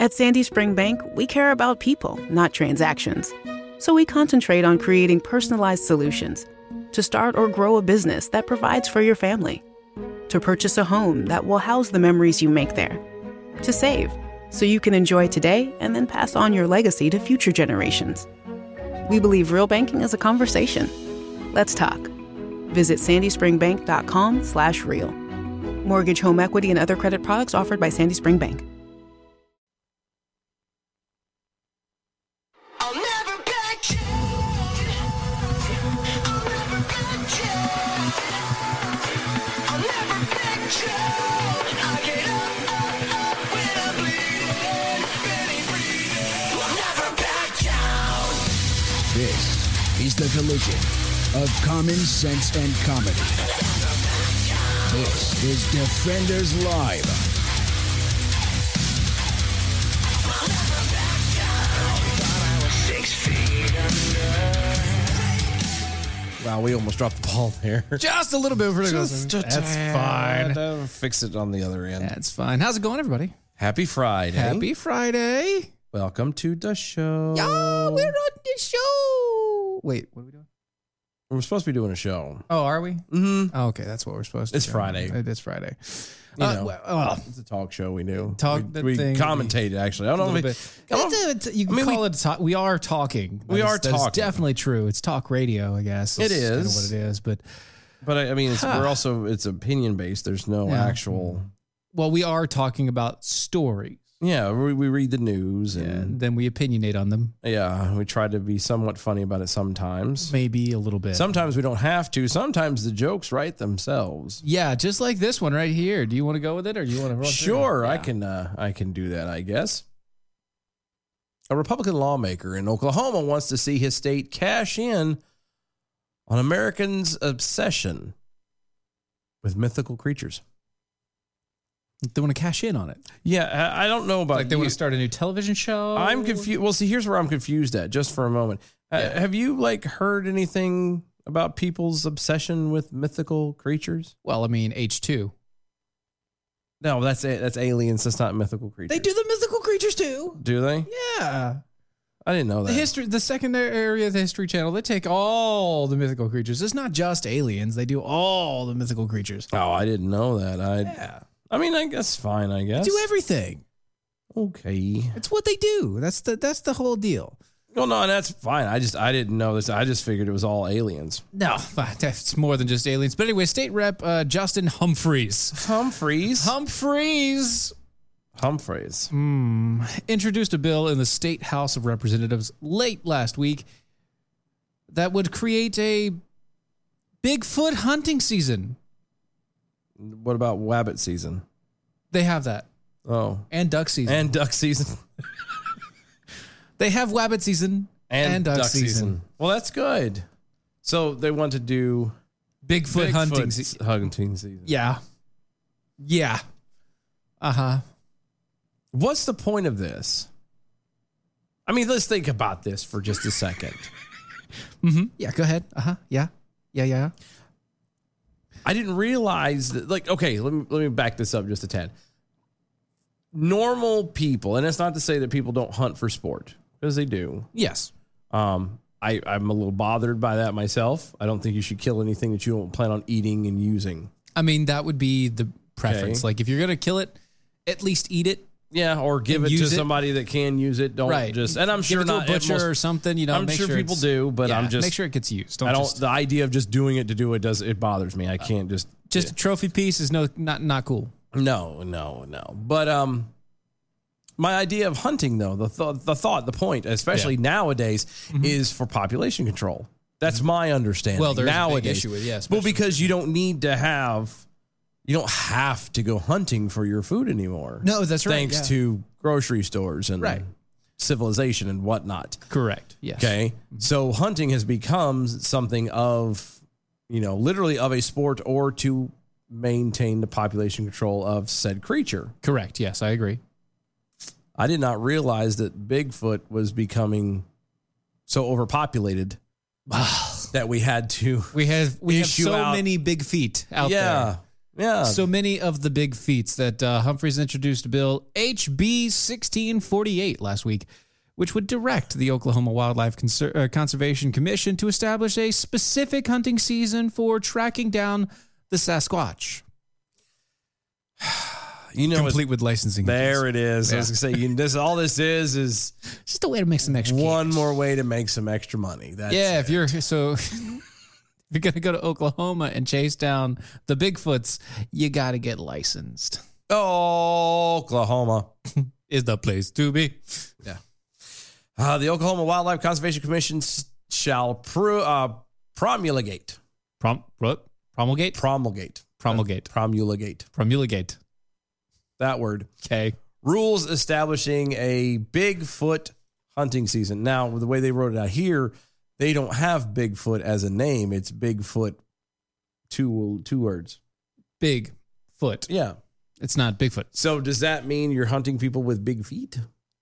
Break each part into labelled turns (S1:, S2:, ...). S1: At Sandy Spring Bank, we care about people, not transactions. So we concentrate on creating personalized solutions to start or grow a business that provides for your family, to purchase a home that will house the memories you make there, to save so you can enjoy today and then pass on your legacy to future generations. We believe real banking is a conversation. Let's talk. Visit sandyspringbank.com/real. Mortgage, home equity, and other credit products offered by Sandy Spring Bank.
S2: I'll never get you. I'll never get you. I'll never get you. I get up, up, up when I'm bleeding, barely breathing. I'll never back down.
S3: This is the collision of common sense and comedy. This is Defenders Live.
S2: Six feet
S4: Wow, we almost dropped the ball there.
S5: Just a little bit for the
S4: Just a
S5: That's
S4: tad.
S5: fine.
S4: I'll fix it on the other end.
S5: That's fine. How's it going, everybody?
S4: Happy Friday.
S5: Happy Friday.
S4: Welcome to the show.
S5: Yeah, we're on the show. Wait, what are we doing?
S4: We're supposed to be doing a show.
S5: Oh, are we? Mm-hmm. Oh, okay, that's what we're supposed to
S4: It's
S5: do.
S4: Friday.
S5: It is Friday.
S4: You
S5: Uh,
S4: know,
S5: well, well,
S4: it's a talk show. We knew.
S5: Talk
S4: We,
S5: the
S4: we
S5: thing-
S4: commentated actually. I
S5: a
S4: don't know
S5: little
S4: if it- I
S5: bit.
S4: don't-
S5: It's a- it's- you can
S4: I mean,
S5: call it a talk. We are talking.
S4: We are
S5: That's
S4: talking.
S5: definitely true. It's talk radio, I guess.
S4: It
S5: That's kinda
S4: is.
S5: what it is. But
S4: but I, I mean, it's, we're also it's opinion based. There's no
S5: Yeah.
S4: actual.
S5: well, we are talking about stories,
S4: Yeah, we, we read the news
S5: and
S4: and
S5: then we opinionate on them,
S4: yeah, we try to be somewhat funny about it sometimes.
S5: maybe a little bit.
S4: Sometimes we don't have to. Sometimes the jokes write themselves.
S5: yeah, just like this one right here. Do you want to go with it, or do you want to? Run through it?
S4: Sure, I
S5: Yeah.
S4: can. Uh, I can do that. I guess. A Republican lawmaker in Oklahoma wants to see his state cash in on Americans' obsession with mythical creatures.
S5: They want to cash in on it.
S4: Yeah, I, I don't know about
S5: like they
S4: you.
S5: want to start Oh. a new television show.
S4: I'm confused. Well, see, here's where I'm confused at. Just for a moment, uh, have you like heard anything about people's obsession with mythical creatures?
S5: Well, I mean, H two.
S4: No, that's a- that's aliens. That's not mythical creatures.
S5: the mythical creatures too.
S4: Do they?
S5: Yeah.
S4: I didn't know that.
S5: The history, the second area of the History Channel, they take all the mythical creatures. It's not just aliens; they do all the mythical creatures.
S4: Oh, I didn't know that. I
S5: Yeah,
S4: I mean, I guess fine, I
S5: they
S4: guess.
S5: do everything.
S4: okay.
S5: It's what they do. That's the that's the whole deal.
S4: Well, no, that's fine. I just I didn't know this. I just figured it was all aliens.
S5: No, that's more than just aliens. But anyway, State Rep uh, Justin Humphreys.
S4: Humphreys.
S5: Humphreys
S4: Humphreys.
S5: Hmm. introduced a bill in the state House of Representatives late last week that would create a Bigfoot hunting season.
S4: What about wabbit season?
S5: They have that.
S4: Oh,
S5: And duck season.
S4: and duck season.
S5: they have wabbit season and, duck, season.
S4: Well, that's good. So they want to do
S5: Bigfoot,
S4: Bigfoot
S5: hunting
S4: s-
S5: season.
S4: hunting season.
S5: Yeah. Yeah. Uh huh.
S4: What's the point of this? I mean, let's think about this for just a second.
S5: Yeah, go ahead. Uh huh. Yeah. Yeah, yeah.
S4: I didn't realize that. Like, okay, let me let me back this up just a tad. Normal people, and it's not to say that people don't hunt for sport because they do.
S5: Yes.
S4: Um, I I'm a little bothered by that myself. I don't think you should kill anything that you don't plan on eating and using.
S5: I mean, that would be the preference.
S4: Okay.
S5: Like, if you're going to kill it, at least eat it.
S4: Yeah, or give
S5: And
S4: it to
S5: use it.
S4: somebody that can use it. Don't
S5: right.
S4: just. And I'm
S5: Give
S4: sure
S5: it to
S4: not
S5: a butcher
S4: most-
S5: or something. You know,
S4: I'm
S5: make
S4: sure, people
S5: it's-
S4: do, but
S5: Yeah,
S4: I'm just.
S5: make sure it gets used. Don't
S4: I don't.
S5: Just,
S4: the idea of just doing it to do it does it bothers me. I can't just
S5: just a trophy piece is no not not cool.
S4: No, no, no. But um, my idea of hunting, though, the th- the thought, the point, especially nowadays, is for population control. That's my understanding.
S5: Mm-hmm. Well, there is a big
S4: nowadays,
S5: issue with- yeah,
S4: well,
S5: especially-
S4: because you don't need to have, you don't have to go hunting for your food anymore.
S5: No, that's right,
S4: Thanks
S5: yeah.
S4: to grocery stores and
S5: Right.
S4: civilization and whatnot.
S5: Correct. Yes.
S4: Okay. So hunting has become something of, you know, literally of a sport or to maintain the population control of said creature.
S5: Correct. Yes, I agree.
S4: I did not realize that Bigfoot was becoming so overpopulated that we had to
S5: We have we have
S4: Issue
S5: so
S4: out-
S5: many big feet out
S4: yeah. Yeah.
S5: so many of the big feats that uh, Humphreys introduced a Bill HB 1648 last week, which would direct the Oklahoma Wildlife Conser- uh, Conservation Commission to establish a specific hunting season for tracking down the Sasquatch,
S4: you know,
S5: complete with licensing.
S4: there it is. I
S5: Yeah.
S4: was gonna say, you, this all this is is
S5: is. Just a way to make some extra
S4: one
S5: cash.
S4: more way to make some extra money. That's
S5: yeah,
S4: it.
S5: if you're so. if You're gonna go to Oklahoma and chase down the Bigfoots. You gotta get licensed.
S4: oh, Oklahoma.
S5: Is the place to be.
S4: Uh, the Oklahoma Wildlife Conservation Commission s- shall pro, uh, promulgate,
S5: Prom what? Promulgate.
S4: promulgate,
S5: Promulgate.
S4: promulgate.
S5: Promulgate.
S4: That word.
S5: Okay.
S4: Rules establishing a Bigfoot hunting season. Now, the way they wrote it out here, they don't have Bigfoot as a name. It's Bigfoot, two two words.
S5: Big foot.
S4: Yeah.
S5: It's not Bigfoot.
S4: So does that mean you're hunting people with big feet?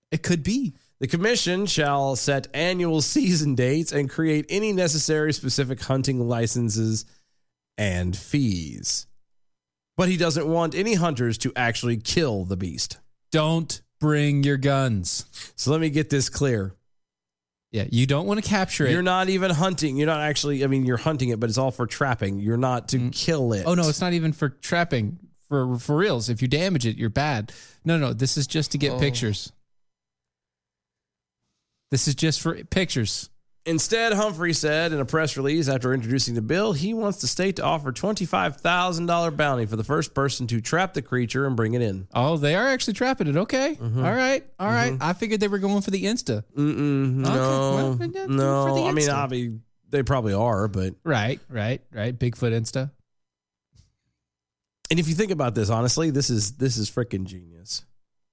S5: It could be.
S4: The commission shall set annual season dates and create any necessary specific hunting licenses and fees. But he doesn't want any hunters to actually kill the beast.
S5: Don't bring your guns.
S4: So let me get this clear.
S5: Yeah, you don't want to capture it.
S4: You're not even hunting. You're not actually, I mean, you're hunting it, but it's all for trapping. You're not to kill it.
S5: oh no, it's not even for trapping. For for reals, if you damage it, you're bad. No, no, this is just to
S4: Oh.
S5: get pictures. This is just for pictures.
S4: Instead, Humphrey said in a press release after introducing the bill, he wants the state to offer $25,000 bounty for the first person to trap the creature and bring it in.
S5: Oh, they are actually trapping it. Okay.
S4: Mm-hmm.
S5: All right. All right. I figured they were going for the Insta.
S4: Mm-mm, no,
S5: well, then do it for the
S4: no. I mean,
S5: instant.
S4: I mean, they probably are, but
S5: Right. Right. Right. Bigfoot Insta.
S4: and if you think about this, honestly, this is this is freaking genius.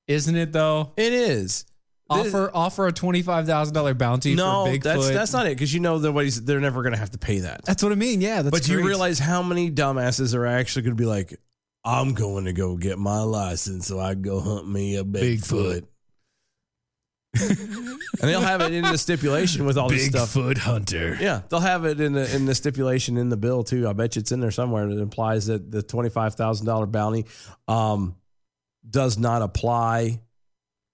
S5: Isn't it though?
S4: It is. This-
S5: offer offer a twenty five thousand dollar bounty
S4: no,
S5: for Bigfoot.
S4: that's that's not it because you know nobody's they're never going to have to pay that.
S5: That's what I mean. Yeah, that's
S4: but you
S5: great.
S4: realize how many dumbasses are actually going to be like, I'm going to go get my license so I can go hunt me a Bigfoot.
S5: Bigfoot.
S4: and they'll have it in the stipulation with all this stuff.
S5: hunter.
S4: Yeah, they'll have it in the in the stipulation in the bill too. I bet you it's in there somewhere, and it implies that the twenty five thousand dollar bounty um, does not apply.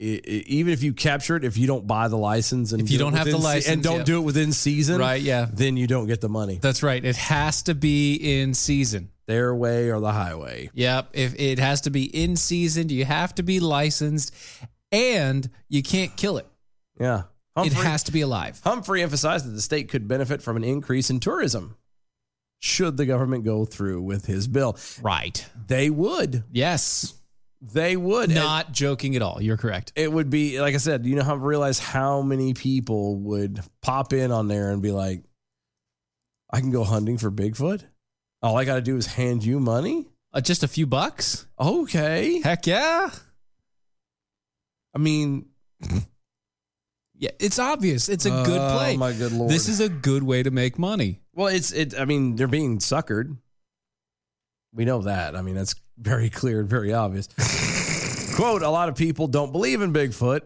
S4: I- I- even if you capture it, if you don't buy the license and
S5: If you
S4: do it
S5: don't have the
S4: within se- and
S5: license,
S4: don't
S5: yeah.
S4: do it within season,
S5: Right, yeah.
S4: then you don't get the money.
S5: That's right. It has to be in season.
S4: Their way or the highway.
S5: Yep. If it has to be in season, you have to be licensed and you can't kill it.
S4: Yeah, Humphrey,
S5: It has to be alive.
S4: Humphrey emphasized that the state could benefit from an increase in tourism should the government go through with his bill.
S5: Right.
S4: They would.
S5: Yes.
S4: They would. And-
S5: Not joking at all. You're correct.
S4: it would be like I said, you know how I realize how many people would pop in on there and be like, I can go hunting for Bigfoot. All I gotta do is hand you money.
S5: Uh, just a few bucks?
S4: Okay.
S5: Heck yeah.
S4: I mean
S5: Yeah. It's obvious. It's a good
S4: Oh,
S5: play.
S4: my good Lord.
S5: This is a good way to make money.
S4: well it's it I mean, they're being suckered. We know that. I mean, that's very clear and very obvious. Quote, a lot of people don't believe in Bigfoot,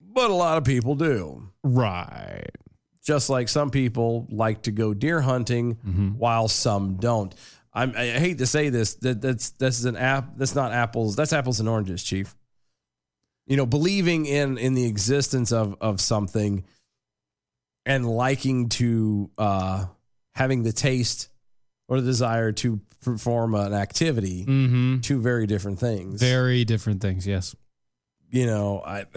S4: but a lot of people do.
S5: Right.
S4: just like some people like to go deer hunting
S5: Mm-hmm.
S4: while some don't. I'm, I hate to say this. That that's this is an app. That's not apples. That's apples and oranges, Chief. You know, believing in in the existence of of something and liking to uh, having the taste or the desire to perform an activity,
S5: Mm-hmm.
S4: two very different things
S5: Very different things. Yes.
S4: you know, I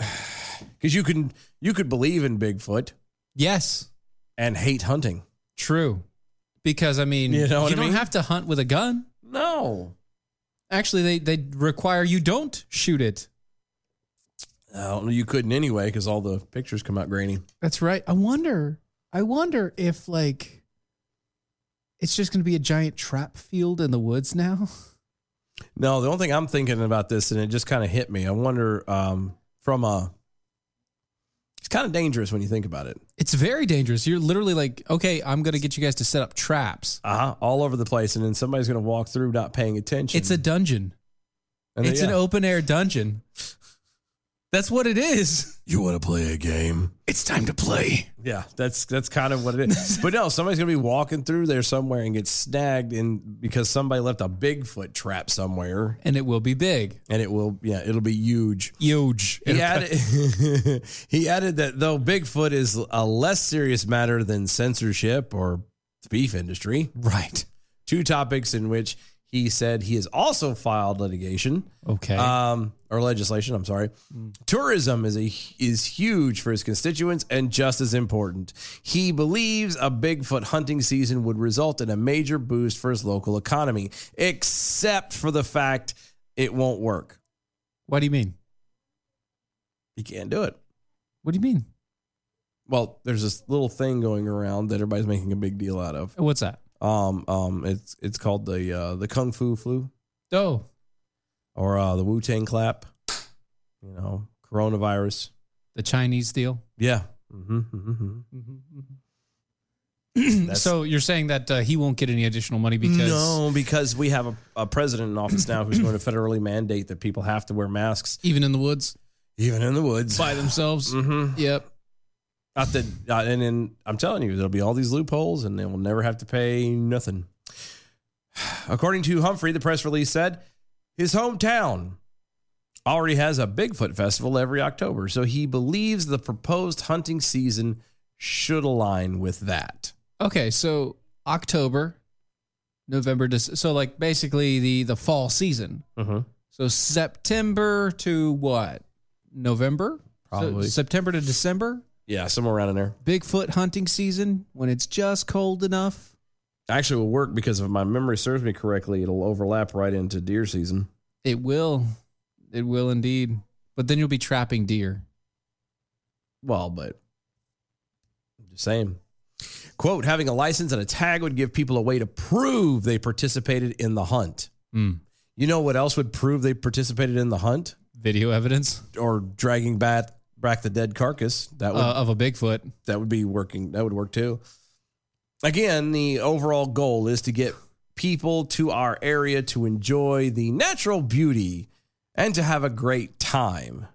S4: because you can you could believe in Bigfoot
S5: Yes.
S4: and hate hunting.
S5: True. Because I mean,
S4: You
S5: you,
S4: know what I
S5: don't
S4: mean?
S5: have to hunt with a gun.
S4: No,
S5: Actually, they they require you don't shoot it.
S4: I don't know. You couldn't anyway because all the pictures come out grainy.
S5: That's right. I wonder. I wonder if like it's just going to be a giant trap field in the woods now.
S4: No, the only thing I'm thinking about this, and it just kind of hit me. I wonder um, from a. It's kind of dangerous when you think about it.
S5: It's very dangerous. You're literally like, okay, I'm going to get you guys to set up traps.
S4: Uh huh. All over the place, and then somebody's going to walk through not paying attention.
S5: It's a dungeon.
S4: And
S5: it's
S4: they-
S5: an
S4: yeah.
S5: open air dungeon. That's what it is.
S4: You want to play a game?
S5: It's time to play.
S4: Yeah, that's that's kind of what it is. but no, somebody's gonna be walking through there somewhere and get snagged, and because somebody left a Bigfoot trap somewhere,
S5: And it will be big.
S4: and it will, yeah, it'll be huge.
S5: Huge.
S4: He added, he added that though Bigfoot is a less serious matter than censorship or the beef industry,
S5: Right.
S4: two topics in which he said he has also filed litigation
S5: Okay.
S4: um, or legislation. I'm sorry. Tourism is a is huge for his constituents and just as important. He believes a Bigfoot hunting season would result in a major boost for his local economy, except for the fact it won't work.
S5: what do you mean?
S4: He can't do it.
S5: What do you mean?
S4: Well, there's this little thing going around that everybody's making a big deal out of.
S5: What's that?
S4: Um, um, it's it's called the uh, the Kung Fu flu
S5: Oh,
S4: or uh, the Wu Tang clap. You know, coronavirus.
S5: the Chinese deal.
S4: Yeah. hmm hmm That's-
S5: Mm-hmm, so you're saying that uh, he won't get any additional money because
S4: no, because we have a, a president in office now who's going to federally mandate that people have to wear masks,
S5: even in the woods
S4: even in the woods.
S5: by themselves.
S4: Mm-hmm.
S5: Yep.
S4: Not that, uh, and then I'm telling you, there'll be all these loopholes, and they will never have to pay nothing. According to Humphrey, the press release said his hometown already has a Bigfoot festival every October, so he believes the proposed hunting season should align with that.
S5: Okay, so October, November, Dec- so like basically the the fall season.
S4: Mm-hmm.
S5: So September to what? November? So
S4: Probably.
S5: September to December.
S4: Yeah, somewhere around in there.
S5: Bigfoot hunting season when it's just cold enough.
S4: actually will work because if my memory serves me correctly, it'll overlap right into deer season.
S5: It will. It will indeed. But then you'll be trapping deer.
S4: Well, but just saying. Quote, having a license and a tag would give people a way to prove they participated in the hunt. You know what else would prove they participated in the hunt?
S5: Video evidence
S4: Or dragging back back the dead carcass. That would
S5: uh, of a Bigfoot.
S4: that would be working that would work too again the overall goal is to get people to our area to enjoy the natural beauty and to have a great time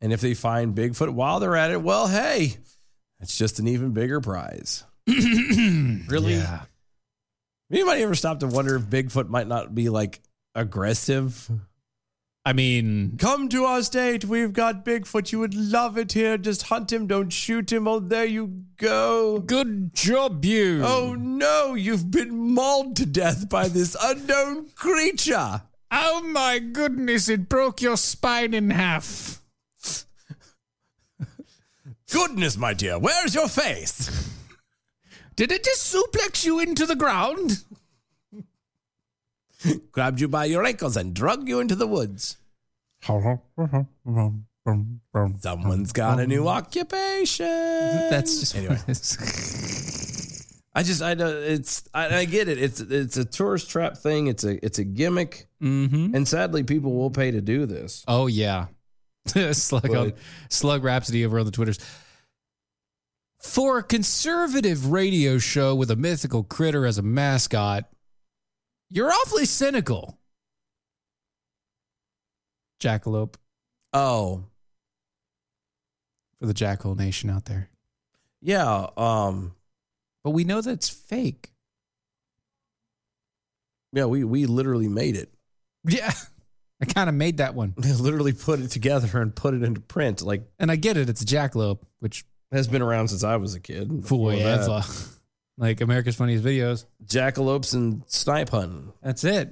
S4: and if they find bigfoot while they're at it well hey it's just an even bigger prize really
S5: Yeah.
S4: anybody ever stop to wonder if bigfoot might not be like aggressive
S5: I mean,
S4: Come to our state. We've got Bigfoot. You would love it here. Just hunt him. Don't shoot him. Oh, there you go.
S5: good job, you.
S4: Oh no, you've been mauled to death by this unknown creature.
S5: oh my goodness, it broke your spine in half.
S4: Goodness, my dear, where's your face?
S5: Did it just suplex you into the ground?
S4: Grabbed you by your ankles and drug you into the woods. Someone's got a new occupation.
S5: That's just
S4: anyway. I just I know it's I, I get it. It's it's a tourist trap thing. It's a it's a gimmick,
S5: mm-hmm.
S4: and sadly, people will pay to do this.
S5: Oh yeah, slug on,
S4: But-
S5: slug rhapsody over on the twitters. For a conservative radio show with a mythical critter as a mascot, you're awfully cynical. Jackalope
S4: Oh
S5: for the jackal nation out there,
S4: yeah, um,
S5: but we know that it's fake.
S4: yeah. We we literally made it.
S5: Yeah, I kind of made that one,
S4: literally put it together and put it into print. Like
S5: and I get it. It's a jackalope, which
S4: has been around since I was a kid. Before
S5: forever,
S4: that,
S5: like America's Funniest Videos.
S4: Jackalopes and snipe hunting.
S5: That's it.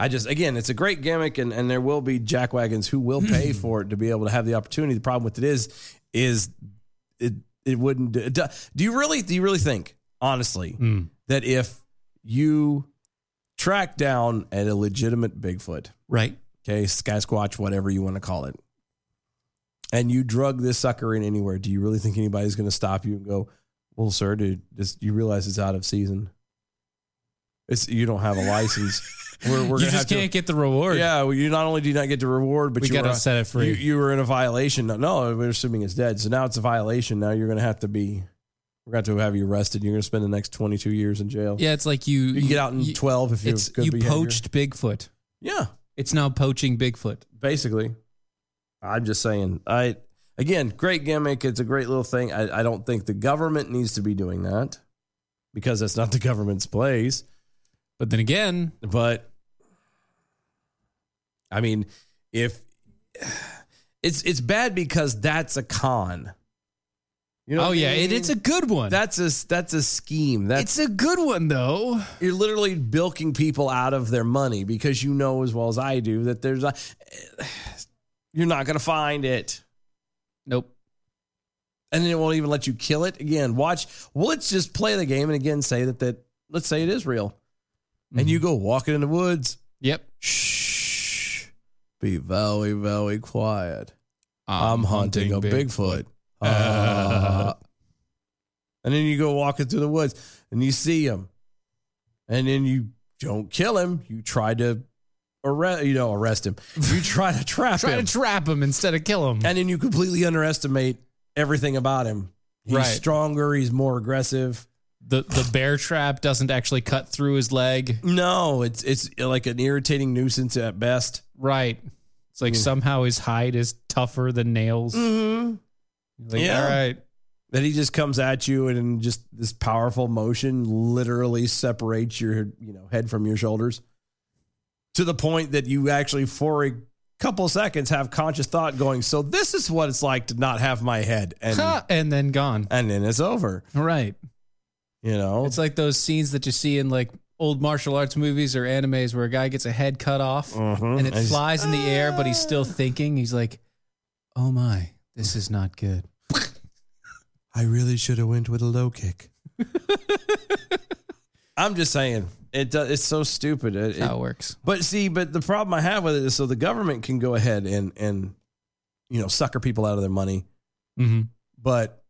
S4: I just again, it's a great gimmick, and and there will be jack wagons who will pay for it to be able to have the opportunity. The problem with it is, is it it wouldn't. do- Do do you really do you really think honestly that if you track down a legitimate Bigfoot,
S5: Right.
S4: okay, Sky Squatch, whatever you want to call it, and you drug this sucker in anywhere, do you really think anybody's going to stop you and go, "Well, sir, dude, this, you realize it's out of season. It's you don't have a license. We're, we're
S5: you
S4: gonna have
S5: just
S4: to."
S5: can't get the reward.
S4: yeah, well, you not only do you not get the reward, but
S5: We
S4: you
S5: gotta
S4: were-
S5: set it free.
S4: You, you were in a violation. No, No, we're assuming it's dead. So now it's a violation. Now you're going to have to be, we're going to have you arrested. You're going to spend the next 22 years in jail.
S5: Yeah, it's like you
S4: you can get out in
S5: you-
S4: 12 if you
S5: It's you poached Bigfoot.
S4: Yeah,
S5: It's now poaching Bigfoot.
S4: basically. I'm just saying. I again, great gimmick. It's a great little thing. I, I don't think the government needs to be doing that because that's not the government's place.
S5: But then again,
S4: But I mean, if it's it's bad because that's a con. You
S5: oh yeah, it, it's a good one.
S4: that's a that's a scheme. That's
S5: it's a good one though.
S4: you're literally bilking people out of their money because you know as well as I do that there's a, you're not going to find it.
S5: Nope.
S4: and then it won't even let you kill it again watch well let's just play the game and again say that that let's say it is real and you go walking in the woods
S5: Yep.
S4: shh be very very quiet i'm, hunting, a
S5: big-
S4: bigfoot Ah. and then you go walking through the woods and you see him and then you don't kill him you try to arrest you know arrest him you try to trap
S5: Try
S4: him
S5: to trap him instead of kill him.
S4: and then you completely underestimate everything about him. He's
S5: Right.
S4: stronger. He's more aggressive.
S5: the the bear trap doesn't actually cut through his leg.
S4: No, it's it's like an irritating nuisance at best.
S5: Right. It's like somehow his hide is tougher than nails.
S4: Mm-hmm.
S5: Like,
S4: Yeah.
S5: All right.
S4: That he just comes at you and in just this powerful motion literally separates your you know head from your shoulders to the point that you actually for a couple seconds have conscious thought going. So this is what it's like to not have my head, and
S5: Ha, and then gone.
S4: and then it's over.
S5: Right.
S4: You know,
S5: It's like those scenes that you see in like old martial arts movies or animes where a guy gets a head cut off
S4: Mhm.
S5: and it
S4: I just-
S5: flies in the air, but he's still thinking. He's like, "Oh my, this is not good."
S4: I really should have went with a low kick. I'm just saying it. do- It's so stupid. It- it-
S5: How it works.
S4: but see, but the problem I have with it is so the government can go ahead and and you know sucker people out of their money,
S5: Mm-hmm.
S4: but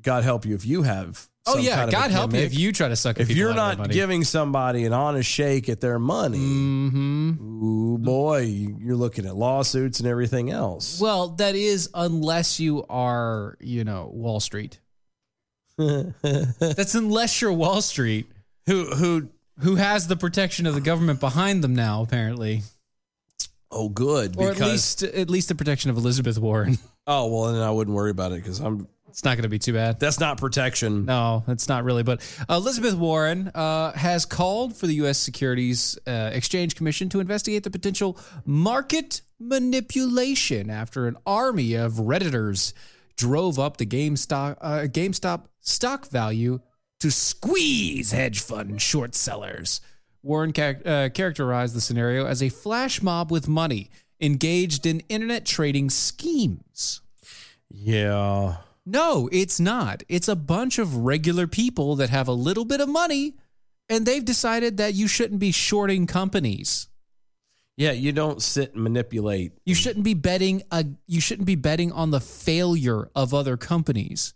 S4: God help you if you have.
S5: Oh
S4: some
S5: yeah,
S4: kind of a
S5: God help you
S4: gimmick.
S5: if you try to suck.
S4: if you're not giving somebody an honest shake at their money.
S5: hmm
S4: Ooh boy, you- you're looking at lawsuits and everything else.
S5: Well, that is unless you are, you know, Wall Street. That's unless you're Wall Street,
S4: who who?
S5: who has the protection of the government behind them now, apparently,
S4: Oh, good.
S5: or
S4: because
S5: at least at least the protection of Elizabeth Warren.
S4: oh well, then I wouldn't worry about it because I'm
S5: It's not going to be too bad.
S4: That's not protection.
S5: No, that's not really. But Elizabeth Warren uh, has called for the U.S. Securities uh, Exchange Commission to investigate the potential market manipulation after an army of redditors drove up the GameStop uh, GameStop stock value to squeeze hedge fund short sellers. Warren char- uh, characterized the scenario as a flash mob with money engaged in internet trading schemes.
S4: Yeah.
S5: No, it's not. It's a bunch of regular people that have a little bit of money and they've decided that you shouldn't be shorting companies.
S4: Yeah, you don't sit and manipulate.
S5: You shouldn't be betting a you shouldn't be betting on the failure of other companies.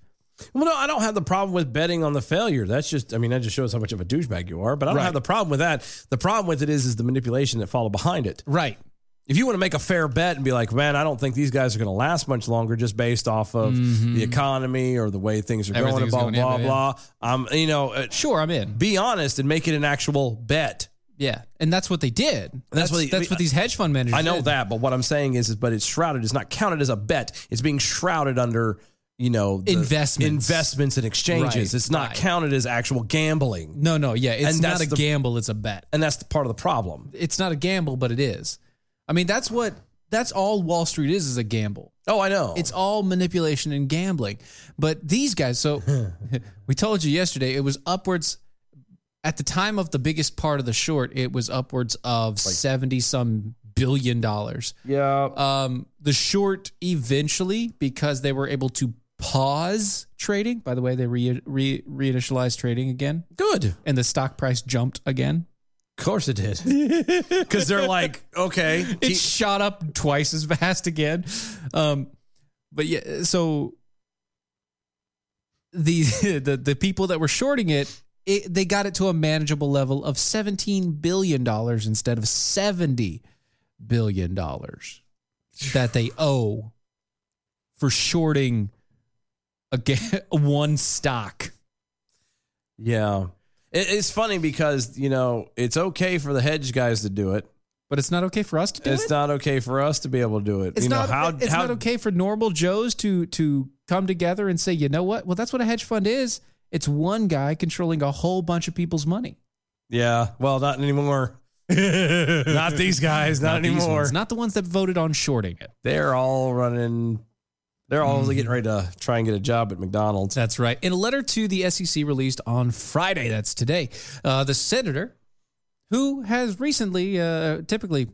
S4: Well, no, I don't have the problem with betting on the failure. That's just, I mean, that just shows how much of a douchebag you are. But I don't
S5: Right.
S4: have the problem with that. The problem with it is, is the manipulation that follow behind it.
S5: Right.
S4: If you want to make a fair bet and be like, man, I don't think these guys are going to last much longer, just based off of the economy or the way things are going, and
S5: Mm-hmm. Everything's
S4: blah
S5: going
S4: blah
S5: up, yeah.
S4: blah. Um, you know, uh,
S5: Sure, I'm in.
S4: be honest and make it an actual bet.
S5: Yeah. And that's what they did. That's, that's
S4: what
S5: what
S4: they- I mean,
S5: these hedge fund managers
S4: I know
S5: did.
S4: that, but what I'm saying is, is but it's shrouded. It's not counted as a bet. It's being shrouded under you know the
S5: Investments.
S4: investments and exchanges.
S5: Right,
S4: it's not
S5: right.
S4: counted as actual gambling,
S5: No, no, yeah. It's
S4: And
S5: not
S4: that's
S5: a
S4: the-
S5: gamble, it's a bet.
S4: and that's the part of the problem.
S5: It's not a gamble, but it is. I mean, that's what that's all Wall Street is is a gamble.
S4: Oh, I know.
S5: It's all manipulation and gambling. But these guys, so we told you yesterday, it was upwards at the time of the biggest part of the short, it was upwards of 70 some billion dollars.
S4: yeah.
S5: Um, the short eventually, because they were able to pause trading, by the way, they re, re, reinitialized trading again,
S4: Good. Of
S5: and the stock price jumped again.
S4: course it did. Because they're like, okay,
S5: it
S4: keep-
S5: shot up twice as fast again. Um, but yeah, so the the the people that were shorting it, it they got it to a manageable level of seventeen billion dollars instead of seventy billion dollars that they owe for shorting again one stock.
S4: yeah. It, it's funny because you know it's okay for the hedge guys to do it.
S5: But it's not okay for us to do
S4: it's
S5: it.
S4: not okay for us to be able to do it.
S5: it's
S4: you
S5: not.
S4: know how
S5: it's
S4: how
S5: not okay for normal Joes to to come together and say, you know what? Well, that's what a hedge fund is. It's one guy controlling a whole bunch of people's money.
S4: Yeah, well, not anymore. not these guys, not,
S5: these
S4: anymore.
S5: ones, not the ones that voted on shorting it.
S4: They're all running. They're all
S5: Mm-hmm.
S4: getting ready to try and get a job at McDonald's.
S5: That's right. In a letter to the SEC released on Friday, that's today, uh, the senator, who has recently, uh, typically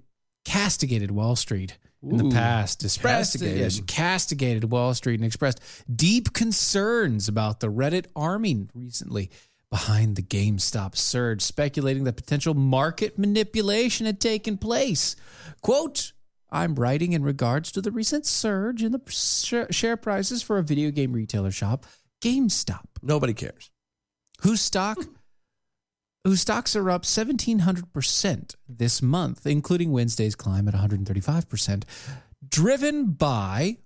S5: castigated Wall Street in the
S4: Ooh,
S5: past, expressed uh,
S4: castigated.
S5: yes, castigated Wall Street and expressed deep concerns about the Reddit arming recently behind the GameStop surge, speculating that potential market manipulation had taken place. Quote, I'm writing in regards to the recent surge in the sh- share prices for a video game retailer shop, GameStop
S4: Nobody cares.
S5: whose stock whose stocks are up 1700% this month including Wednesday's climb at 135% driven by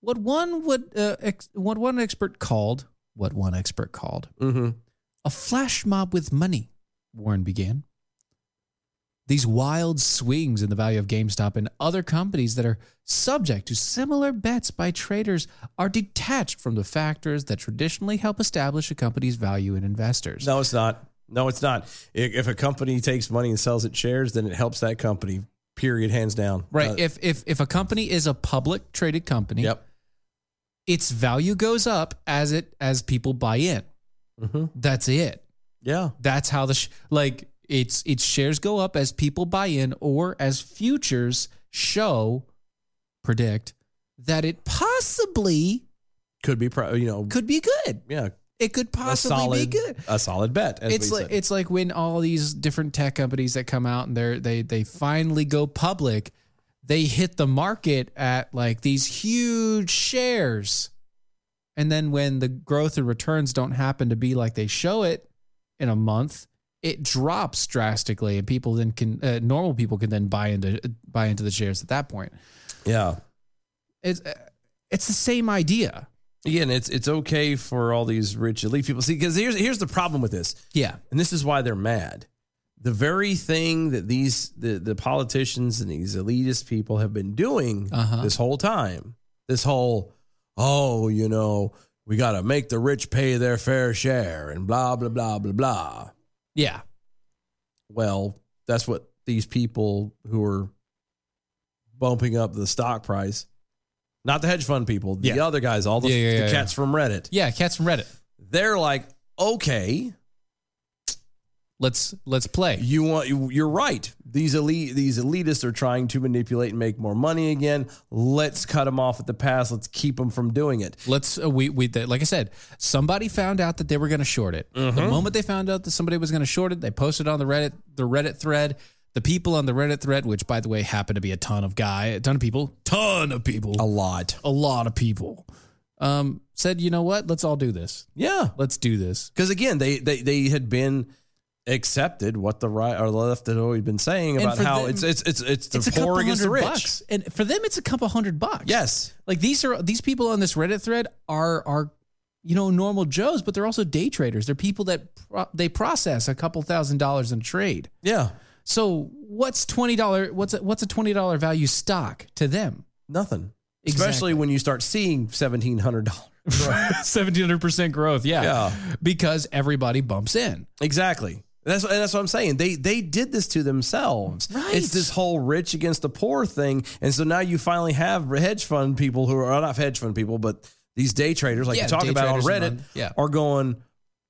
S5: what one would uh, ex- what one expert called what one expert called
S4: Mm-hmm.
S5: a flash mob with money Warren began these wild swings in the value of GameStop and other companies that are subject to similar bets by traders are detached from the factors that traditionally help establish a company's value in investors.
S4: No, it's not. No, it's not. I- If a company takes money and sells its shares, then it helps that company. Period. Hands down.
S5: Right.
S4: Uh,
S5: if if if a company is a public traded company,
S4: yep.
S5: its value goes up as it as people buy in.
S4: Mm-hmm.
S5: That's it.
S4: Yeah.
S5: That's how the sh- like its its shares go up as people buy in or as futures show predict that it possibly
S4: Could be. Pro- you know.
S5: could be good.
S4: yeah.
S5: It could
S4: a
S5: possibly
S4: solid,
S5: be good.
S4: A solid bet. as
S5: It's
S4: we
S5: like
S4: said.
S5: it's like when all these different tech companies that come out and they are they they finally go public, they hit the market at like these huge shares. And then when the growth and returns don't happen to be like they show it in a month, it drops drastically and people then can uh, normal people can then buy into buy into the shares at that point.
S4: yeah.
S5: It's uh, it's the same idea.
S4: Again, it's it's okay for all these rich elite people. See, because here's here's the problem with this.
S5: Yeah.
S4: and this is why they're mad. The very thing that these the, the politicians and these elitist people have been doing
S5: Uh-huh.
S4: this whole time, this whole oh, you know, we got to make the rich pay their fair share and blah blah blah blah blah.
S5: Yeah.
S4: Well, that's what these people who are bumping up the stock price, not the hedge fund people, the
S5: Yeah.
S4: other guys, all the,
S5: Yeah, yeah,
S4: the
S5: yeah,
S4: cats from Reddit,
S5: Yeah, cats from Reddit.
S4: they're like, okay,
S5: Let's let's play.
S4: You want you- you're right. These elite these elitists are trying to manipulate and make more money again. Let's cut them off at the pass. Let's keep them from doing it.
S5: Let's uh, we we that like I said, somebody found out that they were going to short it. The
S4: Mm-hmm.
S5: moment they found out that somebody was going to short it, they posted on the Reddit the Reddit thread. The people on the Reddit thread, which by the way happened to be a ton of guy, a ton of people, ton of people,
S4: A lot.
S5: a lot of people, um, said, you know what? Let's all do this.
S4: Yeah,
S5: Let's do this.
S4: because again, they, they they had been accepted what the right or the left had always been saying
S5: And
S4: about
S5: for
S4: how
S5: them,
S4: it's it's it's it's the poor against the rich.
S5: bucks, and for them, it's a couple hundred bucks.
S4: Yes,
S5: like these are these people on this reddit thread are are you know normal joes but they're also day traders they're people that pro- they process a couple thousand dollars in trade
S4: yeah,
S5: so what's $20 what's a, what's a $20 value stock to them
S4: nothing.
S5: Exactly.
S4: Especially when you start seeing seventeen hundred dollars.
S5: 1700% growth
S4: Yeah.
S5: because everybody bumps in
S4: Exactly. That's and that's what I'm saying. They they did this to themselves.
S5: Right.
S4: It's this whole rich against the poor thing, and so now you finally have hedge fund people who are not hedge fund people, but these day traders, like
S5: Yeah,
S4: you talk
S5: day
S4: about on
S5: traders
S4: Reddit,
S5: and on- yeah.
S4: are going.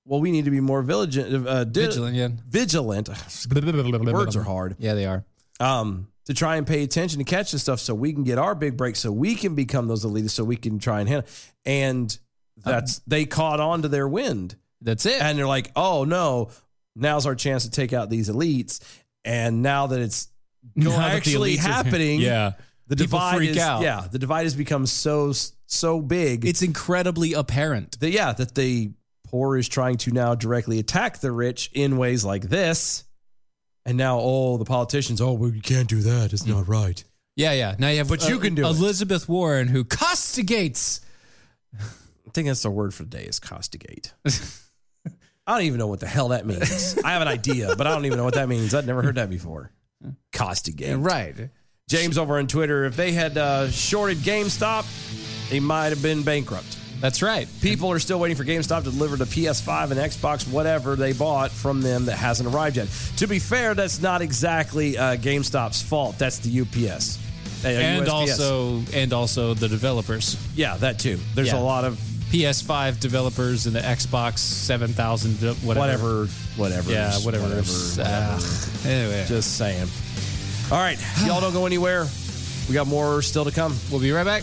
S4: Well, we need to be more vigilant. Uh, di-
S5: Vigilant, yeah.
S4: Vigilant. Words are hard.
S5: yeah they are
S4: Um, to try and pay attention to catch this stuff, so we can get our big break, so we can become those elitists, so we can try and handle. And
S5: Um,
S4: that's they caught on to their wind
S5: that's it
S4: and they're like, "Oh no, now's our chance to take out these elites." And now that it's
S5: Now that the
S4: actually
S5: elites are-
S4: happening,
S5: yeah
S4: the
S5: People
S4: divide
S5: freak
S4: is,
S5: out.
S4: yeah, the divide has become so so big.
S5: it's incredibly apparent
S4: that, yeah that the poor is trying to now directly attack the rich in ways like this. And now, oh, the politicians, oh, well, you can't do that. It's not right.
S5: yeah yeah now you have uh,
S4: But you can do it.
S5: elizabeth warren who castigates
S4: I think that's the word for today is castigate. I don't even know what the hell that means. I have an idea, but I don't even know what that means. I'd never heard that before. Costa game.
S5: Right.
S4: James over on Twitter, if they had uh, shorted GameStop, they might have been bankrupt.
S5: That's right.
S4: People are still waiting for GameStop to deliver the PS5 and Xbox, whatever they bought from them that hasn't arrived yet. To be fair, that's not exactly uh, GameStop's fault. That's the UPS. Uh,
S5: And
S4: USPS.
S5: also and also the developers.
S4: yeah, that too. There's
S5: Yeah.
S4: a lot of
S5: PS5 developers and the Xbox 7000 de- whatever.
S4: whatever, whatever,
S5: Yeah, whatever. uh,
S4: whatever.
S5: Ugh. anyway.
S4: Just saying. All right, y'all don't go anywhere. We got more still to come.
S5: we'll be right back.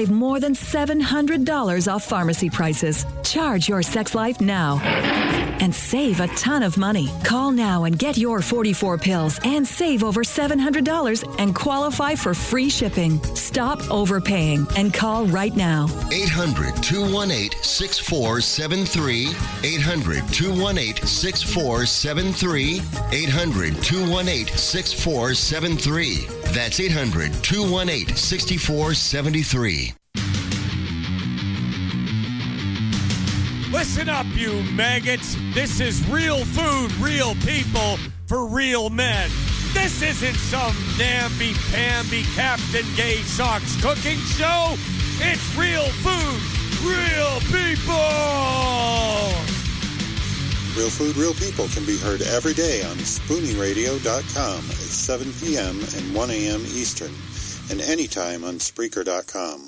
S6: more than $700 off pharmacy prices. Charge your sex life now and save a ton of money. Call now and get your 44 pills and save over $700 and qualify for free shipping. Stop overpaying and call right now.
S7: 800 218 6473. 800 218 6473. 800 218 6473. That's 800 218 6473.
S8: Listen up, you maggots. This is real food, real people, for real men. This isn't some namby-pamby Captain Gay Socks cooking show. It's real food, real people.
S9: Real Food, Real People can be heard every day on SpooningRadio.com at 7 p.m. and 1 a.m. Eastern, and anytime on Spreaker.com.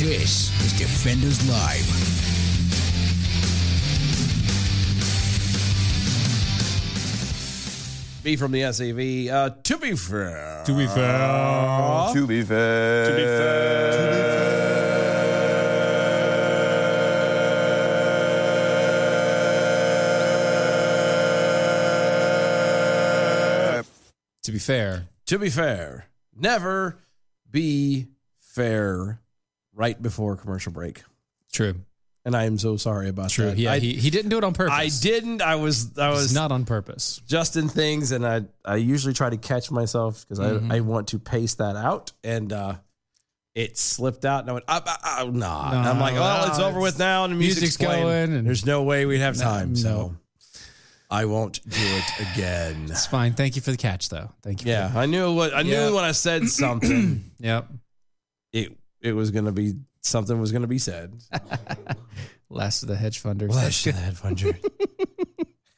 S3: This is Defenders Live.
S4: B from the SAV. Uh, to be fair.
S5: To be fair.
S10: To be fair. To be
S5: To be fair.
S4: to be fair, never be fair right before commercial break.
S5: True.
S4: And I am so sorry about
S5: True.
S4: that.
S5: Yeah,
S4: I,
S5: he, he didn't do it on purpose.
S4: I didn't. I was I
S5: It was
S4: was
S5: not on purpose.
S4: just in things, and I I usually try to catch myself because I I want to pace that out, and uh it slipped out, and I went, ah, ah, ah, nah. And I'm like,
S5: No,
S4: well,
S5: no,
S4: it's over
S5: it's-
S4: with now, and the music's,
S5: music's
S4: playing.
S5: going, and-
S4: there's no way we'd have
S5: No,
S4: time, so
S5: no.
S4: I won't do it again.
S5: It's fine. Thank you for the catch, though. Thank you.
S4: Yeah,
S5: For
S4: I knew what I knew
S5: Yeah.
S4: when I said something.
S5: the, yep.
S4: it it was gonna be something was gonna be said.
S5: Last of the hedge funders.
S4: that funger.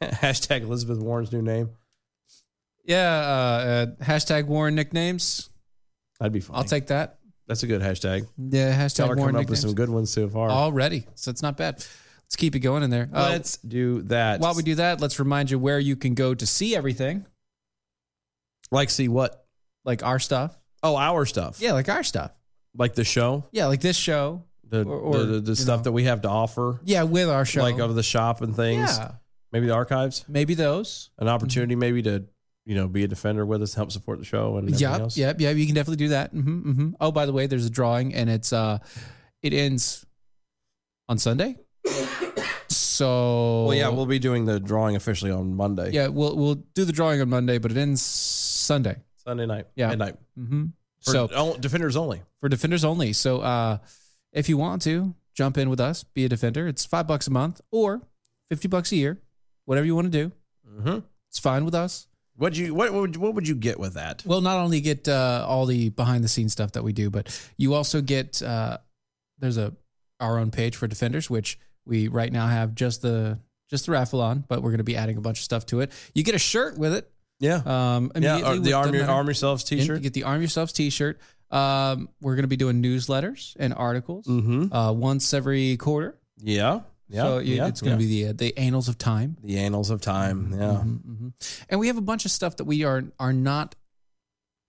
S4: Hashtag Elizabeth Warren's new name.
S5: Yeah. Uh, uh, hashtag Warren nicknames.
S4: I'd be fine.
S5: I'll take that.
S4: that's a good hashtag.
S5: Yeah.
S4: Y'all are
S5: Hashtag Warren
S4: coming up with
S5: nicknames.
S4: some good ones so far.
S5: Already. So it's not bad. Let's keep it going in there. Uh,
S4: Let's do that.
S5: while we do that, let's remind you where you can go to see everything,
S4: like see what?
S5: like our stuff.
S4: Oh, our stuff.
S5: Yeah, like our stuff.
S4: Like the show,
S5: Yeah, like this show.
S4: the
S5: Or-
S4: the,
S5: or,
S4: the, the
S5: you
S4: stuff
S5: know.
S4: that we have to offer,
S5: Yeah, with our show.
S4: like of the shop and things.
S5: Yeah. Mm-hmm.
S4: Maybe the archives,
S5: Maybe those.
S4: an opportunity maybe to you know be a defender with us, help support the show and everything
S5: Yep,
S4: else.
S5: yep, yep. You can definitely do that. hmm hmm Oh, by the way, there's a drawing, and it's uh, it ends on Sunday. So
S4: Well, yeah, we'll be doing the drawing officially on Monday.
S5: yeah, we'll we'll do the drawing on Monday, but it ends Sunday.
S4: Sunday night.
S5: Yeah.
S4: midnight.
S5: Mm-hmm.
S4: For uh,
S5: So
S4: all- defenders only.
S5: for defenders only. So uh, if you want to jump in with us, be a defender. It's five bucks a month or fifty bucks a year, whatever you want to do.
S4: Mm-hmm.
S5: It's fine with us.
S4: What you what, what would what would you get with that?
S5: We'll not only get uh, all the behind the scenes stuff that we do, but you also get uh, there's a our own page for defenders, which we right now have just the just the raffle on, but we're going to be adding a bunch of stuff to it. You get a shirt with it.
S4: Yeah,
S5: Um,
S4: Uh, yeah.
S5: immediately
S4: Or
S5: with-
S4: the arm,
S5: doesn't matter.
S4: arm yourselves
S5: You
S4: T-shirt.
S5: get the Arm Yourselves T-shirt. Um, we're going to be doing newsletters and articles
S4: Mm-hmm.
S5: uh, once every quarter.
S4: Yeah, yeah.
S5: so you,
S4: yeah,
S5: it's going to
S4: yeah.
S5: be the uh, the annals of time.
S4: the annals of time. Yeah.
S5: Mhm, mhm. And we have a bunch of stuff that we are are not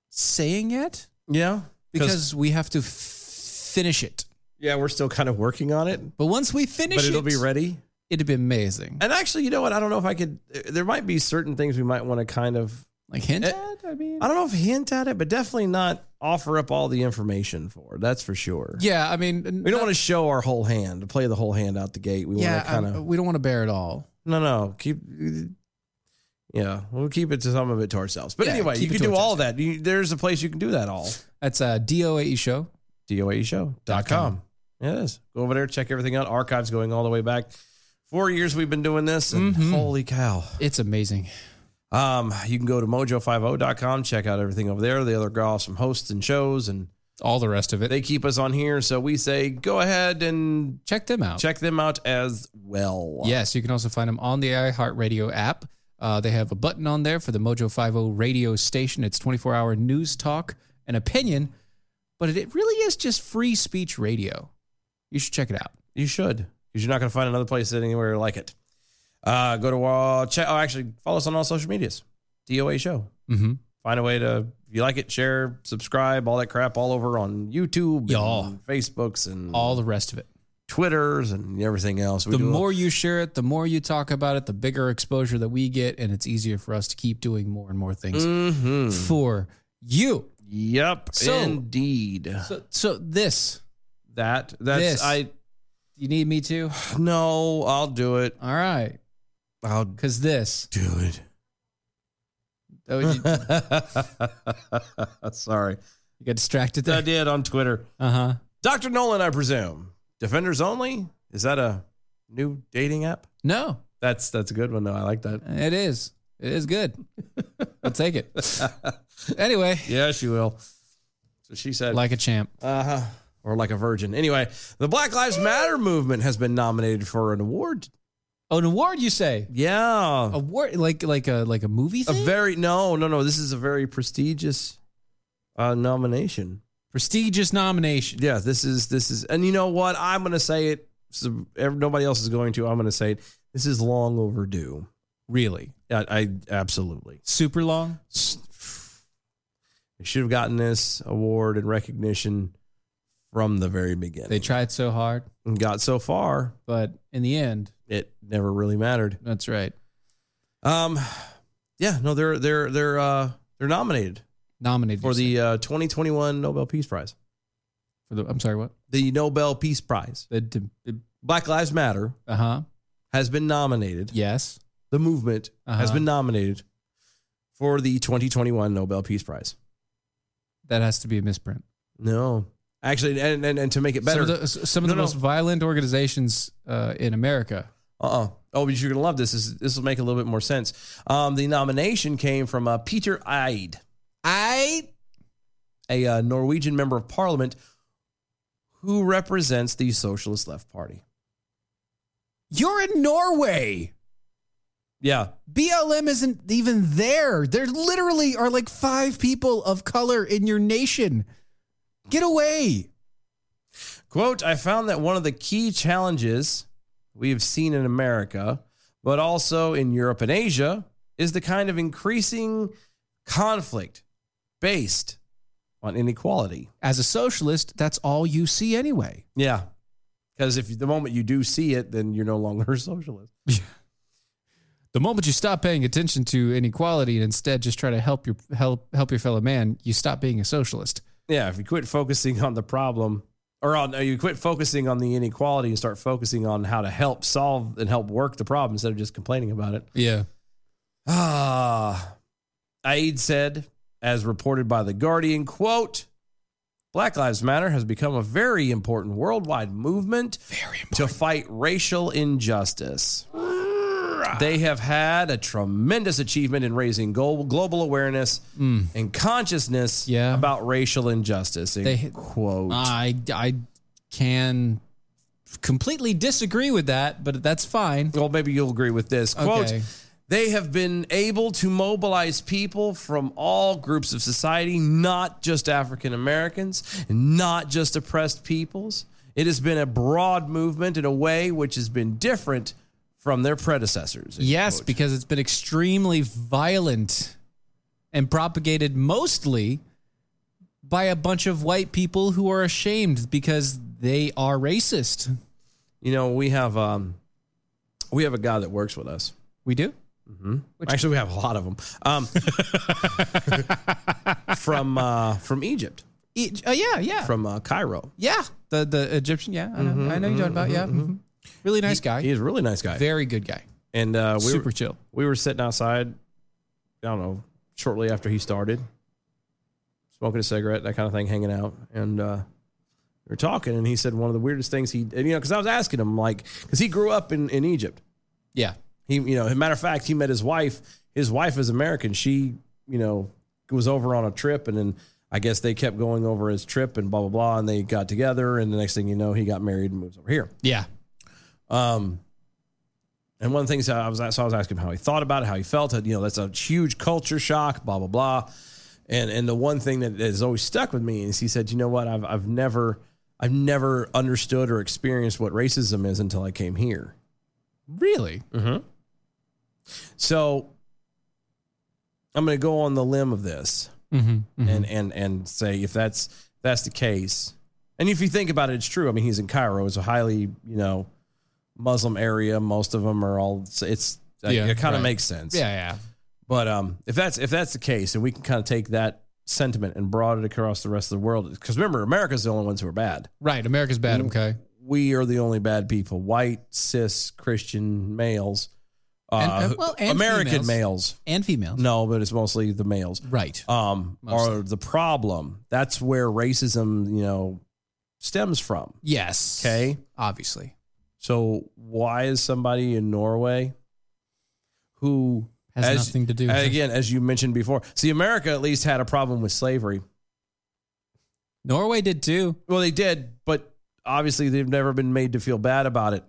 S5: saying yet
S4: Yeah.
S5: because we have to f- finish it.
S4: yeah, we're still kind of working on it,
S5: But once we finish
S4: but it'll be
S5: it,
S4: ready.
S5: It'd be amazing.
S4: And actually, you know what? I don't know if I could. There might be certain things we might want to kind of.
S5: Like hint
S4: Eh,
S5: at, I mean,
S4: I don't know if hint at it, but definitely not offer up all the information for. That's for sure.
S5: yeah, I mean,
S4: We don't want to show our whole hand, play the whole hand out the gate. We
S5: yeah,
S4: want to kind of
S5: um, we don't want to bear it all.
S4: No, no. Keep. Yeah, we'll keep it to some of it to ourselves. But
S5: Yeah,
S4: anyway, you
S5: keep it
S4: can
S5: to
S4: do all that. You, there's a place you can do that all.
S5: That's uh, DOAE show.
S4: DOAEshow.com. Yeah, it is. Go over there, check everything out. Archives going all the way back. Four years we've been doing this, and
S5: Mhm.
S4: holy cow.
S5: It's amazing.
S4: Um, you can go to mojo50.com, check out everything over there. The other awesome hosts and shows, and
S5: All the rest of it.
S4: they keep us on here. So we say go ahead and
S5: check them out.
S4: check them out as well.
S5: Yes, you can also find them on the iHeartRadio app. Uh, they have a button on there for the Mojo 50 radio station. It's 24 hour news talk and opinion, but it, it really is just free speech radio. You should check it out.
S4: You should, because you're not going to find another place anywhere like it. Uh, go to uh, check. Oh, actually, follow us on all social medias. DOA Show.
S5: Mm-hmm.
S4: Find a way to if you like it, share, subscribe, all that crap, all over on YouTube,
S5: Yeah.
S4: and Facebooks, and
S5: All the rest of it.
S4: Twitters and everything else. We
S5: The
S4: do a-
S5: more you share it, the more you talk about it, the bigger exposure that we get, and it's easier for us to keep doing more and more things
S4: Mhm.
S5: for you.
S4: Yep.
S5: So-
S4: indeed.
S5: So, so this,
S4: that that's
S5: This.
S4: I.
S5: you need me to?
S4: No, I'll do it.
S5: All right,
S4: I'll
S5: because this.
S4: do it.
S5: Oh, you,
S4: Sorry,
S5: you got distracted
S4: I
S5: there.
S4: did on Twitter.
S5: Uh huh.
S4: Dr. Nolan, I presume. Defenders only? Is that a new dating app?
S5: No,
S4: That's that's a good one though. I like that.
S5: It is. It is good. I'll take it. Anyway,
S4: yeah, she will. So she said
S5: like a champ.
S4: uh-huh. Or like a virgin. Anyway, the Black Lives Matter movement has been nominated for an award.
S5: Oh, an award, you say?
S4: Yeah.
S5: Award, like like a like a movie
S4: A
S5: thing?
S4: very no, no, no. This is a very prestigious uh nomination.
S5: prestigious nomination.
S4: Yeah, this is this is and you know what? I'm gonna say it. So ev- nobody else is going to. I'm gonna say it. This is long overdue.
S5: Really,
S4: I, I absolutely.
S5: super long.
S4: They should have gotten this award and recognition from the very beginning.
S5: They tried so hard,
S4: and got so far,
S5: but in the end,
S4: it never really mattered.
S5: that's right.
S4: Um, yeah, no, they're they're they're uh, they're nominated
S5: Nominated
S4: for
S5: you
S4: the uh, 2021 Nobel Peace Prize.
S5: said. for the. I'm sorry, what?
S4: The Nobel Peace Prize,
S5: The
S4: Black Lives Matter,
S5: uh huh.
S4: has been nominated.
S5: Yes.
S4: The movement has
S5: Uh-huh.
S4: been nominated for the 2021 Nobel Peace Prize.
S5: That has to be a misprint.
S4: No, actually, and and, and to make it better,
S5: Some of the, s- some of
S4: No,
S5: the
S4: no.
S5: most violent organizations uh, in America.
S4: Uh-uh. Oh, but you're gonna love this. This this will make a little bit more sense. Um, the nomination came from uh, Peter Eid,
S5: I
S4: a uh, Norwegian member of Parliament who represents the Socialist Left Party.
S5: you're in Norway.
S4: Yeah,
S5: BLM isn't even there. There literally are like five people of color in your nation. Get away.
S4: Quote, I found that one of the key challenges we have seen in America, but also in Europe and Asia, is the kind of increasing conflict based on inequality.
S5: As a socialist, that's all you see anyway.
S4: Yeah. Because if the moment you do see it, then you're no longer a socialist.
S5: The moment you stop paying attention to inequality and instead just try to help your help help your fellow man, you stop being a socialist.
S4: Yeah, if you quit focusing on the problem or on, you quit focusing on the inequality and start focusing on how to help solve and help work the problem instead of just complaining about it.
S5: Yeah.
S4: Ah, Aid said, as reported by The Guardian, quote, Black Lives Matter has become a very important worldwide movement to fight racial injustice. They have had a tremendous achievement in raising global, global awareness and consciousness
S5: Mm. Yeah.
S4: about racial injustice. End
S5: They- Ah,
S4: quote.
S5: I I can completely disagree with that, but that's fine.
S4: well, maybe you'll agree with this. Quote,
S5: Okay.
S4: they have been able to mobilize people from all groups of society, not just African Americans, not just oppressed peoples. It has been a broad movement in a way which has been different from their predecessors.
S5: Yes, because it's been extremely violent and propagated mostly by a bunch of white people who are ashamed because they are racist.
S4: You know, we have um we have a guy that works with us.
S5: We do?
S4: Actually, we have a lot of them. Um, from uh, from Egypt,
S5: E- uh, yeah, yeah.
S4: from uh, Cairo.
S5: yeah. The the Egyptian, yeah. I know,
S4: Mm-hmm,
S5: I know you're talking about, yeah. mhm. Really nice guy.
S4: He's a really nice guy.
S5: Very good guy.
S4: and uh, we
S5: Super
S4: were,
S5: chill.
S4: we were sitting outside. I don't know, shortly after he started, smoking a cigarette, that kind of thing, hanging out, and uh, we were talking. And he said one of the weirdest things he, and, you know, because I was asking him like, because he grew up in in Egypt.
S5: Yeah.
S4: He, you know, matter of fact, he met his wife. His wife is American. She, you know, was over on a trip, and then I guess they kept going over his trip and blah blah blah, and they got together, and the next thing you know, he got married and moves over here.
S5: Yeah.
S4: Um, and one of the things that I was so I was asking him how he thought about it, how he felt it. You know, that's a huge culture shock, blah blah blah. And and the one thing that has always stuck with me is he said, you know what, I've I've never I've never understood or experienced what racism is until I came here.
S5: Really?
S4: So I'm going to go on the limb of this
S5: Mm-hmm.
S4: and and and say if that's that's the case, and if you think about it, it's true. I mean, he's in Cairo; it's a highly you know Muslim area. Most of them are all. so It's
S5: Yeah,
S4: it kind of
S5: right.
S4: makes sense.
S5: Yeah, yeah.
S4: But um, if that's if that's the case, and we can kind of take that sentiment and broaden it across the rest of the world, because remember, America's the only ones who are bad.
S5: Right. America's bad,
S4: Mm-hmm.
S5: okay.
S4: We are the only bad people: white, cis, Christian males, uh,
S5: And- and- well, and
S4: American
S5: females.
S4: males.
S5: And females.
S4: No, but it's mostly the males
S5: Right.
S4: um,
S5: Mostly.
S4: are the problem. That's where racism, you know, stems from.
S5: yes.
S4: Okay.
S5: Obviously.
S4: So why is somebody in Norway who
S5: Has nothing to do with it.
S4: again, as you mentioned before, see, America at least had a problem with slavery.
S5: Norway did too.
S4: Well, they did, but obviously they've never been made to feel bad about it.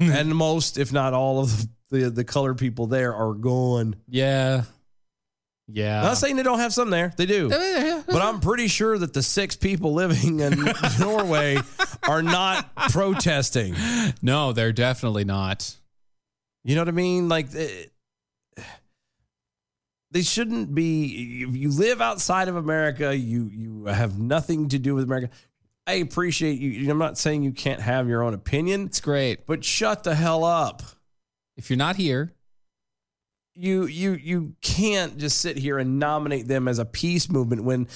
S4: and most, if not all, of the the colored people there are gone.
S5: Yeah. Yeah.
S4: Not saying they don't have some there; they do. But I'm pretty sure that the six people living in Norway are not protesting.
S5: no, they're definitely not.
S4: You know what I mean? Like, it, they shouldn't be. If you live outside of America, you you have nothing to do with America. I appreciate you. I'm not saying you can't have your own opinion,
S5: It's great.
S4: but shut the hell up.
S5: If you're not here,
S4: You you you can't just sit here and nominate them as a peace movement when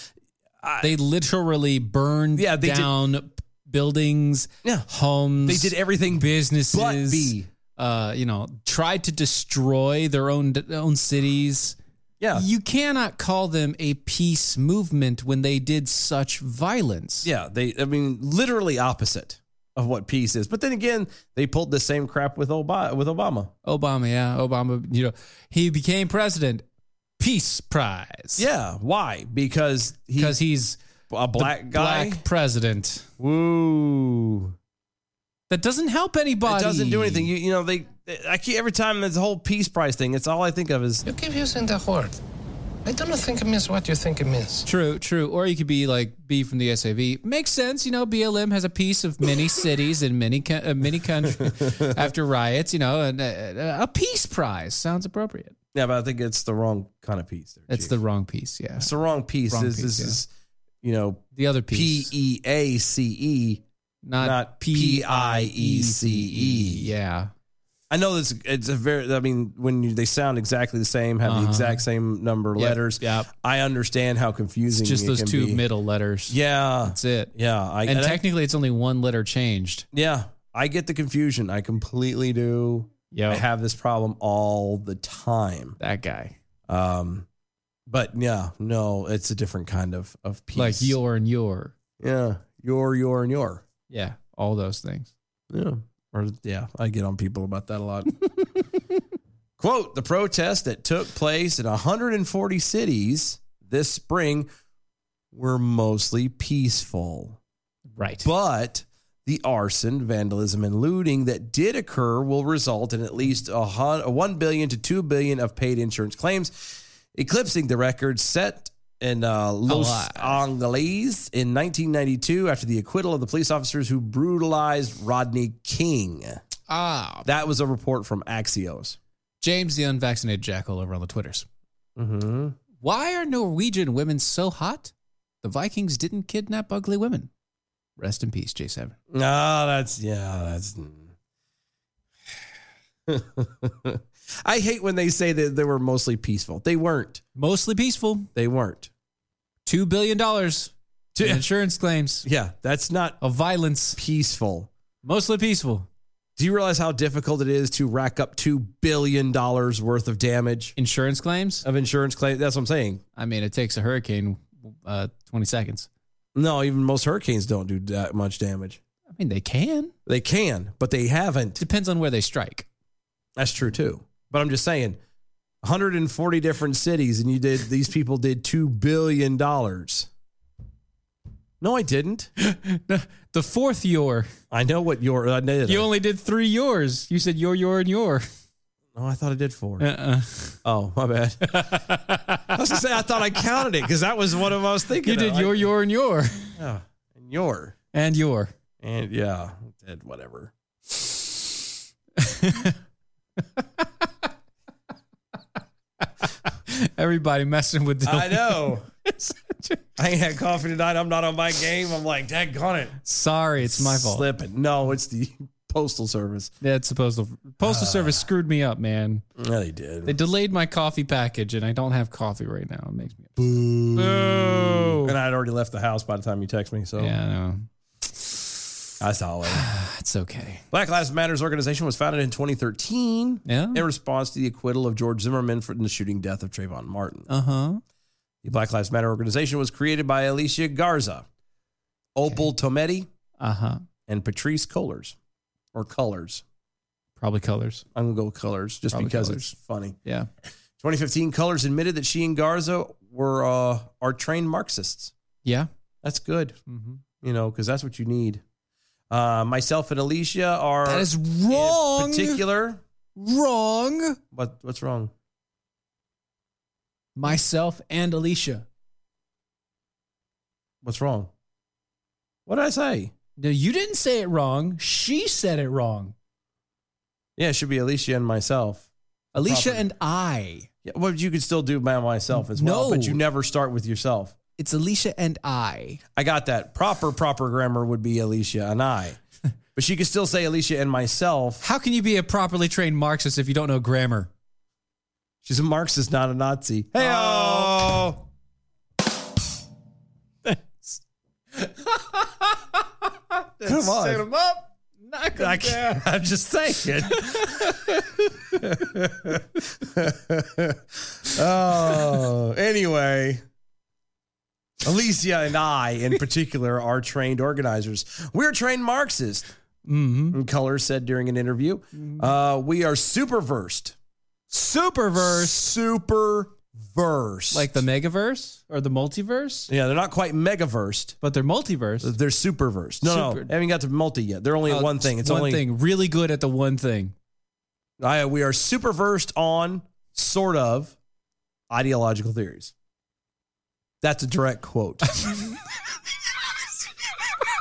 S5: they literally burned
S4: Yeah, they did-
S5: down buildings,
S4: Yeah.
S5: homes.
S4: they did everything
S5: businesses.
S4: but be.
S5: Uh, you know, tried to destroy their own their own cities.
S4: Yeah.
S5: You cannot call them a peace movement when they did such violence.
S4: Yeah, they. I mean, literally opposite of what peace is. But then again, they pulled the same crap with Obama. With Obama,
S5: Obama, yeah, Obama. You know, he became president. Peace Prize.
S4: yeah. Why? Because he,
S5: because he's
S4: a
S5: the
S4: black guy.
S5: black president.
S4: Woo!
S5: That doesn't help anybody.
S4: It doesn't do anything. You, you know, they. I keep every time this whole peace prize thing. It's all I think of is
S2: You keep using the word. I don't think it means what you think it means.
S5: True, true. Or you could be like B from the SAV. Makes sense, you know. BLM has a piece of many cities and many co- uh, many countries after riots, you know, and uh, a, a peace prize sounds appropriate.
S4: yeah, but I think it's the wrong kind of peace. There,
S5: It's
S4: Chief.
S5: the wrong piece, yeah.
S4: it's the wrong piece.
S5: Wrong
S4: this
S5: piece,
S4: this
S5: yeah.
S4: is you know
S5: The other
S4: P
S5: piece,
S4: E A C E,
S5: not
S4: not P I E C E.
S5: Yeah,
S4: I I know this. It's a very. I mean, when you, they sound exactly the same, have the exact same number of
S5: Uh-huh. Yep,
S4: letters.
S5: yep.
S4: I understand how confusing.
S5: It's just
S4: it
S5: those
S4: can
S5: two
S4: be.
S5: middle letters.
S4: Yeah,
S5: That's it.
S4: yeah. I,
S5: and,
S4: I-
S5: technically, it's only one letter changed.
S4: yeah, I get the confusion. I completely do. I
S5: Yeah.
S4: have this problem all the time.
S5: that guy.
S4: Um, but yeah, no, it's a different kind of of piece.
S5: Like your and your.
S4: yeah, your, your, and your.
S5: Yeah. All those things.
S4: Yeah. Or yeah, I get on people about that a lot. Quote, the protest that took place in 140 cities this spring were mostly peaceful.
S5: Right.
S4: But the arson, vandalism, and looting that did occur will result in at least a hun- a 1 billion to 2 billion of paid insurance claims, eclipsing the record set in uh, Los
S5: lot.
S4: Angeles in 1992 after the acquittal of the police officers who brutalized Rodney King.
S5: ah,
S4: That was a report from Axios.
S5: James the unvaccinated jackal over on the Twitters.
S4: Mm-hmm.
S5: Why are Norwegian women so hot? The Vikings didn't kidnap ugly women. Rest in peace, J7.
S4: No, Ah, that's yeah, that's. I hate when they say that they were mostly peaceful. They weren't.
S5: Mostly peaceful.
S4: They weren't.
S5: $2 billion in insurance claims
S4: Yeah, that's not
S5: of violence.
S4: peaceful.
S5: Mostly peaceful.
S4: Do you realize how difficult it is to rack up two billion dollars worth of damage
S5: Insurance claims?
S4: of insurance claim? That's what I'm saying.
S5: I mean, it takes a hurricane uh, 20 seconds.
S4: No, even most hurricanes don't do that much damage.
S5: I mean, they can.
S4: They can, but they haven't.
S5: Depends on where they strike.
S4: That's true too. But I'm just saying, 140 different cities, and you did these people did two billion dollars. No, I didn't.
S5: The fourth your.
S4: I know what your I did.
S5: You only did three yours. You said your, your, and your.
S4: oh, I thought I did 4
S5: Uh-uh.
S4: Oh, my bad. I was gonna say I thought I counted it because that was what I was thinking.
S5: You did
S4: of.
S5: your,
S4: I-
S5: your, and your.
S4: yeah, and your
S5: And your.
S4: and yeah, I did whatever.
S5: Everybody messing with Dylan.
S4: I know. I ain't had coffee tonight. I'm not on my game. I'm like, daggone it.
S5: Sorry, it's my fault.
S4: Slipping. No, it's the postal service.
S5: That's postal
S4: Ah.
S5: postal service screwed me up, man.
S4: Yeah, they did.
S5: They delayed my coffee package, and I don't have coffee right now. It makes me.
S4: And I'd already left the house by the time you text me. So
S5: Yeah, I know.
S4: I saw it.
S5: That's okay.
S4: Black Lives Matters organization was founded in 2013
S5: Yeah.
S4: in response to the acquittal of George Zimmerman for the shooting death of Trayvon Martin.
S5: Uh huh.
S4: The Black Lives Matter organization was created by Alicia Garza, Opal Tometi,
S5: Uh huh.
S4: and Patrice Cullors, or Colors.
S5: Probably colors.
S4: I'm gonna go with Colors just
S5: Probably
S4: because
S5: Cullors.
S4: it's funny.
S5: Yeah.
S4: 2015, Colors admitted that she and Garza were uh, are trained Marxists.
S5: Yeah.
S4: That's good,
S5: Mm-hmm.
S4: you know, because that's what you need. Uh, myself and Alicia are
S5: That is
S4: in
S5: wrong.
S4: particular.
S5: Wrong.
S4: What what's wrong?
S5: Myself and Alicia.
S4: What's wrong? What did I say?
S5: No, you didn't say it wrong. She said it wrong.
S4: Yeah, it should be Alicia and myself.
S5: Alicia
S4: Properly.
S5: and I.
S4: Yeah, well, you could still do by myself as well,
S5: No.
S4: but you never start with yourself.
S5: It's Alicia and I.
S4: I got that. Proper proper grammar would be Alicia and I, but she could still say Alicia and myself.
S5: How can you be a properly trained Marxist if you don't know grammar?
S4: She's a Marxist, not a Nazi. Hey, oh. Come on.
S5: Set 'em up. Knock 'em
S4: I
S5: down.
S4: can't- I'm just saying. oh, anyway. Alicia and I, in particular, are trained organizers. We're trained Marxists,
S5: Mm-hmm.
S4: Color said during an interview. Uh, we are super versed.
S5: Super verse.
S4: Super versed.
S5: Like the megaverse or the multiverse,
S4: yeah, they're not quite mega versed.
S5: but they're multiverse.
S4: They're super versed. No,
S5: Super.
S4: no, haven't got to multi yet. They're only at
S5: Uh,
S4: one thing. It's
S5: one
S4: only
S5: thing. Really good at the one thing.
S4: I, we are super versed on sort of ideological theories. That's a direct quote.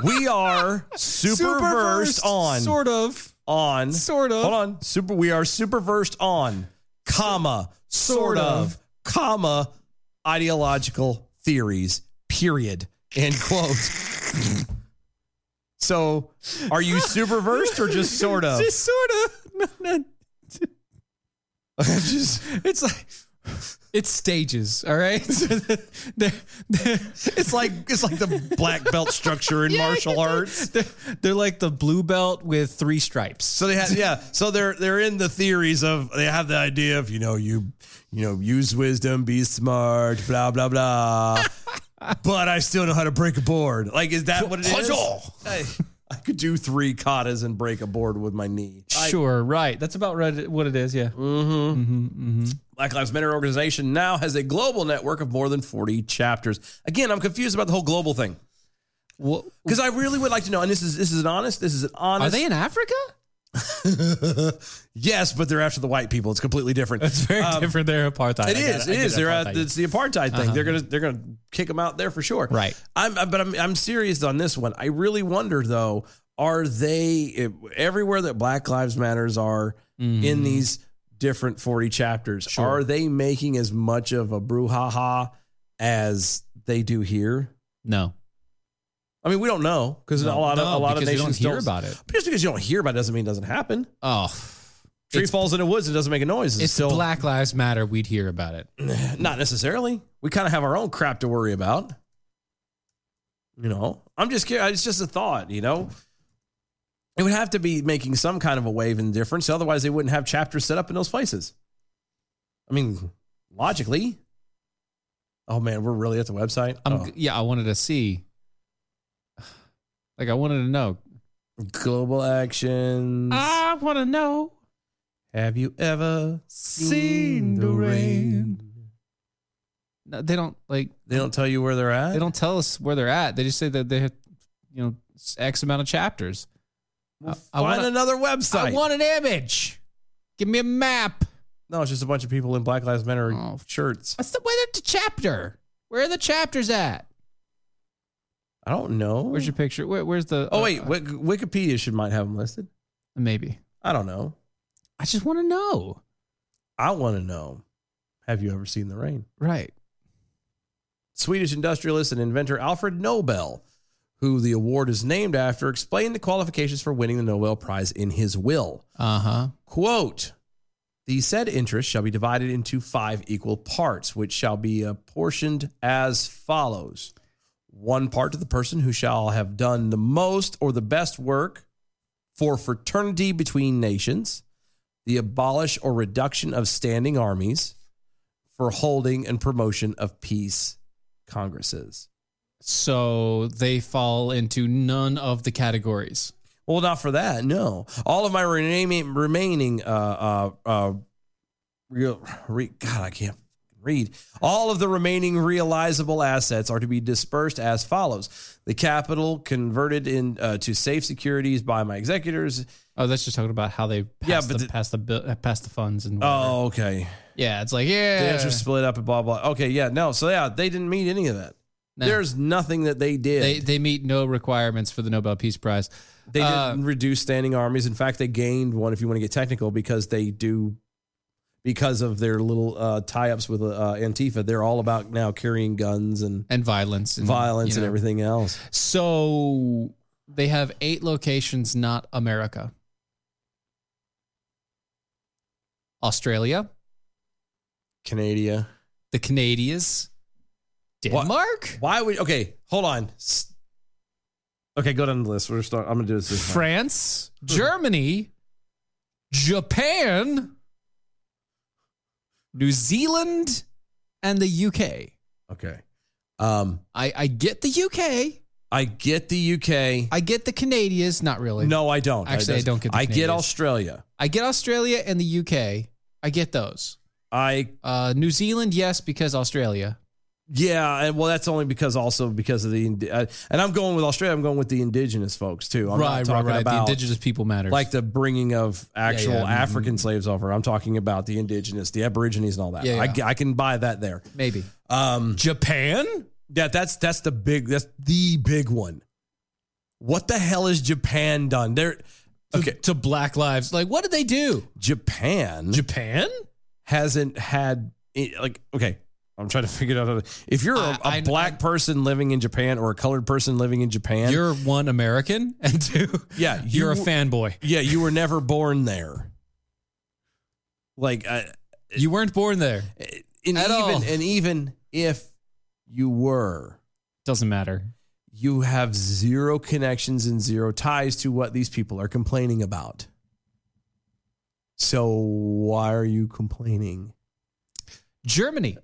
S4: we are super, versed on
S5: Sort of.
S4: on
S5: sort of.
S4: hold on super. We are super versed on comma sort,
S5: Sort
S4: of,
S5: of.
S4: comma ideological theories. Period. End quote. so, are you super versed or just sort of?
S5: Just sort of.
S4: Just
S5: It's like it's stages, all right? they're, they're,
S4: it's like it's like the black belt structure in martial arts.
S5: they're, they're like the blue belt with three stripes.
S4: So they had yeah. So they're they're in the theories of they have the idea of you know you you know use wisdom, be smart, blah blah blah. but I still know how to break a board. Like is that what it is? I, I could do three katas and break a board with my knee.
S5: Sure, right. That's about right, what it is, yeah.
S4: Mm. Black Lives Matter organization now has a global network of more than 40 chapters. Again, I'm confused about the whole global thing
S5: Well,
S4: because I really would like to know. And this is this is an honest. This is an honest.
S5: are they in Africa?
S4: yes, but they're after the white people. It's completely different.
S5: It's very different. They're apartheid.
S4: Um, It is. It is. They're at, it's the apartheid thing. They're gonna they're gonna kick them out there for sure.
S5: Uh-huh. Right.
S4: I'm I- but I'm I'm serious on this one. I really wonder though. Are they if- everywhere that Black Lives Matters are
S5: Mm-hmm.
S4: in these different forty chapters? Are they making as much of a brouhaha as they do here?
S5: no.
S4: I mean, we don't know because a lot of
S5: No,
S4: a lot of
S5: because you
S4: nations
S5: don't hear about it.
S4: Just because you don't hear about it doesn't mean it doesn't happen.
S5: Oh,
S4: Tree
S5: It's-
S4: falls in the woods and doesn't make a noise.
S5: it's
S4: still
S5: Black Lives Matter. We'd hear about it.
S4: Not necessarily. We kind of have our own crap to worry about. You know, I'm just curious. It's just a thought, you know? It would have to be making some kind of a wave and difference. Otherwise, they wouldn't have chapters set up in those places. I mean, logically. Oh, man, we're really at the website.
S5: I'm,
S4: Oh.
S5: Yeah, I wanted to see. Like, I wanted to know.
S4: Global actions.
S5: I want to know.
S4: have you ever seen, the rain?
S5: No, they don't like.
S4: They don't tell you where they're at.
S5: They don't tell us where they're at. They just say that they have, you know, x amount of chapters.
S4: Well,
S5: I- I
S4: find
S5: wanna-
S4: another website.
S5: an image. Give me a map.
S4: no, it's just a bunch of people in Black Lives Matter
S5: Oh.
S4: shirts.
S5: What's the where's the chapter? Where are the chapters at?
S4: I don't know.
S5: Where's your picture? Where, where's the?
S4: Oh
S5: uh,
S4: wait, Wik- Wikipedia should might have them listed.
S5: maybe.
S4: I don't know.
S5: I just want to know.
S4: I want to know. Have you ever seen the rain?
S5: Right.
S4: Swedish industrialist and inventor Alfred Nobel, who the award is named after, explained the qualifications for winning the Nobel Prize in his will.
S5: Uh
S4: Uh-huh.
S5: huh.
S4: Quote: The said interest shall be divided into five equal parts, which shall be apportioned as follows: one part to the person who shall have done the most or the best work for fraternity between nations, the abolish or reduction of standing armies, for holding and promotion of peace congresses.
S5: So they fall into none of the categories.
S4: Well, not for that. No, all of my renaming, remaining, uh, uh, uh, real, re, God, I can't read. All of the remaining realizable assets are to be dispersed as follows: the capital converted in uh, to safe securities by my executors.
S5: Oh, that's just talking about how they pass
S4: Yeah,
S5: the,
S4: but the-
S5: pass the bill, uh, pass the funds and whatever.
S4: Oh, okay.
S5: yeah, it's like
S4: The
S5: yeah,
S4: interest split up and blah blah. Okay, yeah, no. So yeah, they didn't meet any of that.
S5: No.
S4: There's nothing that they did.
S5: they they meet no requirements for the Nobel Peace Prize.
S4: They
S5: Uh,
S4: didn't reduce standing armies. In fact, they gained one. If you want to get technical, because they do, because of their little uh, tie-ups with uh, Antifa, they're all about now carrying guns and
S5: and violence, and,
S4: violence
S5: you know.
S4: and everything else.
S5: So they have eight locations, not America. Australia,
S4: Canada.
S5: the Canadians,
S4: What?
S5: Denmark.
S4: Why would? Okay, hold on. S- Okay, go down the list. We're start. I'm gonna do this.
S5: Uh-huh.
S4: this time.
S5: France, Germany, Japan, New Zealand, and the UK.
S4: Okay. Um,
S5: I, I get the UK.
S4: I get the UK.
S5: I get the Canadians. Not really.
S4: no, I don't.
S5: Actually, I
S4: doesn't-
S5: don't get the
S4: I get
S5: Canadians.
S4: Australia.
S5: I get Australia and the UK. I get those.
S4: I
S5: Uh, New Zealand, yes, because Australia.
S4: Yeah, and well, that's only because also because of the indi- uh, and I'm going with Australia. I'm going with the indigenous folks too. I'm not talking
S5: The
S4: about
S5: indigenous people matters.
S4: like the bringing of actual
S5: yeah. mm-hmm.
S4: African slaves over. I'm talking about the indigenous, the Aborigines, and all that.
S5: Yeah,
S4: I,
S5: yeah.
S4: g- I can buy that there.
S5: maybe
S4: Um,
S5: Japan.
S4: that that's that's the big that's the big one. What the hell has Japan done? There,
S5: Okay. Hmm? To,
S4: okay,
S5: to Black Lives. Like, what did they do?
S4: Japan
S5: Japan.
S4: hasn't had it- like okay. I'm trying to figure it out. how to- If you're a a
S5: I- I-
S4: black
S5: I-
S4: person living in Japan or a colored person living in Japan,
S5: You're one American, and two,
S4: Yeah,
S5: you're a
S4: you-
S5: fanboy.
S4: Yeah, you were never born there. Like, I,
S5: You weren't born there.
S4: and
S5: At
S4: even
S5: all.
S4: and even if you were,
S5: Doesn't matter.
S4: you have zero connections and zero ties to what these people are complaining about. So why are you complaining?
S5: Germany.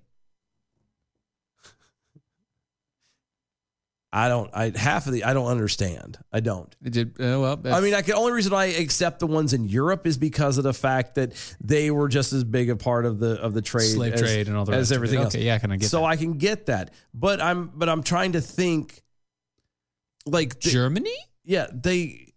S4: I don't. I half of the. I don't understand. I don't.
S5: It did, uh, well,
S4: I mean, I can only reason I accept the ones in Europe is because of the fact that they were just as big a part of the of the trade,
S5: Slave
S4: as,
S5: trade and all the
S4: as
S5: rest of it.
S4: everything else.
S5: Okay, yeah, can I get
S4: so
S5: that?
S4: I can get that, but I'm but I'm trying to think, like the-
S5: Germany?
S4: yeah, they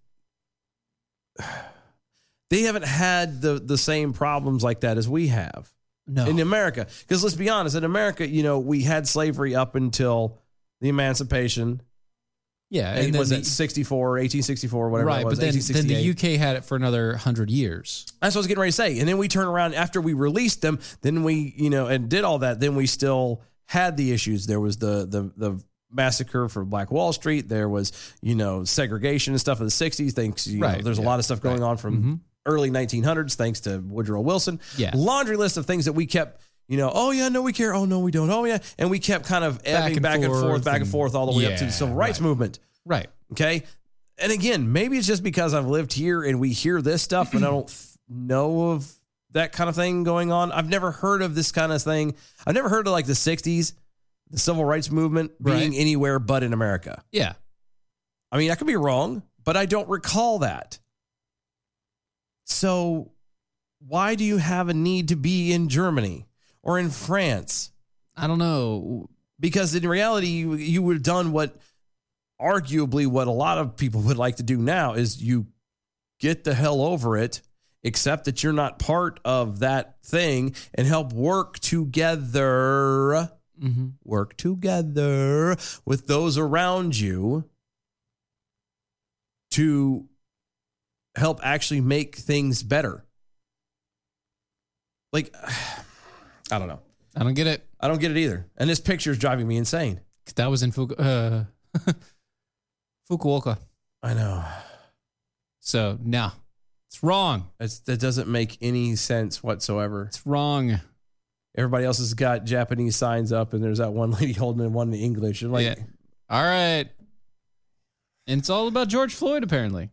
S4: they haven't had the the same problems like that as we have
S5: No.
S4: in America. Because let's be honest, in America, you know, we had slavery up until the Emancipation.
S5: yeah.
S4: And
S5: then
S4: was
S5: the-
S4: it 64, 1864, whatever
S5: right,
S4: it was,
S5: but then, then
S4: 1868.
S5: the UK had it for another 100 years.
S4: That's what I was getting ready to say. And then we turn around after we released them, then we, you know, and did all that, then we still had the issues. There was the the the massacre for Black Wall Street, there was, you know, segregation and stuff in the 60s. Thanks, you know,
S5: Right,
S4: there's a
S5: yeah,
S4: lot of stuff going
S5: right.
S4: on from
S5: Mhm.
S4: early 1900s thanks to Woodrow Wilson.
S5: Yeah.
S4: Laundry list of things that we kept you know, oh yeah, no, we care. Oh no, we don't. Oh yeah, and we kept kind of ebbing
S5: and
S4: back and, forth,
S5: forth
S4: back and
S5: and-
S4: forth, all the way up to the
S5: Yeah,
S4: civil rights
S5: right.
S4: movement.
S5: Right.
S4: Okay. And again, maybe it's just because I've lived here and we hear this stuff and I don't f- know of that kind of thing going on. I've never heard of this kind of thing. I've never heard of like the 60s, the civil rights movement being
S5: Right.
S4: anywhere but in America.
S5: Yeah.
S4: I mean, I could be wrong, but I don't recall that. So why do you have a need to be in Germany or in France?
S5: I don't know.
S4: because in reality you, you would have done what arguably what a lot of people would like to do now is you get the hell over it except that you're not part of that thing and help work together
S5: hmm
S4: work together with those around you to help actually make things better like i don't know
S5: I don't get it.
S4: i don't get it either and this picture is driving me insane
S5: That was in Fuku- uh, Fukuoka.
S4: i know
S5: So, no. It's wrong.
S4: It's, that doesn't make any sense whatsoever.
S5: It's wrong.
S4: Everybody else has got Japanese signs up, and there's that one lady holding one in English. You're like,
S5: yeah. All right. And it's all about George Floyd, apparently.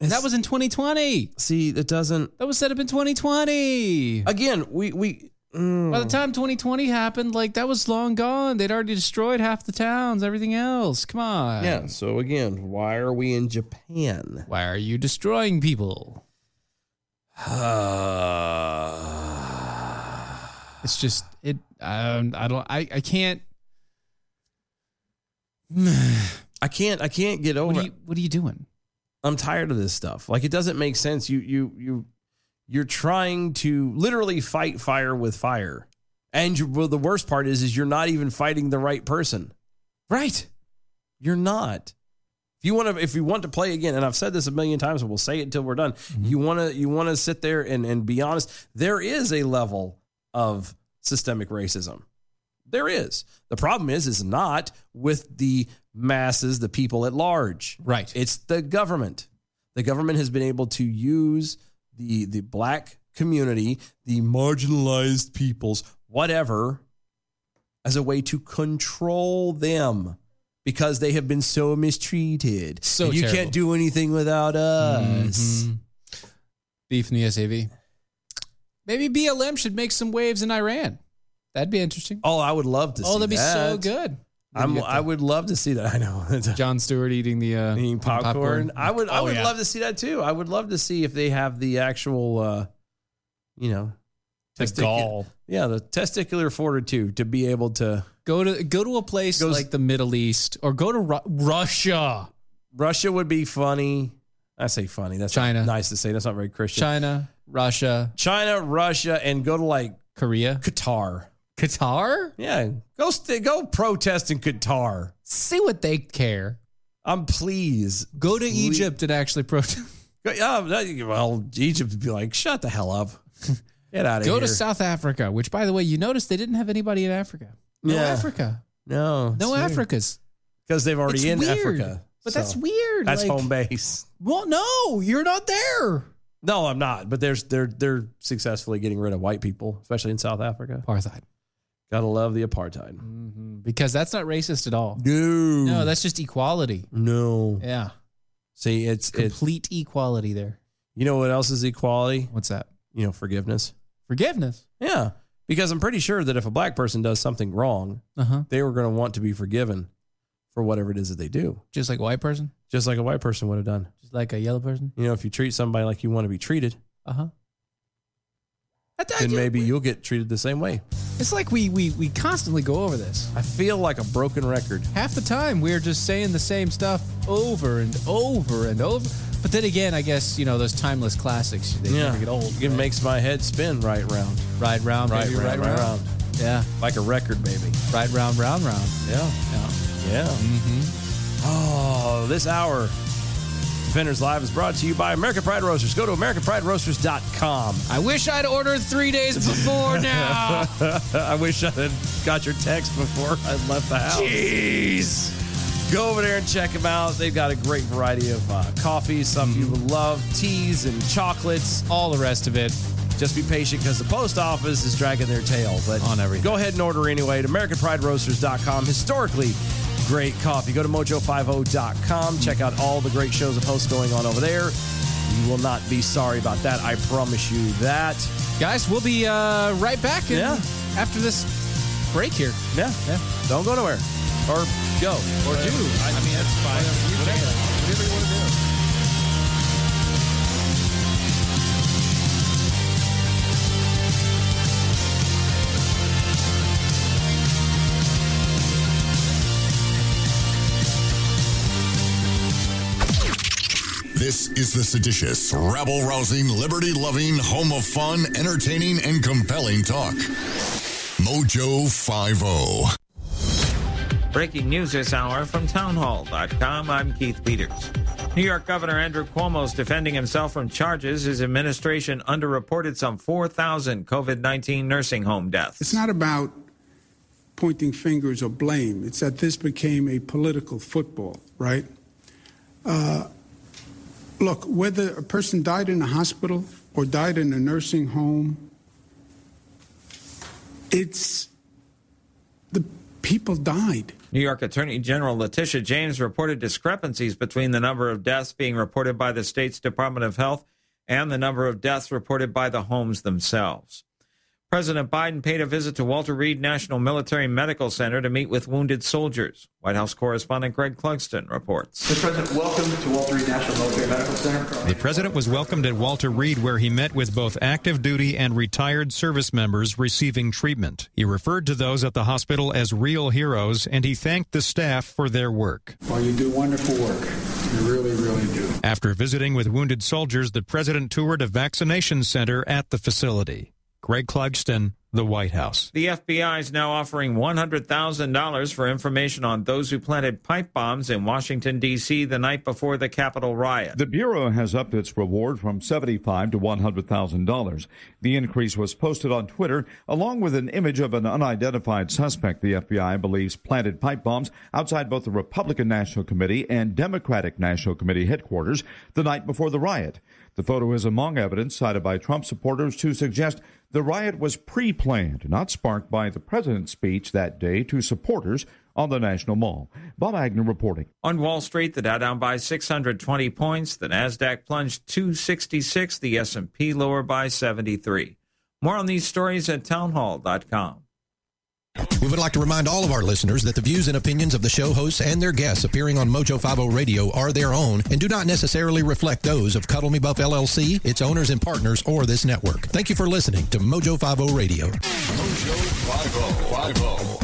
S5: And that was in 2020.
S4: see, it doesn't.
S5: That was set up in 2020.
S4: Again, we we. mm.
S5: By the time 2020 happened, like that was long gone. They'd already destroyed half the towns, everything else. Come on.
S4: yeah. So again, why are we in Japan?
S5: Why are you destroying people? It's just it. Um, I don't. I. I can't.
S4: I can't. I can't get over.
S5: What are
S4: it.
S5: you What are you doing?
S4: I'm tired of this stuff. Like it doesn't make sense. You you you you're trying to literally fight fire with fire, and you, well, the worst part is is you're not even fighting the right person. Right, you're not. If you want to, if you want to play again, and I've said this a million times, and we'll say it until we're done. You want to you want to sit there and and be honest. There is a level of systemic racism. There is. The problem is is not with the masses, the people at large.
S5: Right.
S4: It's the government. The government has been able to use the the black community, the marginalized peoples, whatever, as a way to control them because they have been so mistreated.
S5: So
S4: you
S5: terrible.
S4: can't do anything without us.
S5: Mhm. Beef in the SAV. Maybe BLM should make some waves in Iran. That'd be interesting.
S4: Oh, I would love to see
S5: Oh, that'd be
S4: that.
S5: so good.
S4: I'm,
S5: Get the-
S4: I would love to see that. I know.
S5: John Stewart eating the uh,
S4: Eating popcorn. I would I
S5: Oh,
S4: would
S5: yeah.
S4: love to see that too. I would love to see if they have the actual uh you know
S5: The
S4: testicu-
S5: gall.
S4: Yeah, the testicular fortitude to be able to
S5: Go to go to a place
S4: Goes-
S5: like the Middle East or go to Ru- Russia,
S4: Russia would be funny. I say funny. That's
S5: China.
S4: not nice to say. That's not very Christian.
S5: China, Russia,
S4: China, Russia, and go to like
S5: Korea,
S4: Qatar.
S5: Qatar.
S4: Yeah, go st- go protest in Qatar. Um,
S5: See what they care.
S4: I'm pleased.
S5: Go to
S4: Ple-
S5: Egypt and actually protest.
S4: Go- oh, that- well, Egypt would be like, shut the hell up. Get out of
S5: Go
S4: here.
S5: to South Africa, which, by the way, you notice they didn't have anybody in Africa. No
S4: Yeah.
S5: Africa.
S4: No,
S5: No Africas.
S4: because they've already
S5: It's
S4: in
S5: weird.
S4: Africa.
S5: But
S4: so.
S5: that's weird.
S4: That's
S5: like-
S4: home base.
S5: Well, no, you're not there.
S4: No, I'm not. But there's they're they're successfully getting rid of white people, especially in South Africa.
S5: Apartheid.
S4: Gotta love the apartheid.
S5: Because that's not racist at all.
S4: No,
S5: No, that's just equality.
S4: no.
S5: Yeah.
S4: See, it's it's
S5: Complete equality there.
S4: you know what else is equality?
S5: What's that?
S4: You know, forgiveness.
S5: Forgiveness.
S4: Yeah, because I'm pretty sure that if a black person does something wrong,
S5: Uh huh.
S4: they were going to want to be forgiven for whatever it is that they do,
S5: Just like a white person,
S4: just like a white person would have done.
S5: just like a yellow person.
S4: You know, if you treat somebody like you want to be treated,
S5: Uh huh.
S4: then maybe you'll get treated the same way.
S5: It's like we, we we constantly go over this.
S4: I feel like a broken record.
S5: Half the time we're just saying the same stuff over and over and over. But then again, I guess you know those timeless classics. They never get old.
S4: It makes my head spin right round,
S5: Right round,
S4: right,
S5: baby,
S4: round, right, round.
S5: Yeah,
S4: like a record, baby.
S5: right round, round, round.
S4: Yeah,
S5: Yeah.
S4: yeah. Oh, this hour, Defenders Live is brought to you by American Pride Roasters. Go to AmericanPrideRoasters.com.
S5: I wish I'd ordered three days before now.
S4: I wish I had got your text before I left the house. Jeez. Go over there and check them out. They've got a great variety of uh, coffees, some you will love, teas and chocolates.
S5: All the rest of it.
S4: Just be patient because the post office is dragging their tail. But
S5: On everything.
S4: go ahead and order anyway at AmericanPrideRoasters.com. Historically great coffee. Go to Mojo50.com. Check out all the great shows and posts going on over there. You will not be sorry about that. I promise you that.
S5: Guys, we'll be uh, right back in,
S4: Yeah.
S5: after this break here.
S4: Yeah.
S5: Yeah.
S4: Don't go nowhere. Or go. Or do. I, mean, that's fine. Whatever you want to do.
S10: This is the seditious, rabble rousing, liberty loving, home of fun, entertaining, and compelling talk. Mojo oh. 50.
S2: Breaking news this hour from townhall.com. I'm Keith Peters. New York Governor Andrew Cuomo is defending himself from charges his administration underreported some 4,000 COVID 19 nursing home deaths.
S10: It's not about pointing fingers or blame. It's that this became a political football, right? Uh, look, whether a person died in a hospital or died in a nursing home, it's the people died.
S2: New York Attorney General Letitia James reported discrepancies between the number of deaths being reported by the state's Department of Health and the number of deaths reported by the homes themselves. President Biden paid a visit to Walter Reed National Military Medical Center to meet with wounded soldiers. White House correspondent Greg Clugston reports.
S8: The president was welcomed at Walter Reed, where he met with both active duty and retired service members receiving treatment. He referred to those at the hospital as real heroes, and he thanked the staff for their work.
S10: Well, you do wonderful work. You really, really do.
S8: After visiting with wounded soldiers, the president toured a vaccination center at the facility. Greg Clugston, The White House.
S2: The FBI is now offering $100,000 for information on those who planted pipe bombs in Washington, D.C. the night before the Capitol riot.
S10: The Bureau has upped its reward from $75,000 to $100,000. The increase was posted on Twitter along with an image of an unidentified suspect the FBI believes planted pipe bombs outside both the Republican National Committee and Democratic National Committee headquarters the night before the riot. The photo is among evidence cited by Trump supporters to suggest the riot was pre planned, not sparked by the president's speech that day to supporters on the National Mall. Bob Agnew reporting.
S2: On Wall Street, the Dow down by 620 points, the Nasdaq plunged 266, the S&P lower by 73. More on these stories at townhall.com.
S10: We would like to remind all of our listeners that the views and opinions of the show hosts and their guests appearing on Mojo 50 Radio are their own and do not necessarily reflect those of Cuddle Me Buff LLC, its owners and partners, or this network. Thank you for listening to Mojo 50 Radio.
S7: Mojo 50.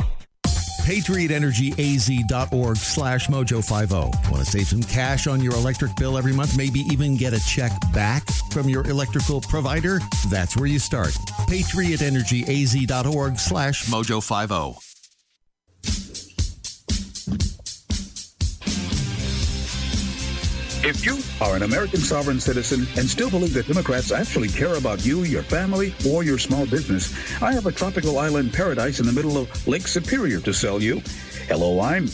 S11: PatriotEnergyAZ.org slash Mojo50. Want to save some cash on your electric bill every month? Maybe even get a check back from your electrical provider? That's where you start. PatriotEnergyAZ.org slash oh. Mojo50.
S10: If you are an American sovereign citizen and still believe that Democrats actually care about you, your family, or your small business, I have a tropical island paradise in the middle of Lake Superior to sell you. Hello, I'm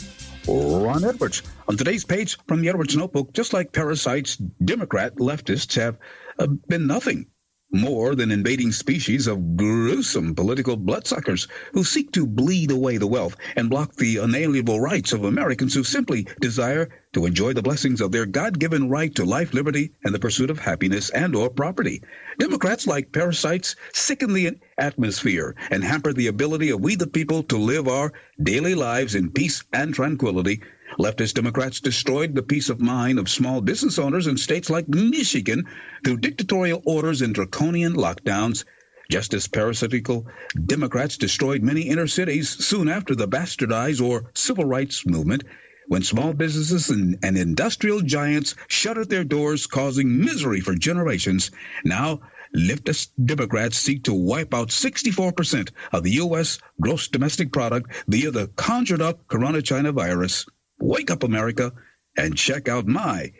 S10: Ron Edwards. On today's page from the Edwards Notebook, just like parasites, Democrat leftists have
S12: uh, been nothing more than invading species of gruesome political bloodsuckers who seek to bleed away the wealth and block the unalienable rights of Americans who simply desire to enjoy the blessings of their God-given right to life, liberty, and the pursuit of happiness and or property. Democrats like parasites sicken the atmosphere and hamper the ability of we the people to live our daily lives in peace and tranquility Leftist Democrats destroyed the peace of mind of small business owners in states like Michigan through dictatorial orders and draconian lockdowns. Just as parasitical Democrats destroyed many inner cities soon after the bastardized or civil rights movement, when small businesses and, and industrial giants shuttered their doors, causing misery for generations. Now, leftist Democrats seek to wipe out 64% of the U.S. gross domestic product via the conjured up coronavirus virus. Wake up, America, and check out my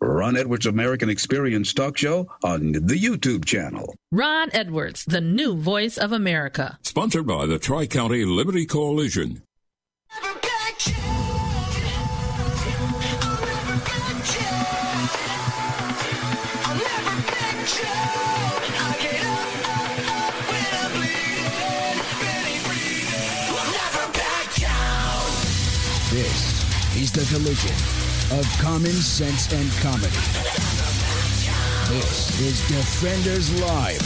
S12: Ron Edwards American Experience talk show on the YouTube channel.
S13: Ron Edwards, the new voice of America.
S14: Sponsored by the Tri County Liberty Coalition.
S3: This is the collision of common sense and comedy. This is Defenders Live.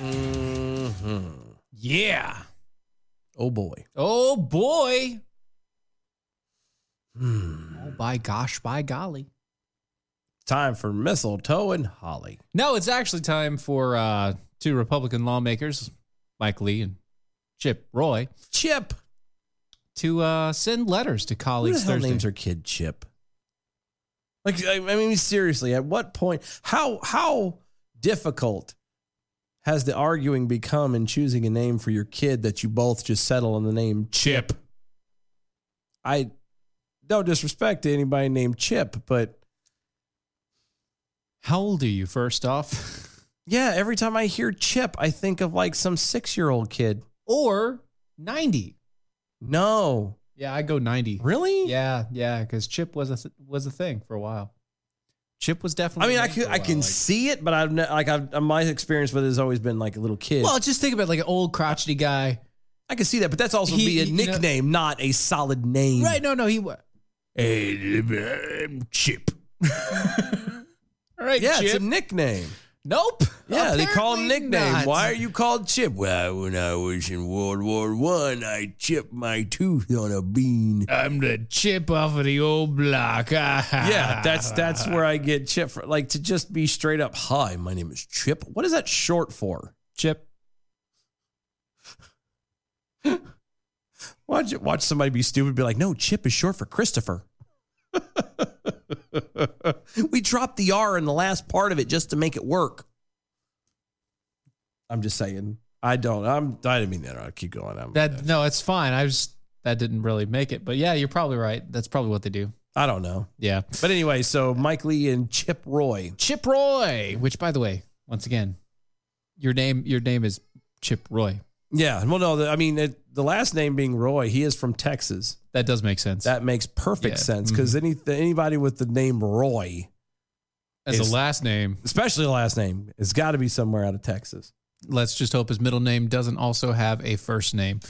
S5: Mm-hmm. Yeah.
S4: Oh boy.
S5: Oh boy. Oh by gosh, by golly.
S4: Hmm. Time for mistletoe and holly.
S5: No, it's actually time for uh, two Republican lawmakers, Mike Lee and Chip Roy,
S4: Chip.
S5: to uh, send letters to
S4: Who the
S5: colleagues
S4: hell
S5: Thursday.
S4: names her kid Chip? Like, I, I mean, seriously, at what point? How how difficult has the arguing become in choosing a name for your kid that you both just settle on the name Chip? I no disrespect to anybody named Chip, but
S5: How old are you, first off?
S4: yeah, every time I hear Chip, I think of like some six year old kid.
S5: or 90.
S4: No,
S5: Yeah, I go 90.
S4: really?
S5: Yeah, yeah, because Chip was a th- was a thing for a while. Chip was
S4: I
S5: definitely.
S4: mean,
S5: a
S4: I
S5: thing
S4: can
S5: for a
S4: I
S5: while,
S4: can
S5: like-
S4: see it, but I've ne- like I've, my experience with it has always been like a little kid.
S5: Well, just think about like an old crotchety guy.
S4: I can see that, but that's also
S5: He-
S4: be a
S5: you know-
S4: nickname, not a solid name.
S5: Right? No, no, he was.
S4: Chip.
S5: All right,
S4: Yeah, it's a
S5: Chip.
S4: nickname.
S5: nope.
S4: Yeah, they call him
S5: Apparently
S4: nickname.
S5: not.
S4: Why are you called Chip? Well, when I was in World War One, I chipped my tooth on a bean.
S5: I'm the chip off of the old block.
S4: yeah,
S5: yeah,
S4: that's that's where I get Chip for like to just be straight up. Hi, my name is Chip. What is that short for?
S5: Chip.
S4: Watch it. Watch somebody be stupid. and Be like, no, Chip is short for Christopher. we dropped the R in the last part of it just to make it work. I'm just saying. I don't. I'm. I didn't mean that. I keep going. I'm,
S5: That no, it's fine. I was that didn't really make it, but yeah, you're probably right. That's probably what they do.
S4: I don't know.
S5: Yeah,
S4: But anyway, so Mike Lee and Chip Roy.
S5: Chip Roy. Which, by the way, once again, your name your name is Chip Roy.
S4: Yeah. Well, no. the- I mean, it, the last name being Roy, he is from Texas.
S5: That does make sense.
S4: That makes perfect
S5: Yeah. Mm-hmm.
S4: sense because any anybody with the name Roy,
S5: As a
S4: is-
S5: last name,
S4: especially the last name, has got to be somewhere out of Texas.
S5: let's just hope his middle name doesn't also have a first name.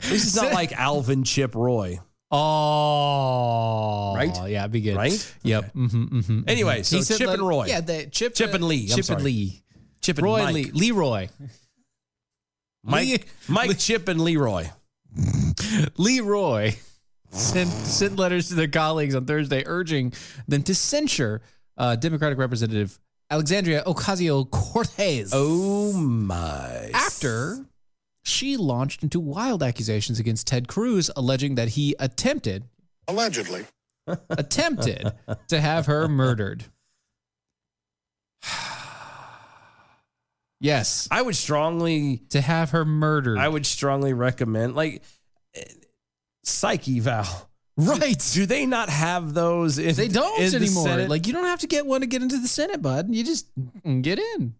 S4: This is not like Alvin Chip Roy.
S5: Oh,
S4: Right?
S5: Yeah, it'd be good.
S4: Right?
S5: Yep. Mm-hmm, mm-hmm.
S4: Anyway, so Chip and Roy.
S5: Yeah, the Chip,
S4: Chip and Lee, I'm
S5: Chip
S4: sorry.
S5: and Lee.
S4: Chip and
S5: Roy
S4: Mike.
S5: Lee. Leroy.
S4: Mike,
S5: Lee-
S4: Mike Chip and Leroy.
S5: Leroy. Send, send letters to their colleagues on Thursday urging them to censure uh, Democratic Representative Alexandria Ocasio Cortez.
S4: Oh my!
S5: after she launched into wild accusations against Ted Cruz, alleging that he attempted
S9: Allegedly.
S5: attempted to have her murdered. Yes,
S4: I would strongly,
S5: to have her murdered.
S4: I would strongly recommend like eh, psyche Val.
S5: right.
S4: Do they not have those? In,
S5: They don't
S4: in the
S5: anymore.
S4: Senate?
S5: like you don't have to get one to get into the Senate, bud. You just get in.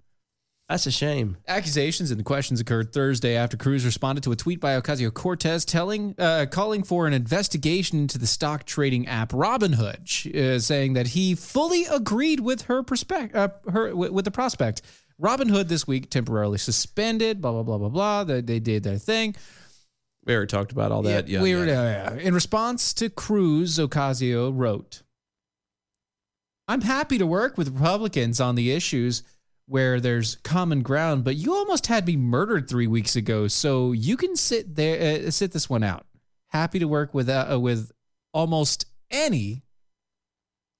S4: That's a shame.
S5: Accusations and questions occurred Thursday after Cruz responded to a tweet by Ocasio Cortez telling, uh, calling for an investigation into the stock trading app Robinhood, sh- uh, saying that he fully agreed with her prospect, uh, her wi- with the prospect. Robinhood this week temporarily suspended. Blah blah blah blah blah. They, they did their thing.
S4: We already talked about all that. Yeah,
S5: we were- yeah, yeah. In response to Cruz, Ocasio wrote, I'm happy to work with Republicans on the issues where there's common ground, but you almost had me murdered three weeks ago, so you can sit there, uh, sit this one out. Happy to work with uh, with almost any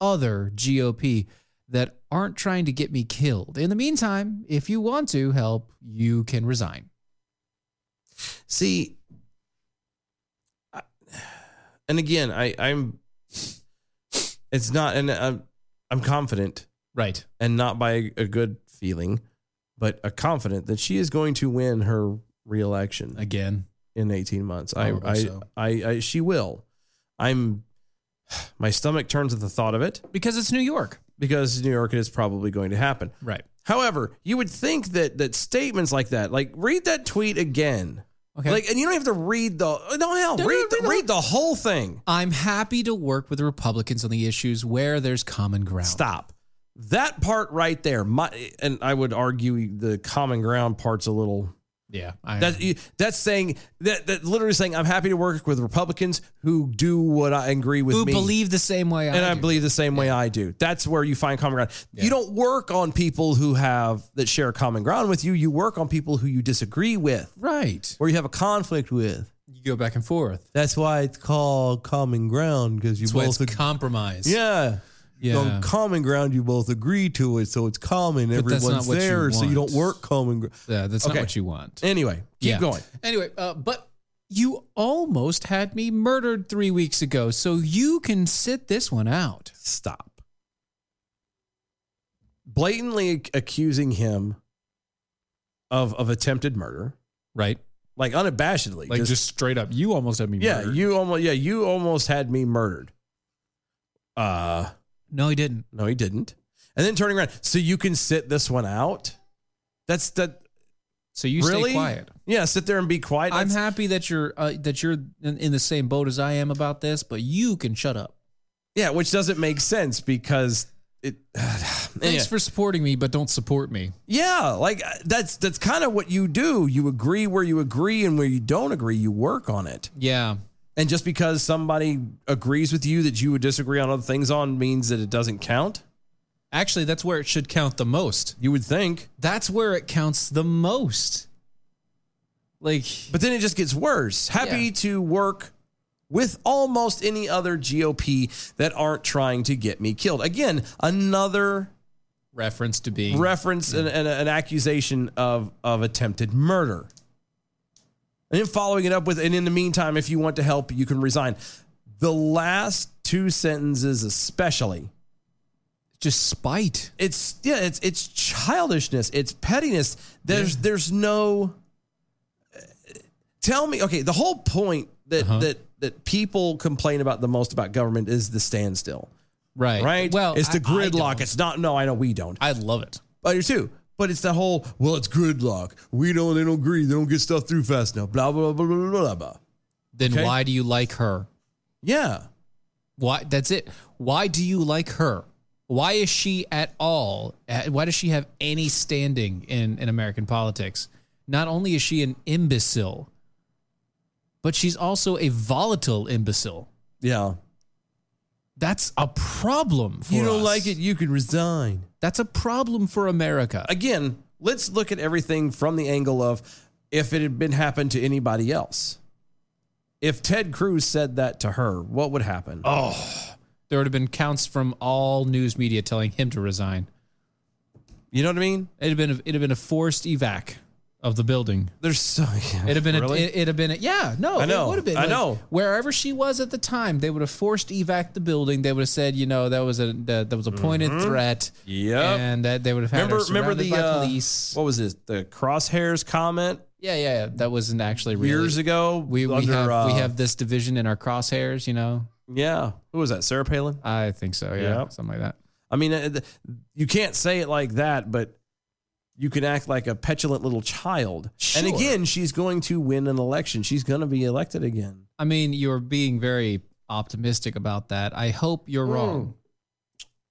S5: other GOP that aren't trying to get me killed. In the meantime, if you want to help, you can resign.
S4: See, and again, I, I'm. It's not, and I'm, I'm confident,
S5: right,
S4: and not by a good feeling, but a confident that she is going to win her reelection
S5: again
S4: in 18 months.
S5: Probably
S4: I, I,
S5: so.
S4: I, I, she will. I'm. My stomach turns at the thought of it
S5: because it's New York.
S4: Because New York it is probably going to happen.
S5: Right.
S4: However, you would think that that statements like that, like read that tweet again.
S5: Okay.
S4: Like, and you don't have to read the no hell read, the, read the whole thing.
S5: I'm happy to work with the Republicans on the issues where there's common ground.
S4: Stop. That part right there, my, and I would argue the common ground part's a little.
S5: Yeah, I
S4: that, you- that's saying that that literally saying I'm happy to work with Republicans who do what I agree with
S5: who
S4: me.
S5: believe the same way I
S4: and I,
S5: do.
S4: believe the same way I do. That's where you find common ground. You don't work on people who have that share common ground with you. You work on people who you disagree with,
S5: right?
S4: Or you have a conflict with.
S5: You go back and forth.
S4: That's why it's called common ground because you
S5: That's why
S4: both.
S5: it's
S4: Ag-
S5: compromise.
S4: yeah.
S5: Yeah.
S4: On common ground, you both agree to it, so it's common.
S5: But that's not
S4: Everyone's
S5: what you
S4: there, so you
S5: want.
S4: don't work common ground.
S5: Yeah, that's
S4: Okay.
S5: not what you want.
S4: Anyway, keep
S5: Yeah.
S4: going.
S5: Anyway, uh, but you almost had me murdered three weeks ago, so you can sit this one out.
S4: Stop. Blatantly ac- accusing him of of attempted murder,
S5: Right?
S4: like unabashedly,
S5: Like just, straight up, you almost had me.
S4: Yeah,
S5: murdered.
S4: you almost yeah, you almost had me murdered. Uh
S5: No, he didn't.
S4: no, he didn't. And then turning around, so you can sit this one out. That's that.
S5: So you
S4: really?
S5: stay quiet.
S4: Yeah, sit there and be quiet.
S5: I'm
S4: That's-
S5: happy that you're uh, that you're in, in the same boat as I am about this, but you can shut up.
S4: yeah, which doesn't make sense because it.
S5: Thanks
S4: Anyway.
S5: for supporting me, but don't support me.
S4: Yeah, like uh, that's that's kind of what you do. You agree where you agree and where you don't agree, you work on it.
S5: Yeah.
S4: And just because somebody agrees with you that you would disagree on other things on means that it doesn't count.
S5: Actually, that's where it should count the most.
S4: You would think,
S5: That's where it counts the most. Like,
S4: but then it just gets worse. Happy
S5: Yeah.
S4: to work with almost any other GOP that aren't trying to get me killed. Again, another
S5: reference to being
S4: reference and, and an accusation of of attempted murder. And then following it up with, and in the meantime, if you want to help, you can resign. The last two sentences, especially,
S5: just spite.
S4: it's yeah, it's it's childishness, it's pettiness. There's there's no. Tell me, okay, the whole point that
S5: Uh-huh.
S4: that that people complain about the most about government is the standstill,
S5: Right.
S4: right?
S5: Well,
S4: it's the
S5: I- I
S4: gridlock.
S5: don't.
S4: it's not. No, I know we don't.
S5: I love it.
S4: I do too. But it's that whole well, it's gridlock. We don't. They don't agree. They don't get stuff through fast enough. Blah blah blah blah blah blah. blah.
S5: Then
S4: Okay.
S5: why do you like her?
S4: Yeah,
S5: Why? That's it. Why do you like her? Why is she at all? at- Why does she have any standing in, in American politics? Not only is she an imbecile, but she's also a volatile imbecile.
S4: yeah.
S5: That's a problem for
S4: you don't
S5: us.
S4: like it, you can resign.
S5: That's a problem for America.
S4: Again, let's look at everything from the angle of if it had been happened to anybody else. If Ted Cruz said that to her, what would happen?
S5: Oh. There would have been counts from all news media telling him to resign.
S4: You know what I mean?
S5: It'd have been a, it'd have been a forced evac of the building.
S4: There's so yeah,
S5: It'd have been
S4: really?
S5: a, it, would have been a, yeah no
S4: I know.
S5: it would have been
S4: I
S5: like,
S4: know.
S5: wherever she was at the time they would have forced evac the building they would have said you know that was a that, that was a pointed threat
S4: Mm-hmm. Yep.
S5: and that they would have had
S4: remember
S5: her
S4: remember
S5: surrounded
S4: the
S5: by
S4: uh,
S5: police
S4: what was it? The crosshairs comment
S5: yeah, yeah yeah that wasn't actually really,
S4: years ago.
S5: we, we
S4: under,
S5: have we
S4: uh,
S5: have this division in our crosshairs you know
S4: yeah. Who was that? Sarah Palin.
S5: I think so yeah
S4: Yep.
S5: something like that
S4: I mean, uh, th- you can't say it like that, but you can act like a petulant little child.
S5: Sure.
S4: And again, she's going to win an election. She's going to be elected again.
S5: I mean, you're being very optimistic about that. I hope you're wrong.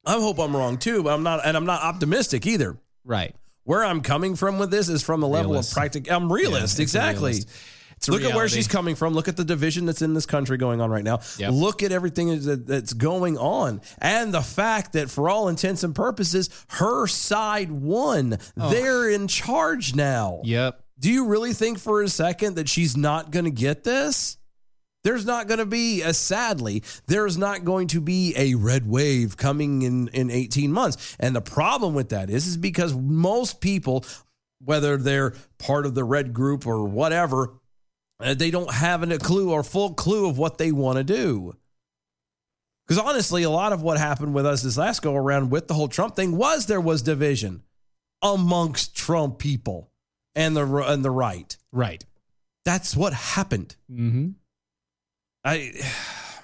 S4: I hope I'm wrong too, but I'm not, and I'm not optimistic either.
S5: Right.
S4: Where I'm coming from with this is from the level
S5: Realist.
S4: of practical. I'm realist,
S5: Yeah, it's a
S4: exactly.
S5: realist. It's a
S4: Look at where
S5: reality.
S4: she's coming from. Look at the division that's in this country going on right now.
S5: Yep.
S4: Look at everything that, that's going on, and the fact that for all intents and purposes, her side won.
S5: Oh.
S4: They're in charge now.
S5: Yep.
S4: Do you really think for a second that she's not going to get this? There's not going to be a sadly, there's not going to be a red wave coming in in 18 months. And the problem with that is is because most people whether they're part of the red group or whatever, uh, they don't have a clue or full clue of what they want to do. Because honestly, a lot of what happened with us this last go around with the whole Trump thing was there was division amongst Trump people and the and the right.
S5: Right.
S4: That's what happened.
S5: Mm-hmm.
S4: I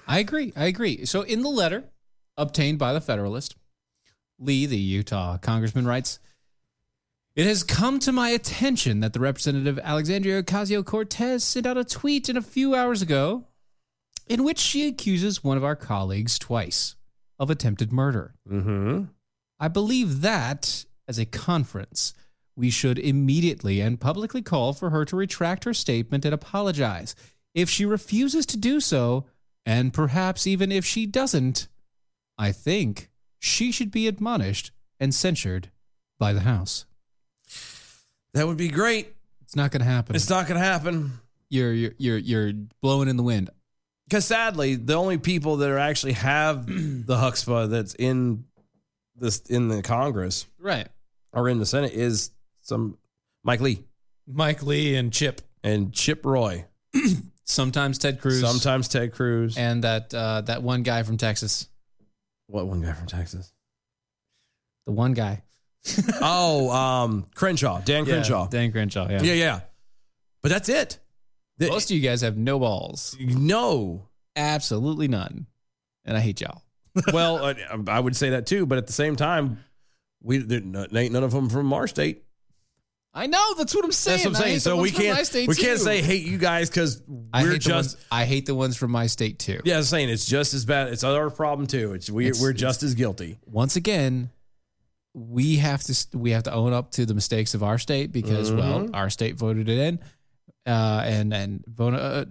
S5: I agree. I agree. So in the letter obtained by the Federalist, Lee, the Utah congressman, writes. It has come to my attention that the representative Alexandria Ocasio Cortez sent out a tweet in a few hours ago in which she accuses one of our colleagues twice of attempted murder.
S4: Mm-hmm.
S5: I believe that, as a conference, we should immediately and publicly call for her to retract her statement and apologize. If she refuses to do so, and perhaps even if she doesn't, I think she should be admonished and censured by the House.
S4: That would be great.
S5: It's not going to happen.
S4: It's not going to happen.
S5: You're you're you're you're blowing in the wind.
S4: Because sadly, the only people that are actually have the huxpah that's in this in the Congress
S5: Right.
S4: or in the Senate is some Mike Lee
S5: Mike Lee and Chip.
S4: and Chip Roy.
S5: Sometimes Ted Cruz.
S4: Sometimes Ted Cruz.
S5: And that uh, that one guy from Texas.
S4: What one guy from Texas?
S5: The one guy.
S4: oh, um, Crenshaw, Dan Crenshaw.
S5: Yeah, Dan Crenshaw. Yeah.
S4: yeah, yeah. But that's it. The-
S5: Most of you guys have no balls.
S4: no.
S5: Absolutely none. And I hate y'all.
S4: well, I, I would say that too, but at the same time, we there ain't none of them from our state.
S5: I know. That's what I'm saying.
S4: That's what I'm
S5: I hate
S4: saying.
S5: the
S4: So we
S5: ones from my
S4: can't we
S5: state,
S4: can't
S5: too.
S4: say hate you guys because
S5: I
S4: we're
S5: hate, the
S4: just
S5: ones, I hate the ones from my state too.
S4: yeah. I'm saying it's just as bad. It's our problem too. It's we
S5: It's-
S4: we're just as guilty.
S5: Once again, we have to we have to own up to the mistakes of our state because well,
S4: Mhm.
S5: our state voted it in, uh, and and vote- uh,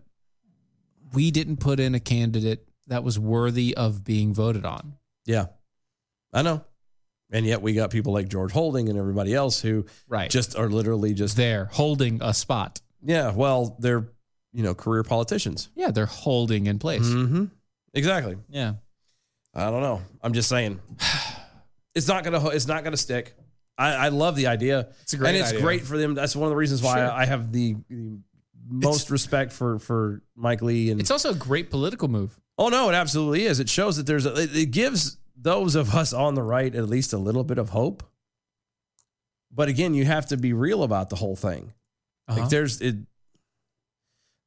S5: we didn't put in a candidate that was worthy of being voted on.
S4: Yeah, I know. And yet we got people like George Holding and everybody else who
S5: Right, just
S4: just are literally just
S5: there holding a spot.
S4: yeah. Well, they're you know career politicians.
S5: Yeah, they're holding in place.
S4: Mm-hmm. Exactly.
S5: Yeah,
S4: I don't know. I'm just saying, it's not gonna it's not gonna stick. I, I love the idea.
S5: It's a great
S4: and it's
S5: idea.
S4: great for them. That's one of the reasons why
S5: Sure.
S4: I have the, the most respect for for Mike Lee. And
S5: it's also a great political move.
S4: oh no, it absolutely is. It shows that there's a, it, it gives those of us on the right at least a little bit of hope. But again, you have to be real about the whole thing.
S5: Uh-huh.
S4: Like there's it,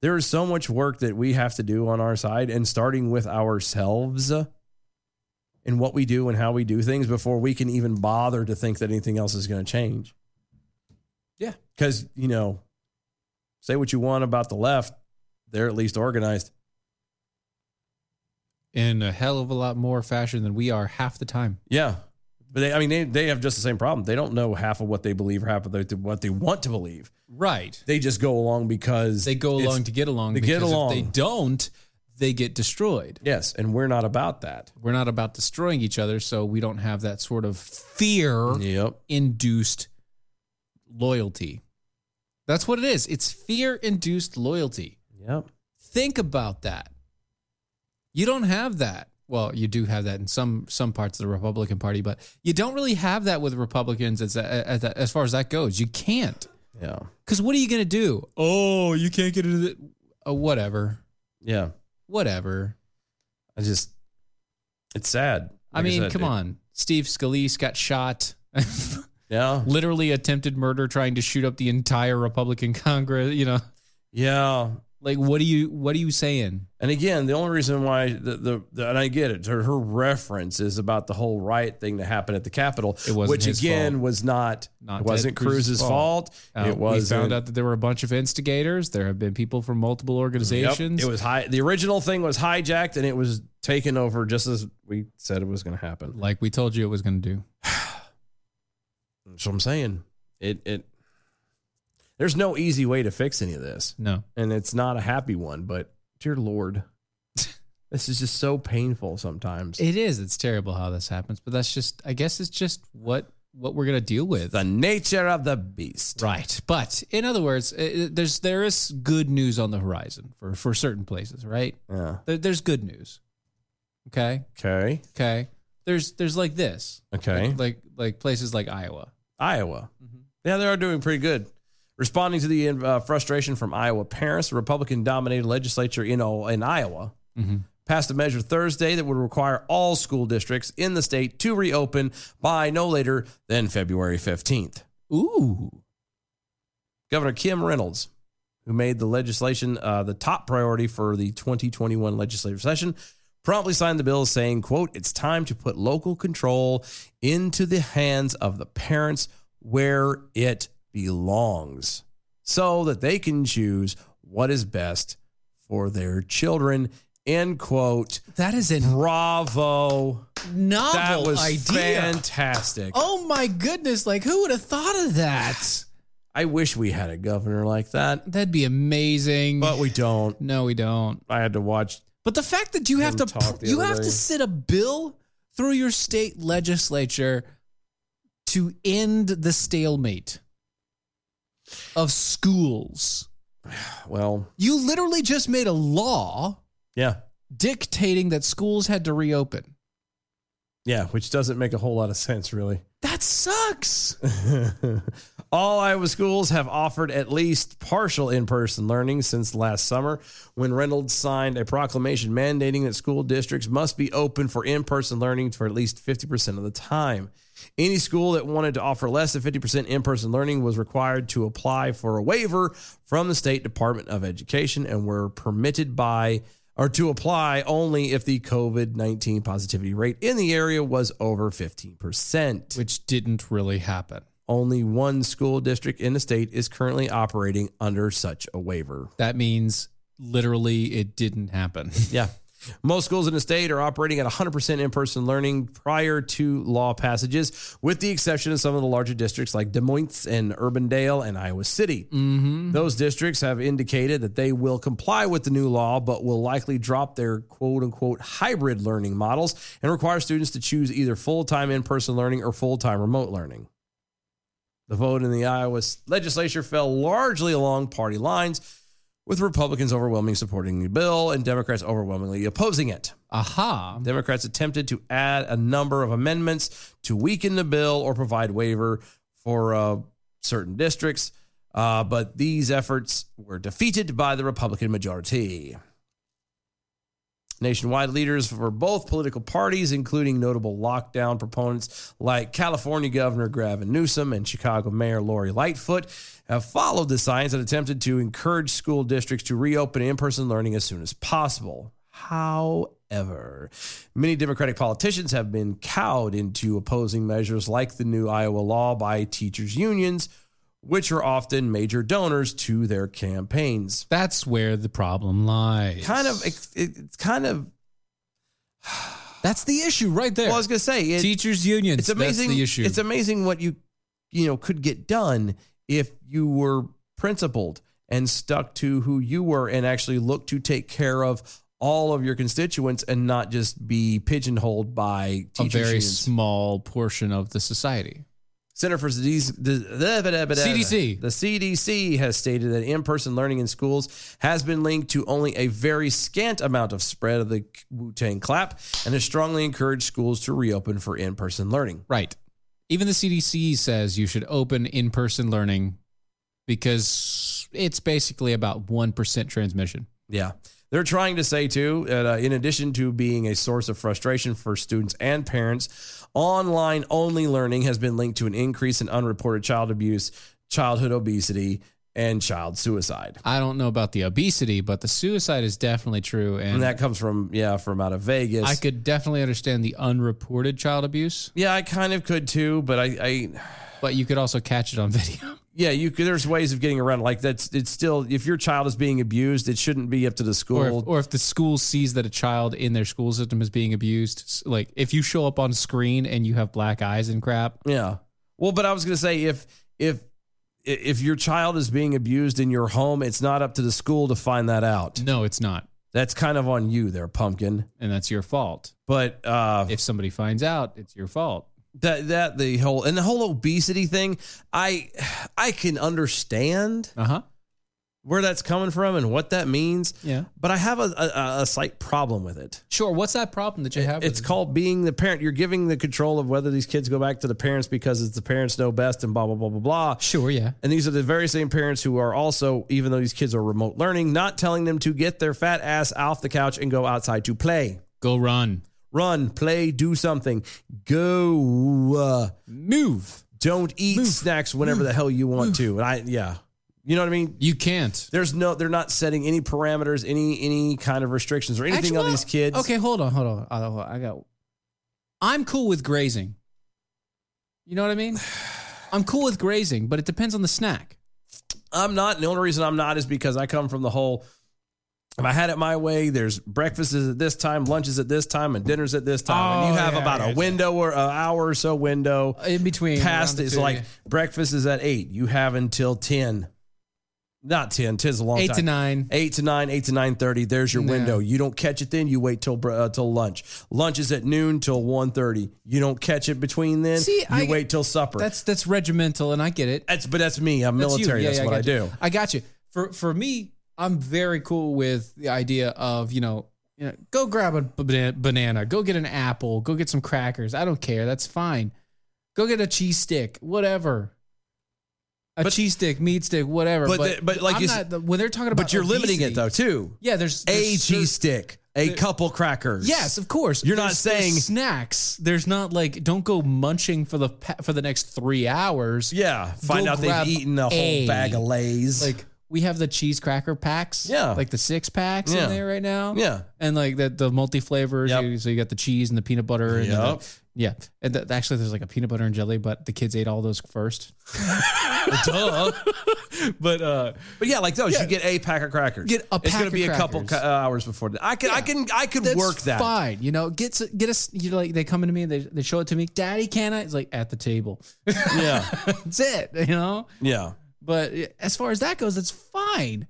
S4: there is so much work that we have to do on our side, and starting with ourselves and what we do and how we do things before we can even bother to think that anything else is going to change. Yeah, because you know, say what you want about the left, they're at least organized.
S5: in a hell of a lot more fashion than we are half the time.
S4: Yeah, but they, I mean, they they have just the same problem. They don't know half of what they believe or half of the- what they want to believe.
S5: Right.
S4: They just go along because
S5: They go
S4: it's-
S5: along to get along.
S4: to get
S5: because
S4: along.
S5: If they don't, they get destroyed.
S4: Yes, and we're not about that.
S5: We're not about destroying each other, so we don't have that sort of fear
S4: Yep.
S5: induced loyalty. That's what it is. It's fear induced loyalty.
S4: Yep.
S5: Think about that. You don't have that. Well, you do have that in some some parts of the Republican Party, but you don't really have that with Republicans as as, as far as that goes. You can't.
S4: Yeah.
S5: Because what are you going to do? Oh, you can't get into the. Oh, whatever.
S4: Yeah.
S5: Whatever.
S4: I just, it's sad.
S5: I
S4: Like
S5: mean,
S4: said,
S5: come
S4: it-
S5: on. Steve Scalise got shot.
S4: Yeah.
S5: Literally attempted murder trying to shoot up the entire Republican Congress. You know,
S4: Yeah.
S5: Like, what do you what are you saying?
S4: And again, the only reason why the, the, the and I get it, her, her reference is about the whole riot thing that happened at the Capitol,
S5: It wasn't
S4: which
S5: his
S4: again
S5: fault.
S4: was not,
S5: Not
S4: it wasn't
S5: Ted Cruz's
S4: Cruz's fault.
S5: Uh,
S4: it was
S5: We found out that there were a bunch of instigators. There have been people from multiple organizations.
S4: It was high. The original thing was hijacked and it was taken over just as we said it was going to happen.
S5: like we told you it was going to do.
S4: That's what I'm saying. It it there's no easy way to fix any of this.
S5: No.
S4: And it's not a happy one, but dear Lord. this is just so painful sometimes.
S5: It is. It's terrible how this happens, but that's just. I guess it's just what what we're going to deal with.
S4: The nature of the beast.
S5: Right. But in other words, uh, there's there is good news on the horizon for for certain places, right?
S4: Yeah.
S5: There, there's good news. Okay.
S4: Okay.
S5: Okay. There's there's like this.
S4: Okay.
S5: Like like, like places like Iowa.
S4: Iowa. Yeah, they are doing pretty good. Responding to the uh, frustration from Iowa parents, the Republican dominated legislature in, O- in Iowa passed a measure Thursday that would require all school districts in the state to reopen by no later than February 15th.
S5: Ooh.
S4: Governor Kim Reynolds, who made the legislation uh, the top priority for the 2021 legislative session, promptly signed the bill saying, quote, it's time to put local control into the hands of the parents where it belongs so that they can choose what is best for their children, end quote.
S5: That is a
S4: Bravo.
S5: novel
S4: that was
S5: idea.
S4: fantastic.
S5: Oh my goodness! Like who would have thought of that?
S4: I wish we had a governor like that,
S5: That'd be amazing.
S4: but we don't.
S5: no, we don't.
S4: I had to watch
S5: But the fact that you have to
S4: Didn't talk the
S5: you
S4: other
S5: have
S4: day.
S5: to sit a bill through your state legislature to end the stalemate of schools.
S4: Well,
S5: You literally just made a law
S4: yeah,
S5: dictating that schools had to reopen.
S4: yeah, which doesn't make a whole lot of sense, really.
S5: That sucks.
S4: All Iowa schools have offered at least partial in person learning since last summer when Reynolds signed a proclamation mandating that school districts must be open for in person learning for at least 50% of the time. Any school that wanted to offer less than 50% in person learning was required to apply for a waiver from the State Department of Education and were permitted by or to apply only if the COVID 19 positivity rate in the area was over 15%.
S5: Which didn't really happen.
S4: Only one school district in the state is currently operating under such a waiver.
S5: That means literally it didn't happen.
S4: Yeah. Most schools in the state are operating at 100% in person learning prior to law passages, with the exception of some of the larger districts like Des Moines and Urbandale and Iowa City. Those districts have indicated that they will comply with the new law, but will likely drop their quote unquote hybrid learning models and require students to choose either full time in person learning or full time remote learning. The vote in the Iowa legislature fell largely along party lines, with Republicans overwhelmingly supporting the bill and Democrats overwhelmingly opposing it.
S5: Aha.
S4: Democrats attempted to add a number of amendments to weaken the bill or provide waiver for uh, certain districts, uh, but these efforts were defeated by the Republican majority. Nationwide leaders for both political parties, including notable lockdown proponents like California Governor Gavin Newsom and Chicago Mayor Lori Lightfoot, have followed the science and attempted to encourage school districts to reopen in person learning as soon as possible. However, many Democratic politicians have been cowed into opposing measures like the new Iowa law by teachers' unions, which are often major donors to their campaigns
S5: That's where the problem lies.
S4: kind of it, it's kind of
S5: That's the issue right there.
S4: well, I was gonna say it,
S5: Teachers unions.
S4: it's amazing
S5: That's the issue.
S4: it's amazing what you you know could get done if you were principled and stuck to who you were and actually looked to take care of all of your constituents and not just be pigeonholed by
S5: a
S4: teachers
S5: very
S4: unions.
S5: small portion of the society.
S4: Center for Disease the,
S5: CDC.
S4: The CDC has stated that in-person learning in schools has been linked to only a very scant amount of spread of the Wu-Tang clap, and has strongly encouraged schools to reopen for in-person learning.
S5: Right. Even the CDC says you should open in person learning because it's basically about 1% transmission.
S4: Yeah. They're trying to say, too, that, uh, in addition to being a source of frustration for students and parents, online only learning has been linked to an increase in unreported child abuse, childhood obesity, and child suicide.
S5: I don't know about the obesity, but the suicide is definitely true. And,
S4: And that comes from yeah, from out of Vegas.
S5: I could definitely understand the unreported child abuse.
S4: Yeah, I kind of could too, but I, I
S5: But you could also catch it on video.
S4: yeah, you could, there's ways of getting around. Like that's it's still if your child is being abused, it shouldn't be up to the
S5: Or
S4: school.
S5: if, or if the school sees that a child in their school system is being abused, s- like if you show up on screen and you have black eyes and crap,
S4: yeah. Well, but I was gonna say if if if your child is being abused in your home, it's not up to the school to find that out.
S5: no, it's not.
S4: That's kind of on you there, pumpkin.
S5: And that's your fault.
S4: But uh,
S5: If somebody finds out, it's your fault.
S4: that that the whole and the whole obesity thing, I I can understand
S5: Uh huh.
S4: where that's coming from and what that means.
S5: Yeah.
S4: But I have a, a, a slight problem with it.
S5: Sure. What's that problem that you have?
S4: It's
S5: with it?
S4: called being the parent. You're giving the control of whether these kids go back to the parents because it's the parents know best and blah, blah, blah, blah, blah.
S5: Sure. Yeah.
S4: And these are the very same parents who are also, even though these kids are remote learning, not telling them to get their fat ass off the couch and go outside to play.
S5: Go run.
S4: Run, play, do something. Go. Uh,
S5: Move.
S4: don't eat snacks whenever the hell you want to. And I, yeah. You know what I mean?
S5: You can't.
S4: There's no, they're not setting any parameters, any any kind of restrictions or anything on
S5: Actually,
S4: these kids.
S5: Okay, hold on, hold on, Uh, hold on. I got. I'm cool with grazing. You know what I mean? I'm cool with grazing, but it depends on the snack.
S4: I'm not. And the only reason I'm not is because I come from the whole. If I had it my way, there's breakfasts is at this time, lunches at this time, and dinners at this time. and
S5: Oh,
S4: you have
S5: yeah,
S4: about
S5: I
S4: a
S5: gotcha.
S4: window or an hour or so window.
S5: In between,
S4: Past
S5: around
S4: is
S5: the
S4: like
S5: two.
S4: breakfast is at eight. You have until ten. Not ten. Tis a long
S5: eight
S4: time.
S5: to nine.
S4: Eight to nine, eight to nine thirty. There's your
S5: No.
S4: window. You don't catch it then. You wait till br- uh, till lunch. Lunch is at noon till one thirty. You don't catch it between then.
S5: See,
S4: you
S5: I-
S4: wait till supper. That's,
S5: That's that's regimental, and I get it.
S4: but that's me. I'm
S5: That's you.
S4: military.
S5: Yeah,
S4: That's
S5: yeah,
S4: what I,
S5: got you.
S4: do.
S5: I got you. For for me, I'm very cool with the idea of you know, you know, go grab a bana- banana, go get an apple, go get some crackers. I don't care. That's fine. Go get a cheese stick, whatever. A
S4: But-
S5: cheese stick, meat stick, whatever.
S4: But
S5: But,
S4: the- but like
S5: I'm
S4: you
S5: not,
S4: s-
S5: the- when they're talking about,
S4: But you're limiting it
S5: obesity-
S4: though too.
S5: Yeah, there's,
S4: A
S5: there's
S4: cheese
S5: cer-
S4: stick, a couple crackers.
S5: Yes, of course.
S4: You're not
S5: There's- there's
S4: saying-
S5: snacks. There's not like don't go munching for the pa- for the next three hours.
S4: Yeah. Find
S5: Go
S4: out they've
S5: grab
S4: eaten a whole
S5: a-
S4: bag of Lay's.
S5: like we have the cheese cracker packs.
S4: Yeah.
S5: Like the six packs
S4: Yeah.
S5: in there right now.
S4: yeah.
S5: And like the, the multi flavors.
S4: Yep.
S5: you- So you got the cheese and the peanut butter. And the-
S4: Yep.
S5: yeah. And the, actually, there's like a peanut butter and jelly, but the kids ate all those first.
S4: Duh.
S5: But uh,
S4: But yeah, like those, you get a pack of crackers.
S5: Get a
S4: It's
S5: pack
S4: gonna
S5: of
S4: be a couple
S5: crackers.
S4: cu- hours before that. I could, I can, I could
S5: that's
S4: work that.
S5: fine. You know, get, s- get us, you know, like they come into me, they, they show it to me. Daddy, can I? It's like at the table.
S4: Yeah,
S5: that's it, you know?
S4: yeah.
S5: But as far as that goes, that's fine.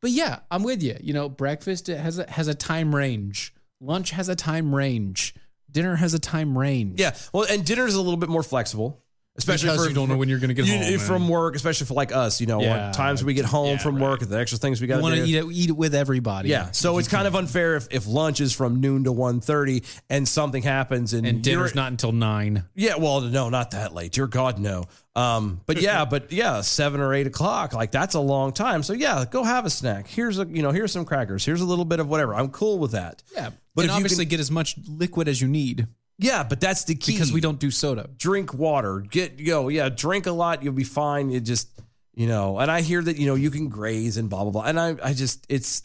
S5: But yeah, I'm with you. You know, breakfast it has a, has a time range. Lunch has a time range. Dinner has a time range.
S4: Yeah. Well, and dinner is a little bit more flexible, especially
S5: Because
S4: for,
S5: you don't know when you're gonna get home, man.
S4: from work, especially for like us. You know,
S5: Yeah.
S4: times we get home
S5: Yeah,
S4: from work, the extra things we got
S5: You want
S4: to do.
S5: to eat it, eat it with everybody.
S4: yeah, so it's kind of unfair if, if lunch is from noon to 1.30 and something happens and,
S5: and
S4: you're-
S5: dinner's not until nine.
S4: Yeah, well, no, not that late. Dear God, no. Um, but yeah, but yeah, seven or eight o'clock, like that's a long time. So yeah, go have a snack. Here's a, you know, here's some crackers. Here's a little bit of whatever. I'm cool with that.
S5: Yeah,
S4: But
S5: but
S4: if you
S5: obviously
S4: can-
S5: get as much liquid as you need
S4: Yeah, but that's the key
S5: because we don't do soda.
S4: drink water. Get yo, yeah, drink a lot. You'll be fine. You just, you know. And I hear that you know you can graze and blah blah blah. And I, I just, it's,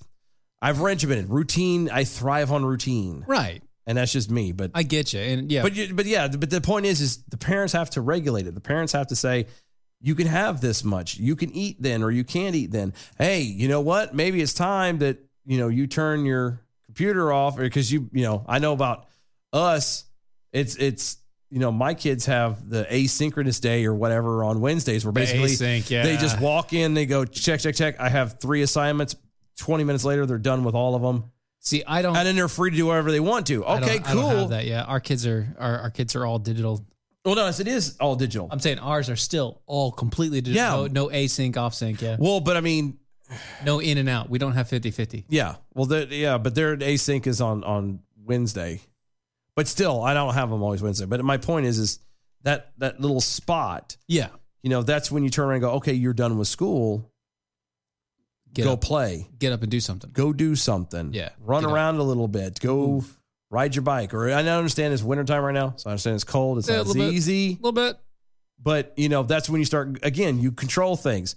S4: I've regimented routine. I thrive on routine,
S5: Right,
S4: and that's just me. But
S5: I get you, and yeah,
S4: but you, but yeah, but the point is, is the parents have to regulate it. The parents have to say, you can have this much, you can eat then, or you can't eat then. Hey, you know what? Maybe it's time that you know you turn your computer off, or because you you know I know about us. It's it's you know my kids have the asynchronous day or whatever on Wednesdays where basically
S5: async, yeah.
S4: they just walk in, they go check check check. I have three assignments. Twenty minutes later, they're done with all of them,
S5: see, I don't.
S4: and then they're free to do whatever they want to.
S5: I don't-
S4: Okay,
S5: I
S4: cool.
S5: don't have that. Yeah, our kids are our, our kids are all digital.
S4: Well, no, it's- it is all digital.
S5: I'm saying ours are still all completely digital.
S4: Yeah.
S5: No, no async, off sync. Yeah.
S4: Well, but I mean,
S5: No in and out. We don't have 50 50.
S4: yeah. Well, the, yeah, but their async is on on Wednesday. But still, I don't have them always Wednesday. But my point is, is that that little spot,
S5: Yeah.
S4: you know, that's when you turn around and go, okay, you're done with school.
S5: Get
S4: go
S5: up.
S4: play.
S5: Get up and do something.
S4: Go do something.
S5: Yeah.
S4: Run
S5: Get up.
S4: around a little bit. Go ride your bike. Or I understand it's wintertime right now, so I understand it's cold. It's
S5: Yeah, a
S4: not as
S5: little bit.
S4: easy.
S5: little bit.
S4: But you know, that's when you start again. You control things.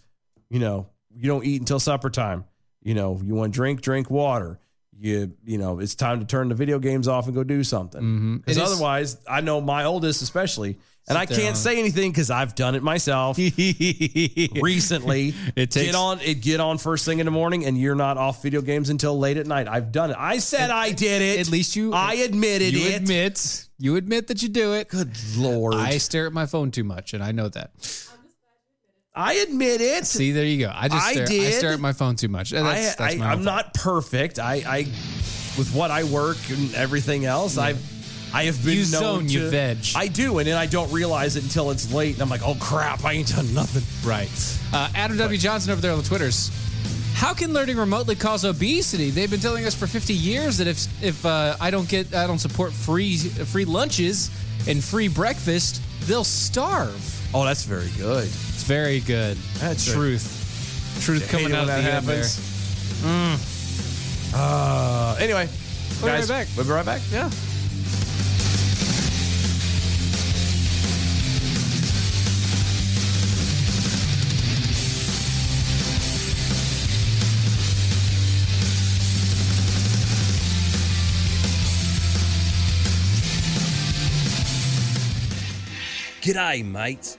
S4: You know, you don't eat until supper time. You know, you want to drink, drink water. You you know, it's time to turn the video games off and go do something. Because
S5: It is-
S4: otherwise, I know my oldest especially, and I
S5: Sit down.
S4: can't say anything because I've done it myself recently.
S5: It takes-
S4: get on it get on first thing in the morning, and you're not off video games until late at night. I've done it. I said I did it. At least you, I admitted
S5: you
S4: it.
S5: admit you admit that you do it.
S4: Good lord!
S5: I stare at my phone too much, and I know that.
S4: I admit it.
S5: See, there you go. I just
S4: I
S5: stare, I
S4: did.
S5: stare at my phone too much. And That's,
S4: I,
S5: that's
S4: I,
S5: my own
S4: I'm
S5: fault.
S4: not perfect. I, I, with what I work and everything else, I've, I have been
S5: You
S4: known
S5: zone,
S4: to,
S5: you veg.
S4: I do, and then I don't realize it until it's late, and I'm like, oh crap, I ain't done nothing.
S5: Right. Uh, Adam W. Johnson over there on the Twitters. How can learning remotely cause obesity? They've been telling us for 50 years that if if uh, I don't get I don't support free free lunches and free breakfast, they'll starve.
S4: Oh, that's very good.
S5: It's very good.
S4: That's a-
S5: truth. Truth
S4: I hate
S5: coming
S4: it
S5: out of
S4: when
S5: the
S4: that
S5: end there.
S4: happens. Uh, anyway,
S5: We'll be
S4: guys,
S5: right back.
S4: We'll be right back. Yeah.
S15: G'day, mates.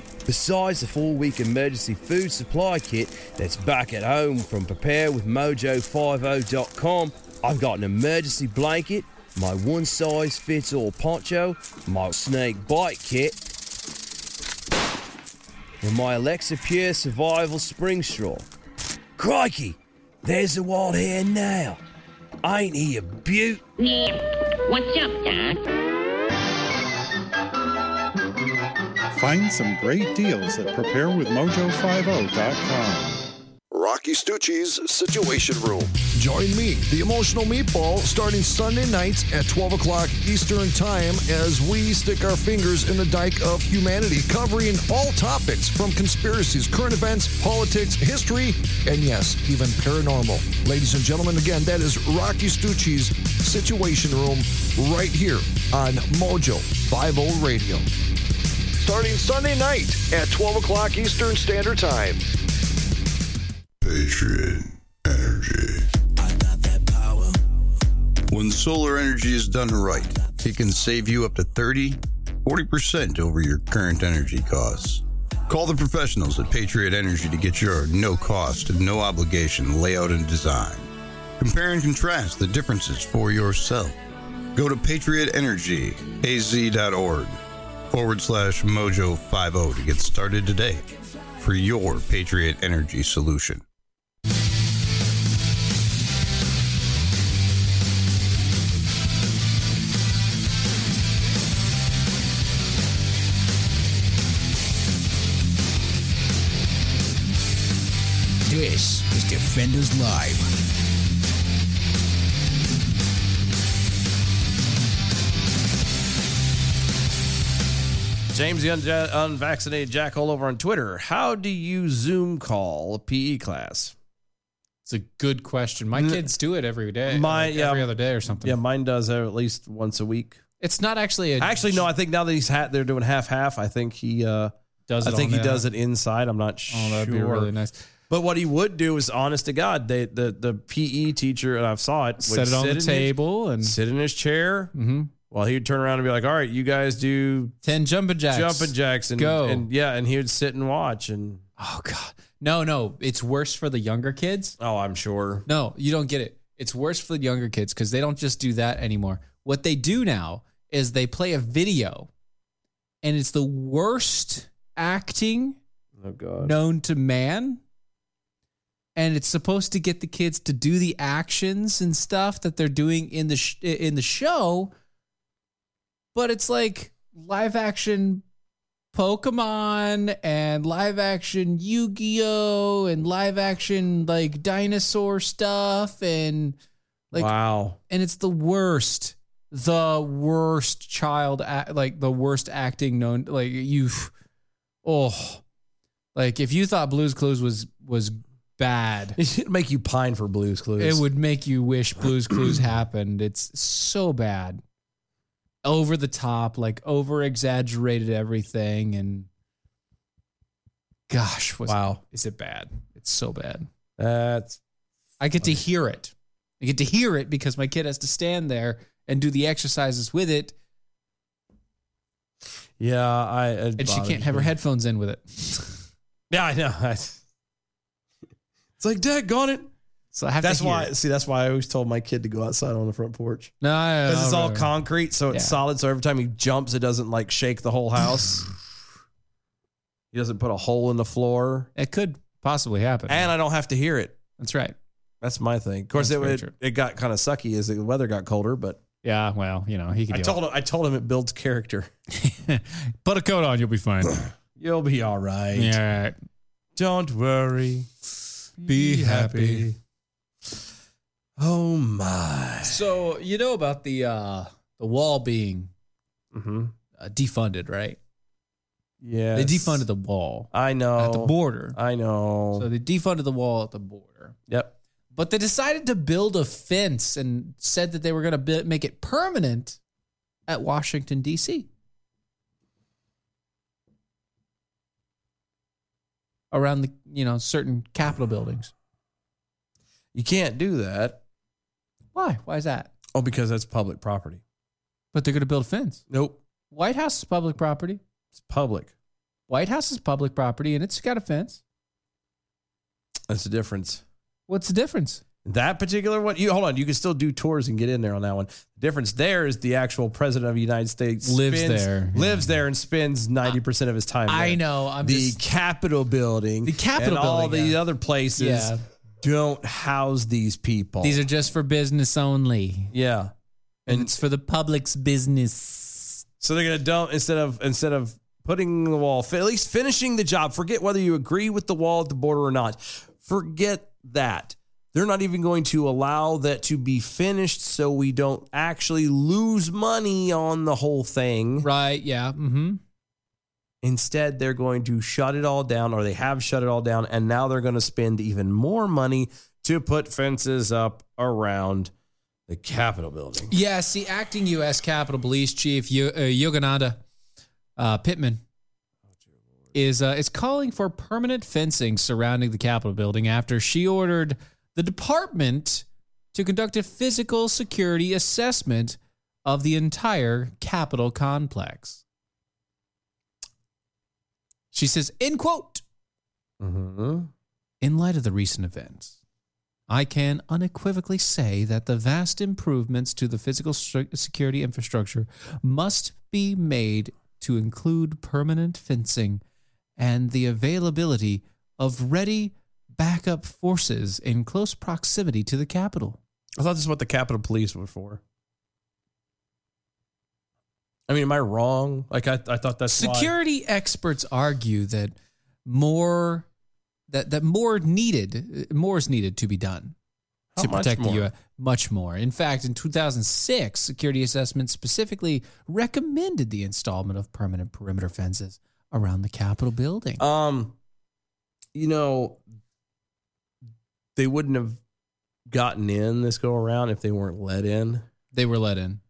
S15: Besides the four week emergency food supply kit that's back at home from preparewithmojo50.com, I've got an emergency blanket, my one size fits all poncho, my snake bite kit, and my Alexa Pure Survival Spring Straw. Crikey, there's the wild hare now. Ain't he a beaut?
S16: What's up, Doc?
S9: Find some great deals at preparewithmojo50.com.
S17: Rocky Stucci's Situation Room.
S18: Join me, the Emotional Meatball, starting Sunday nights at 12 o'clock Eastern Time as we stick our fingers in the dike of humanity, covering all topics from conspiracies, current events, politics, history, and yes, even paranormal. Ladies and gentlemen, again, that is Rocky Stucci's Situation Room right here on Mojo 50 Radio. Starting Sunday night at 12 o'clock Eastern Standard Time.
S19: Patriot Energy. When solar energy is done right, it can save you up to 30, 40% over your current energy costs. Call the professionals at Patriot Energy to get your no cost and no obligation layout and design. Compare and contrast the differences for yourself. Go to patriotenergyaz.org forward slash mojo 50 to get started today for your Patriot Energy solution.
S3: This is Defenders Live.
S4: James the unja unvaccinated jackhole over on Twitter. How do you Zoom call a PE class?
S5: It's a good question. My kids do it every day.
S4: My-
S5: like
S4: yeah.
S5: every other day or something.
S4: Yeah, mine does uh, at least once a week.
S5: It's not actually a
S4: Actually, no. I think now that he's hat, they're doing half half. I think he uh,
S5: Does it
S4: I think
S5: on
S4: he
S5: the-
S4: does it inside. I'm not sure.
S5: Oh, that'd be really nice.
S4: But what he would do is, honest to God, they, the the PE teacher and I've saw it would
S5: set it on
S4: sit
S5: the
S4: in his-
S5: table and
S4: sit in his chair.
S5: Mhm.
S4: While he'd turn around and be like, "All right, you guys do
S5: ten jumping jacks,
S4: jumping jacks, and
S5: Go.
S4: and yeah, and he would sit and watch and
S5: Oh, No, no, it's worse for the younger kids.
S4: Oh, I'm sure.
S5: No, you don't get it. It's worse for the younger kids because they don't just do that anymore. What they do now is they play a video, and it's the worst acting
S4: oh god
S5: known to man. And it's supposed to get the kids to do the actions and stuff that they're doing in the sh- in the show, but it's like live action Pokemon and live action Yu Gi Oh and live action like dinosaur stuff and like
S4: wow,
S5: and it's the worst. the worst child, act, like the worst acting known. Like you, oh, like if you thought Blues Clues was was bad,
S4: it should make you pine for Blues Clues.
S5: It would make you wish Blues Clues happened. It's so bad, over the top, like over exaggerated everything, and gosh, was
S4: Wow.
S5: is it bad? It's so bad.
S4: That's
S5: I get to hear it. I get to hear it because my kid has to stand there and do the exercises with it,
S4: yeah, I it
S5: and she
S4: bothers
S5: can't have her
S4: me.
S5: headphones in with it.
S4: Yeah, I know. It's like, Dad, got it.
S5: So I have
S4: that's
S5: to hear
S4: why.
S5: it.
S4: See, that's why I always told my kid to go outside on the front porch.
S5: No, I-
S4: because it's
S5: I-
S4: all concrete, so it's
S5: Oh, Yeah.
S4: solid. So every time he jumps, it doesn't like shake the whole house. he doesn't put a hole in the floor.
S5: It could possibly happen.
S4: And I don't have to hear it.
S5: That's right.
S4: That's my thing. Of course,
S5: That's
S4: it,
S5: very
S4: it
S5: true.
S4: it got kind of sucky as the weather got colder. But
S5: Yeah, well, you know, he can
S4: I
S5: deal.
S4: told him, I told him it builds character.
S5: Put a coat on, you'll be fine.
S4: You'll be all right.
S5: yeah.
S4: Don't worry.
S5: Be happy.
S4: Oh my.
S5: So you know about the uh the wall being uh, defunded, right?
S4: Yeah.
S5: They defunded the wall
S4: I know.
S5: at the border.
S4: I know.
S5: So they defunded the wall at the border.
S4: yep.
S5: But they decided to build a fence and said that they were going to bu make it permanent at Washington D.C. around the you know certain Capitol buildings.
S4: You can't do that.
S5: Why? Why is that?
S4: Oh, because that's public property.
S5: But they're going to build a fence.
S4: Nope.
S5: White House is public property.
S4: It's public.
S5: White House is public property, and it's got a fence.
S4: That's the difference.
S5: What's the difference?
S4: That particular one, you hold on. You can still do tours and get in there on that one. The difference there is the actual president of the United States
S5: Lives
S4: spends-
S5: there.
S4: lives there, and spends ninety percent of his time.
S5: I
S4: there.
S5: know. I'm
S4: the
S5: just-
S4: Capitol building,
S5: The
S4: and
S5: Capitol
S4: all
S5: building,
S4: the
S5: yeah.
S4: other places
S5: Yeah.
S4: don't house these people.
S5: These are just for business only,
S4: yeah,
S5: and, it's for the public's business.
S4: So they're gonna dump instead of instead of putting the wall, at least finishing the job. Forget whether you agree with the wall at the border or not. Forget that. They're not even going to allow that to be finished, so we don't actually lose money on the whole thing.
S5: Right? Yeah. Mm-hmm.
S4: Instead, they're going to shut it all down, or they have shut it all down, and now they're going to spend even more money to put fences up around the Capitol building.
S5: Yeah. See, acting U.S. Capitol Police Chief Yo- uh, Yogananda uh, Pittman is uh, is calling for permanent fencing surrounding the Capitol building after she ordered the department to conduct a physical security assessment of the entire Capitol complex. She says, "In quote."
S4: Mm-hmm.
S5: In light of the recent events, I can unequivocally say that the vast improvements to the physical stru- security infrastructure must be made to include permanent fencing and the availability of ready backup forces in close proximity to the Capitol.
S4: I thought this is what the Capitol Police were for. I mean, am I wrong? Like, I, I thought that's why-
S5: Security experts argue that more that that more needed more is needed to be done
S4: How
S5: to
S4: much
S5: protect the
S4: more?
S5: U.S. Much more. In fact, in 2006, security assessments specifically recommended the installment of permanent perimeter fences around the Capitol building.
S4: Um, you know, they wouldn't have gotten in this go around if they weren't let in.
S5: they were let in.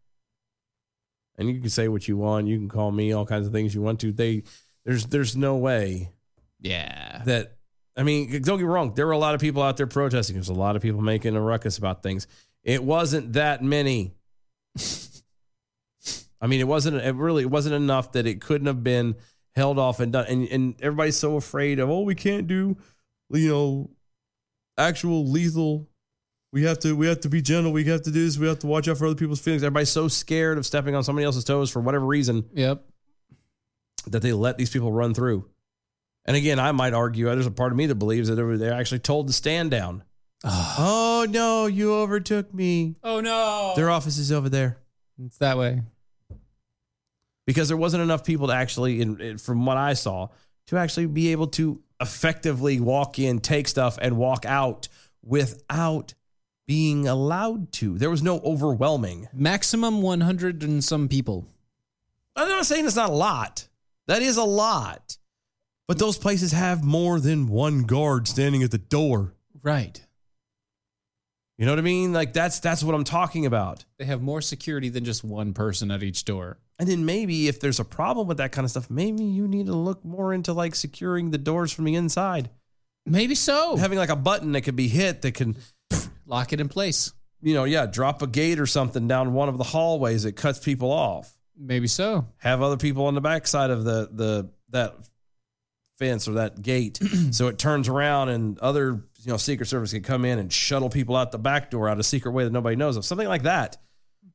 S4: And you can say what you want. You can call me all kinds of things you want to. They there's there's no way
S5: Yeah.
S4: that I mean, don't get me wrong. There were a lot of people out there protesting. There's a lot of people making a ruckus about things. It wasn't that many. I mean, it wasn't. It really it wasn't enough that it couldn't have been held off and done. And and everybody's so afraid of oh, we can't do, you know, actual lethal. We have to we have to be gentle. We have to do this. We have to watch out for other people's feelings. Everybody's so scared of stepping on somebody else's toes for whatever reason
S5: Yep.
S4: that they let these people run through. And again, I might argue there's a part of me that believes that they were- they're actually told to stand down. Oh no, you overtook me.
S5: Oh no.
S4: Their office is over there
S5: it's that way.
S4: because there wasn't enough people to actually, in, in- from what I saw, to actually be able to effectively walk in, take stuff, and walk out without being allowed to. There was no overwhelming.
S5: Maximum 100 and some people.
S4: I'm not saying it's not a lot. That is a lot. But those places have more than one guard standing at the door.
S5: Right.
S4: You know what I mean? Like that's that's what I'm talking about.
S5: They have more security than just one person at each door.
S4: And then maybe if there's a problem with that kind of stuff, maybe you need to look more into like securing the doors from the inside.
S5: Maybe so.
S4: Having like a button that could be hit that can
S5: lock it in place.
S4: You know, yeah, drop a gate or something down one of the hallways that cuts people off.
S5: Maybe so.
S4: Have other people on the backside of the the that fence or that gate so it turns around and other you know secret service can come in and shuttle people out the back door out a secret way that nobody knows of something like that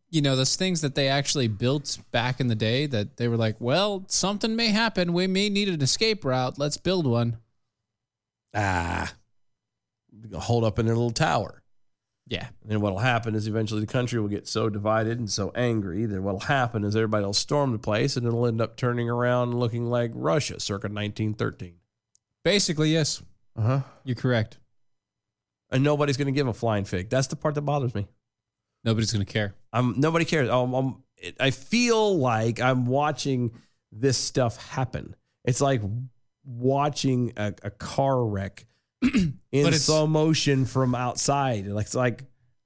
S5: you know those things that they actually built back in the day that they were like well something may happen we may need an escape route let's build one
S4: ah hold up in their little tower
S5: yeah
S4: and then what'll happen is eventually the country will get so divided and so angry that what'll happen is everybody will storm the place and it'll end up turning around looking like russia circa 1913
S5: basically yes
S4: uh-huh
S5: you're correct
S4: and nobody's going to give a flying fig. That's the part that bothers me.
S5: Nobody's going to care.
S4: I'm nobody cares. I'm, I'm, i feel like I'm watching this stuff happen. It's like watching a, a car wreck in slow motion from outside. Like it's like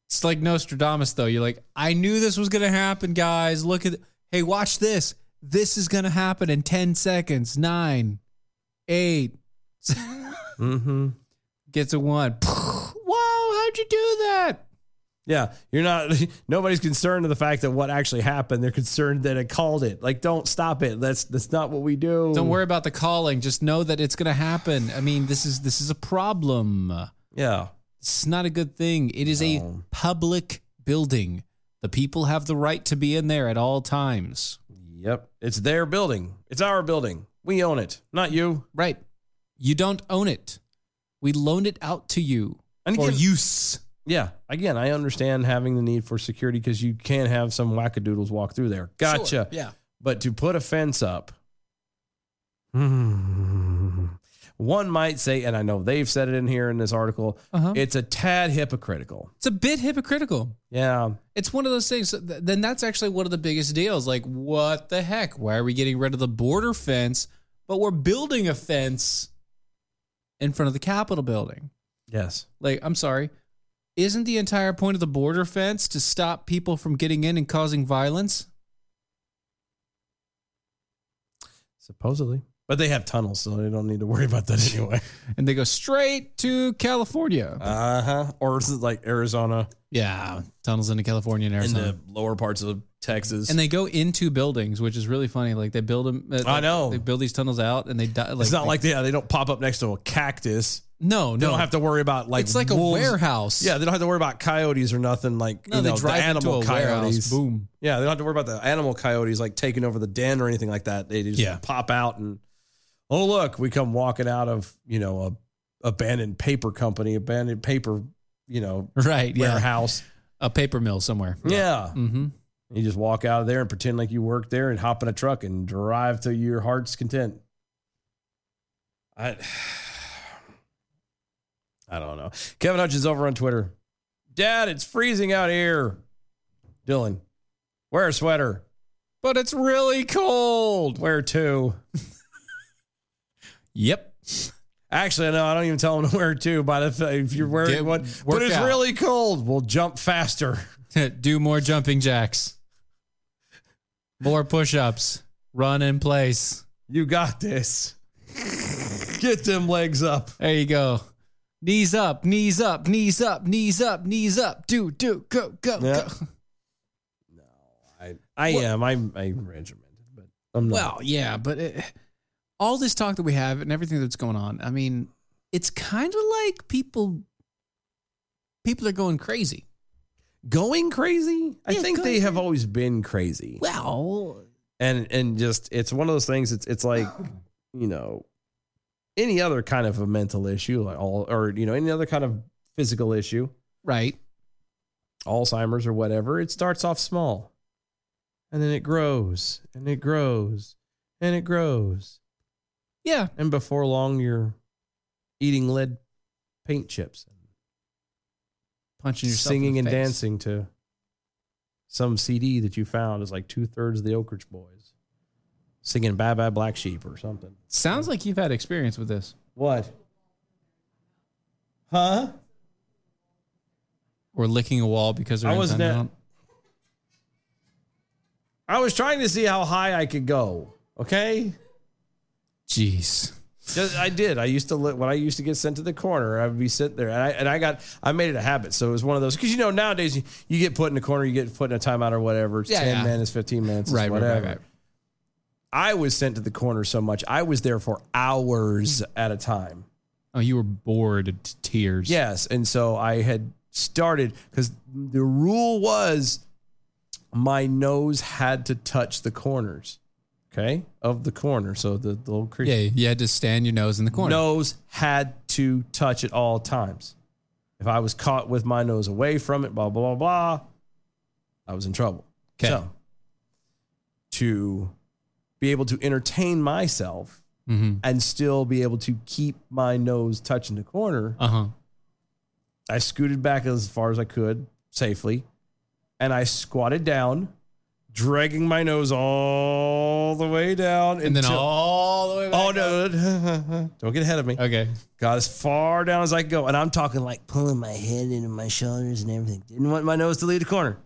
S5: it's like Nostradamus though. You're like, I knew this was going to happen, guys. Look at hey, watch this. This is going to happen in ten seconds. Nine, eight.
S4: mm-hmm.
S5: Gets a one. Whoa, how'd you do that?
S4: Yeah, you're not. Nobody's concerned with the fact that what actually happened. They're concerned that it called it. Like, don't stop it. That's that's not what we do.
S5: Don't worry about the calling. Just know that it's going to happen. I mean, this is this is a problem.
S4: Yeah,
S5: it's not a good thing. It is no. a public building. The people have the right to be in there at all times.
S4: Yep, it's their building. It's our building. We own it, not you.
S5: Right. You don't own it. We loan it out to you and for again, use.
S4: Yeah. Again, I understand having the need for security because you can have some wackadoodles walk through there. Gotcha. Sure,
S5: yeah.
S4: But to put a fence up,
S5: Hmm.
S4: one might say, and I know they've said it in here in this article, uh-huh. it's a tad hypocritical.
S5: It's a bit hypocritical.
S4: Yeah.
S5: It's one of those things. Then that's actually one of the biggest deals. Like, what the heck? Why are we getting rid of the border fence, but we're building a fence? in front of the Capitol building.
S4: Yes.
S5: Like, I'm sorry. Isn't the entire point of the border fence to stop people from getting in and causing violence?
S4: Supposedly. But they have tunnels, so they don't need to worry about that anyway.
S5: and they go straight to California.
S4: Uh
S5: Uh-huh.
S4: huh. Or is it like Arizona?
S5: Yeah. Tunnels into California and
S4: In
S5: Arizona.
S4: the lower parts of Texas.
S5: And they go into buildings, which is really funny. Like they build them. Uh,
S4: I know.
S5: They build these tunnels out and they die. Like,
S4: it's not
S5: they,
S4: like, yeah, they don't pop up next to a cactus.
S5: No,
S4: they
S5: no.
S4: don't have to worry about like
S5: it's like wolves. a warehouse.
S4: Yeah, they don't have to worry about coyotes or nothing like no, you know, the animal coyotes.
S5: Warehouse. Boom.
S4: Yeah, they don't have to worry about the animal coyotes like taking over the den or anything like that. They just yeah. pop out and oh look, we come walking out of you know a abandoned paper company, abandoned paper, you know,
S5: right
S4: warehouse,
S5: yeah. a paper mill somewhere.
S4: Yeah. yeah.
S5: Mm-hmm.
S4: You just walk out of there and pretend like you work there and hop in a truck and drive to your heart's content. I I don't know. Kevin Hutchins over on Twitter. Dad, it's freezing out here. Dylan, wear a sweater.
S5: But it's really cold.
S4: Wear two.
S5: yep.
S4: Actually, no, I don't even tell him to wear two. But if, if you're wearing Get, one, but it's out. really cold, we'll jump faster.
S5: Do more jumping jacks, more push ups, run in place.
S4: You got this. Get them legs up.
S5: There you go. Knees up, knees up, knees up, knees up, knees up. Do, do, go, go, yeah. go.
S4: No, I, I what? am. I'm, I'm regimented, but I'm not.
S5: Well, yeah, but it, all this talk that we have and everything that's going on, I mean, it's kind of like people, people are going crazy.
S4: Going crazy? I yeah, think they have always been crazy.
S5: Well,
S4: and and just it's one of those things. It's it's like you know any other kind of a mental issue, like all or you know any other kind of physical issue,
S5: right?
S4: Alzheimer's or whatever. It starts off small, and then it grows and it grows and it grows.
S5: Yeah,
S4: and before long, you're eating lead paint chips
S5: punching yourself. in
S4: singing
S5: the
S4: and
S5: face.
S4: dancing to some CD that you found is like two thirds of the Oak Ridge Boys singing "Bye Bye Black Sheep" or something.
S5: Sounds like you've had experience with this.
S4: What? Huh?
S5: Or licking a wall because they're
S4: I was
S5: in
S4: ne-
S5: timeout.
S4: I was trying to see how high I could go. Okay.
S5: Jeez.
S4: Just- I did. I used to li- when I used to get sent to the corner, I would be sitting there, and I and I got I made it a habit. So it was one of those because you know nowadays you, you get put in the corner, you get put in a timeout or whatever. It's
S5: Yeah,
S4: ten
S5: yeah.
S4: minutes, fifteen minutes, it's
S5: Right, right, right,
S4: whatever.
S5: right.
S4: I was sent to the corner so much. I was there for hours at a time.
S5: Oh, you were bored to tears.
S4: Yes, and so I had started because the rule was my nose had to touch the corners. Okay, of the corner, so the, the little crease.
S5: Yeah, you had to stand your nose in the corner.
S4: Nose had to touch at all times. If I was caught with my nose away from it, blah blah blah blah, I was in trouble.
S5: Okay.
S4: So to be able to entertain myself
S5: Mhm.
S4: and still be able to keep my nose touching the corner,
S5: Uh-huh.
S4: I scooted back as far as I could safely, and I squatted down, dragging my nose all the way down,
S5: And then
S4: until-
S5: all the way back
S4: Oh no! Don't get ahead of me.
S5: Okay.
S4: Got as far down as I could go, and I'm talking like pulling my head into my shoulders and everything. Didn't want my nose to leave the corner.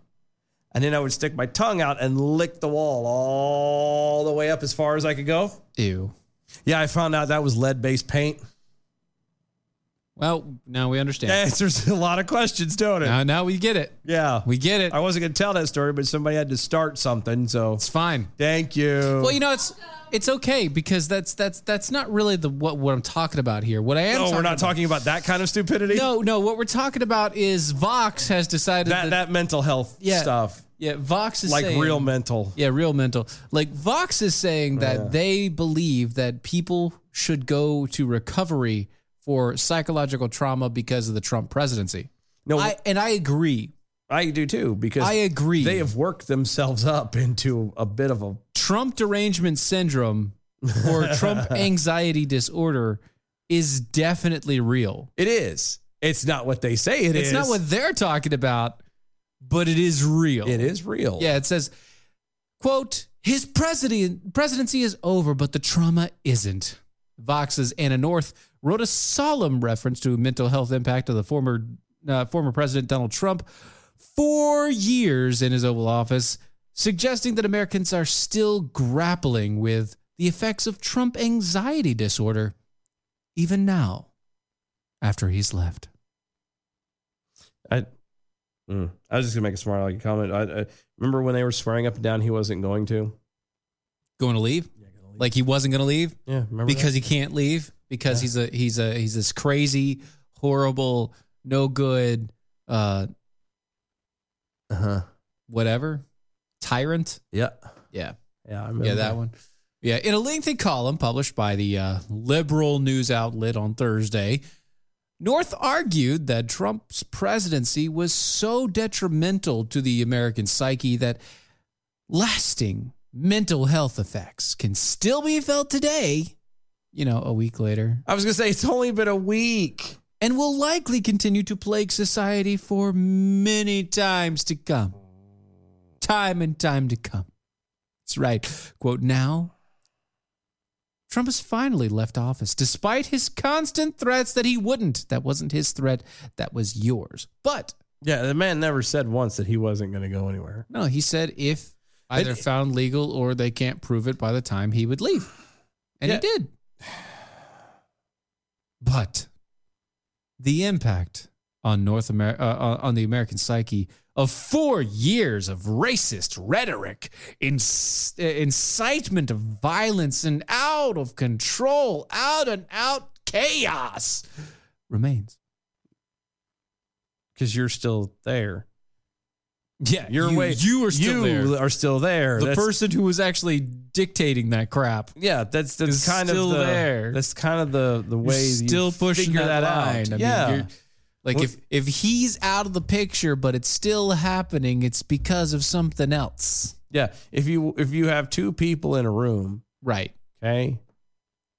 S4: And then I would stick my tongue out and lick the wall all the way up as far as I could go.
S5: Ew.
S4: Yeah, I found out that was lead-based paint.
S5: Well, now we understand.
S4: That answers a lot of questions, don't it?
S5: Now, now we get it.
S4: Yeah,
S5: we get it.
S4: I wasn't gonna tell that story, but somebody had to start something, so it's
S5: fine.
S4: Thank you.
S5: Well, you know it's it's okay because that's that's that's not really the what what I'm talking about here. What I
S4: No,
S5: am. talking
S4: we're not talking about that kind of stupidity.
S5: No, no. What we're talking about is Vox has decided
S4: that that mental health
S5: Yeah.
S4: stuff,
S5: Yeah, Vox is
S4: like
S5: saying-
S4: real mental.
S5: Yeah, real mental. Like Vox is saying that
S4: Yeah.
S5: they believe that people should go to recovery for psychological trauma because of the Trump presidency.
S4: No,
S5: I, and I agree.
S4: I do too because
S5: I agree.
S4: They have worked themselves up into a bit of a
S5: Trump derangement syndrome or Trump anxiety disorder is definitely real.
S4: It is. It's not what they say it
S5: it's not
S4: is.
S5: what they're talking about, but it is real.
S4: It is real.
S5: Yeah, it says, quote, his president presidency is over, but the trauma isn't. Vox's Anna North wrote a solemn reference to mental health impact of the former uh, former president Donald Trump four years in his Oval Office, suggesting that Americans are still grappling with the effects of Trump anxiety disorder, even now, after he's left.
S4: I, mm. I was just gonna make a smart like comment. I, I remember when they were swearing up and down he wasn't going to.
S5: Going to leave? Like he wasn't going to leave?
S4: Yeah, remember
S5: because
S4: that?
S5: he can't leave because he's a he's a he's this crazy, horrible, no good, uh,
S4: uh-huh.
S5: whatever, tyrant.
S4: Yeah,
S5: yeah,
S4: yeah, I remember
S5: yeah, that one. Yeah, in a lengthy column published by the uh, liberal news outlet on Thursday, North argued that Trump's presidency was so detrimental to the American psyche that lasting mental health effects can still be felt today, you know, a week later.
S4: I was gonna say it's only been a week.
S5: And will likely continue to plague society for many times to come. Time and time to come. That's right. Quote now Trump has finally left office despite his constant threats that he wouldn't. That wasn't his threat, that was yours. But
S4: Yeah, the man never said once that he wasn't gonna go anywhere.
S5: no, he said if either
S4: And-
S5: found legal or they can't prove it by the time he would leave. And
S4: Yeah.
S5: he did. But the impact on North America uh, on the American psyche of 4 years of racist rhetoric, inc- incitement of violence and out of control, out and out chaos remains.
S4: Because you're still there.
S5: Yeah,
S4: Your
S5: you,
S4: way
S5: you are still
S4: you
S5: there.
S4: are still there.
S5: The
S4: That's-
S5: person who was actually dictating that crap.
S4: Yeah, that's
S5: is
S4: that's kind
S5: still
S4: of the,
S5: there.
S4: That's kind of the the way
S5: You're
S4: you
S5: still pushing
S4: figure
S5: that,
S4: out.
S5: line. I mean,
S4: yeah,
S5: you're- like if if he's out of the picture, but it's still happening, it's because of something else.
S4: yeah. If you if you have two people in a room,
S5: right?
S4: Okay,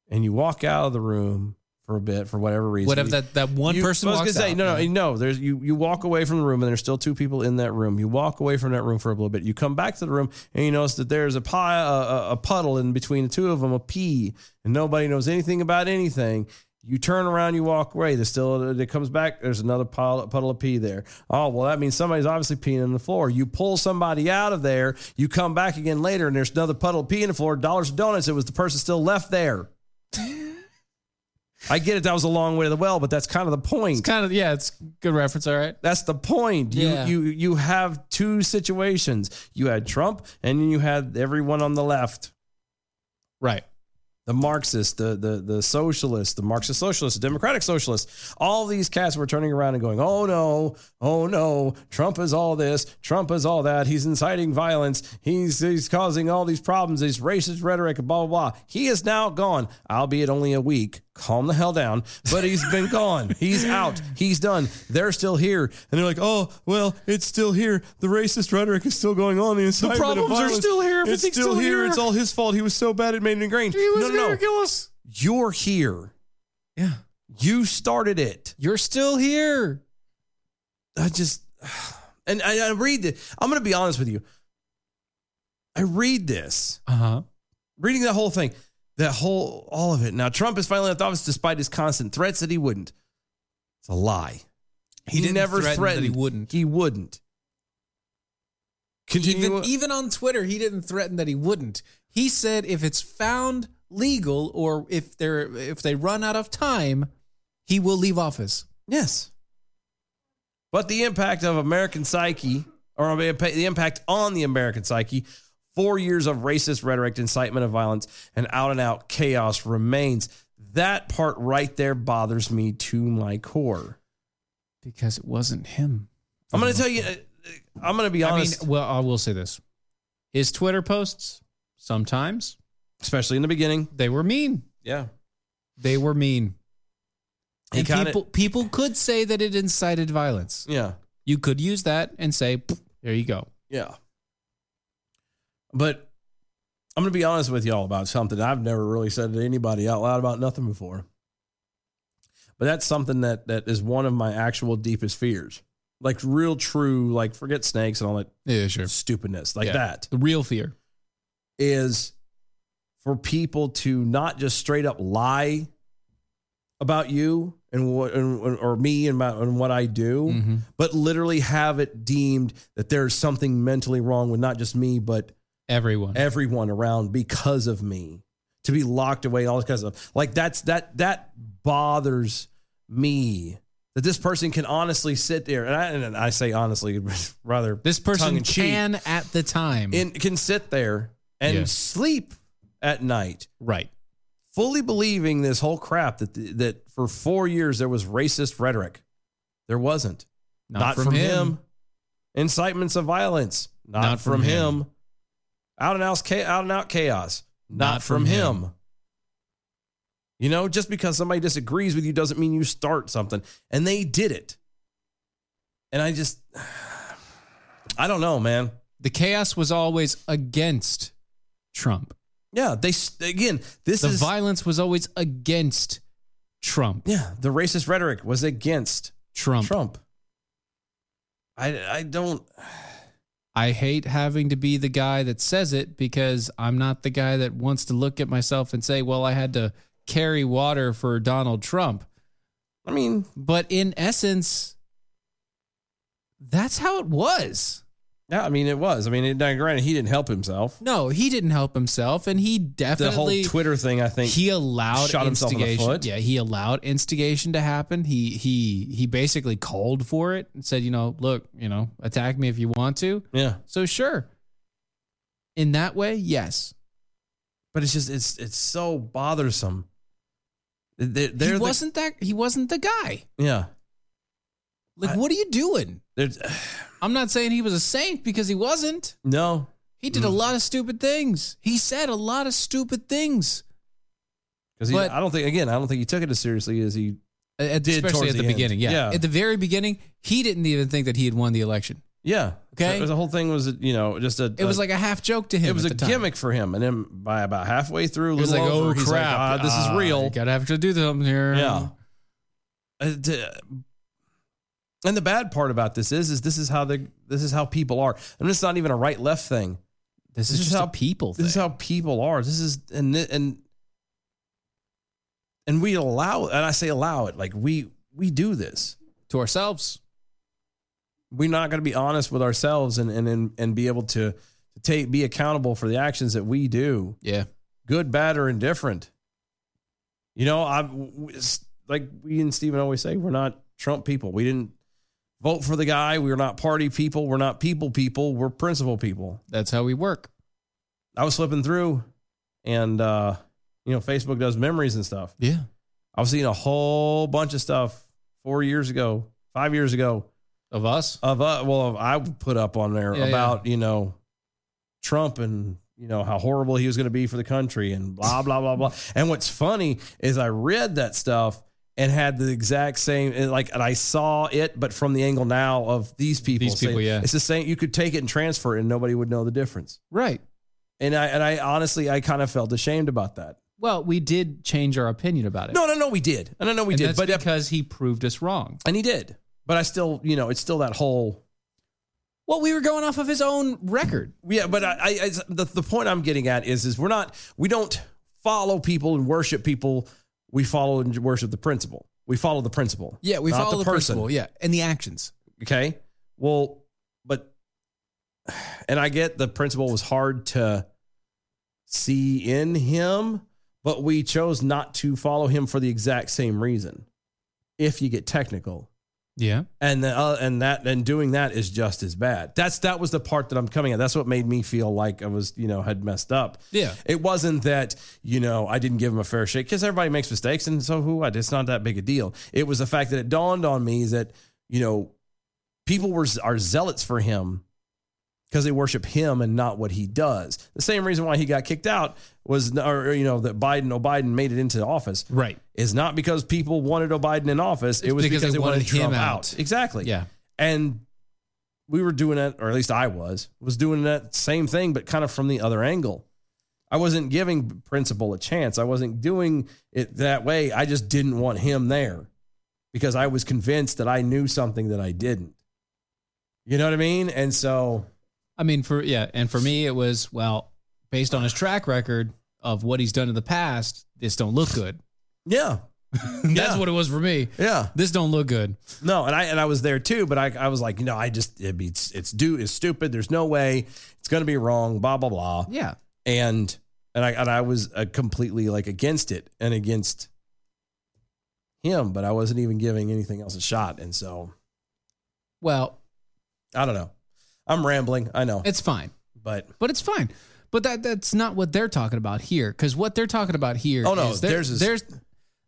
S4: and you walk out of the room for a bit for whatever reason.
S5: What if that- that one
S4: You-
S5: person
S4: I was gonna
S5: walks
S4: say
S5: out?
S4: no, no, no. There's you. You walk away from the room and there's still two people in that room. You walk away from that room for a little bit. You come back to the room and you notice that there's a pile, a, a- a puddle in between the two of them, a pee, and nobody knows anything about anything. You turn around, you walk away. There's still it comes back. There's another pile, puddle of pee there. Oh well, that means somebody's obviously peeing on the floor. You pull somebody out of there. You come back again later, and there's another puddle of pee in the floor. Dollars and donuts. It was the person still left there. I get it. That was a long way to the well, but that's kind of the point. It's
S5: kind of yeah. It's good reference. All right.
S4: That's the point.
S5: Yeah.
S4: You you you have two situations. You had Trump, and then you had everyone on the left.
S5: Right.
S4: The Marxists, the the the socialists, the Marxist socialists, the democratic socialists. All these cats were turning around and going, "Oh no, oh no! Trump is all this. Trump is all that. He's inciting violence. He's he's causing all these problems. His racist rhetoric, blah blah blah." He is now gone, albeit only a week. Calm the hell down. But he's been gone. He's out. He's done. They're still here, and they're like, "Oh well, it's still here. The racist rhetoric is still going on. The incitement of
S5: problems are
S4: violence-
S5: still here.
S4: It's
S5: Everything's
S4: still,
S5: still
S4: here.
S5: here.
S4: It's all his fault. He was so bad it made it ingrained.
S5: He was
S4: no, no,
S5: gonna
S4: no.
S5: kill us.
S4: You're here. Yeah. You started it.
S5: You're still here.
S4: I just and I, I read this. I'm gonna be honest with you. I read this.
S5: Uh-huh.
S4: Reading that whole thing. That whole all of it. Now Trump is finally left office despite his constant threats that he wouldn't. It's a lie. He,
S5: didn't
S4: never
S5: threaten that
S4: threatened,
S5: he wouldn't.
S4: He wouldn't.
S5: Even, even on Twitter, he didn't threaten that he wouldn't. He said if it's found legal or if they're if they run out of time, he will leave office.
S4: Yes. But the impact of American psyche, or the impact on the American psyche, four years of racist rhetoric, incitement of violence, and out and out chaos remains. That part right there bothers me to my core.
S5: Because it wasn't him.
S4: I'm going to tell you, uh, I'm going to be honest.
S5: I mean, well, I will say this: his Twitter posts sometimes,
S4: especially in the beginning,
S5: they were mean.
S4: yeah.
S5: They were mean.
S4: He
S5: And
S4: kinda-
S5: people people could say that it incited violence.
S4: Yeah.
S5: You could use that and say, "Pff, "There you go."
S4: Yeah. But I'm going to be honest with y'all about something I've never really said to anybody out loud about nothing before. But that's something that that is one of my actual deepest fears. Like real true, like forget snakes and all that
S5: yeah, sure.
S4: stupidness like
S5: Yeah.
S4: that
S5: The real fear.
S4: is for people to not just straight up lie about you and what and, or me and, my, and what I do,
S5: Mm-hmm.
S4: but literally have it deemed that there's something mentally wrong with not just me but
S5: everyone
S4: everyone around because of me to be locked away all this kind of stuff like that's that that bothers me that this person can honestly sit there and I, and I say honestly rather
S5: This person
S4: tongue-in-cheek
S5: can at the time.
S4: and can sit there and
S5: Yeah.
S4: sleep at night,
S5: right?
S4: Fully believing this whole crap that that for four years there was racist rhetoric, there wasn't.
S5: Not from him.
S4: Incitements of violence, not,
S5: Not
S4: from,
S5: from
S4: him. Out and out, cha- out and out chaos, not, from, him. You know, just because somebody disagrees with you doesn't mean you start something. And they did it. And I just, I don't know, man.
S5: The chaos was always against Trump.
S4: Yeah, they s- again. This
S5: the
S4: is
S5: violence was always against Trump.
S4: Yeah, the racist rhetoric was against
S5: Trump.
S4: Trump. I I don't.
S5: I hate having to be the guy that says it because I'm not the guy that wants to look at myself and say, "Well, I had to carry water for Donald Trump."
S4: I mean,
S5: but in essence, that's how it was.
S4: Yeah, I mean it was. I mean, it, now, granted, he didn't help himself.
S5: No, he didn't help himself, and he
S4: The whole
S5: definitely
S4: Twitter thing, I think,
S5: he allowed
S4: shot himself in
S5: instigation.
S4: the foot.
S5: Yeah, he allowed instigation to happen. He he he basically called for it and said, you know, look, you know, attack me if you want to.
S4: yeah.
S5: So sure. In that way, yes.
S4: But it's just it's it's so bothersome. They,
S5: He
S4: they're the-
S5: wasn't that he wasn't the guy.
S4: yeah.
S5: Like, what are you doing?
S4: There's
S5: I'm not saying he was a saint because he wasn't.
S4: no.
S5: He did a lot of stupid things. He said a lot of stupid things.
S4: Because
S5: But-
S4: I don't think again I don't think he took it as seriously as he
S5: uh, At-
S4: did
S5: especially
S4: towards
S5: at
S4: end.
S5: the, beginning. Yeah. At the very beginning, he didn't even think that he had won the election.
S4: Yeah.
S5: Okay.
S4: The, the whole thing was, you know, just a.
S5: It was like Uh, a half joke to him
S4: It was
S5: at
S4: a
S5: the time.
S4: gimmick for him, and then by about halfway through,
S5: He was
S4: little
S5: like,
S4: over,
S5: "Oh
S4: he's
S5: crap,
S4: "Ah, this is
S5: Ah,
S4: real."
S5: Gotta have to do something here.
S4: Yeah. Uh, d- And the bad part about this is, is this is how the this is how people are. And it's not even a right left thing.
S5: This is just a people
S4: This is how people are. This is and thi- and and we allow and I say allow it like we we do this
S5: to ourselves.
S4: We're not going to be honest with ourselves and and and, and be able to to take be accountable for the actions that we do.
S5: Yeah.
S4: Good, bad, or indifferent. You know, I w- it's like we and Steven always say, we're not Trump people. We didn't vote for the guy. We're not party people. We're not people people. We're principle people.
S5: That's how we work.
S4: I was flipping through, and uh, you know, Facebook does memories and stuff.
S5: Yeah,
S4: I was seeing a whole bunch of stuff four years ago, five years ago,
S5: of us,
S4: of uh, well, of, I put up on there
S5: Yeah,
S4: about you know Trump and you know how horrible he was going to be for the country and blah blah blah blah. And what's funny is I read that stuff and had the exact same and like and I saw it, but from the angle now of these people.
S5: These people,
S4: saying-
S5: yeah.
S4: It's the same. You could take it and transfer it, and nobody would know the difference.
S5: Right.
S4: And I and I honestly I kind of felt ashamed about that.
S5: Well, we did change our opinion about it.
S4: No, no, no, we did. No, no, no, we
S5: And
S4: did.
S5: that's
S4: but
S5: because he proved us wrong,
S4: and he did. But I still, you know, it's still that whole
S5: Well, we were going off of his own record.
S4: Yeah, but I, I, I the, the point I'm getting at is, is we're not, we don't follow people and worship people. We follow and worship the principle. We follow the principle.
S5: Yeah, we
S4: not
S5: follow the
S4: person.
S5: principle, yeah, and the actions.
S4: Okay. Well, but, and I get the principle was hard to see in him, but we chose not to follow him for the exact same reason. If you get technical,
S5: Yeah.
S4: and the, uh, and that and doing that is just as bad. That's that was the part that I'm coming at. That's what made me feel like I was you know had messed up.
S5: Yeah.
S4: it wasn't that you know I didn't give him a fair shake because everybody makes mistakes and so who I it's not that big a deal. It was the fact that it dawned on me that you know people were are zealots for him because they worship him and not what he does. The same reason why he got kicked out was, or you know, that Biden, oh, Biden made it into office,
S5: Right.
S4: Is not because people wanted oh, Biden in office. it
S5: It's
S4: was
S5: because
S4: because,
S5: they
S4: they wanted,
S5: wanted him
S4: Trump
S5: out.
S4: out. Exactly.
S5: Yeah.
S4: And we were doing that, or at least I was, was doing that same thing, but kind of from the other angle. I wasn't giving principle a chance. I wasn't doing it that way. I just didn't want him there because I was convinced that I knew something that I didn't. You know what I mean? And so
S5: I mean, for yeah, and for me, it was well based on his track record of what he's done in the past. This don't look good.
S4: Yeah,
S5: that's what it was for me.
S4: Yeah,
S5: this don't look good.
S4: No, and I and I was there too, but I, I was like, you know, I just it'd be, it's it's do it's stupid. There's no way it's gonna be wrong. Blah blah blah.
S5: Yeah.
S4: and and I and I was uh, completely like against it and against him, but I wasn't even giving anything else a shot, and so
S5: Well,
S4: I don't know. I'm rambling. I know
S5: it's fine,
S4: but
S5: but it's fine. But that that's not what they're talking about here, because what they're talking about here.
S4: Oh, no,
S5: is they're,
S4: theirs is-
S5: they're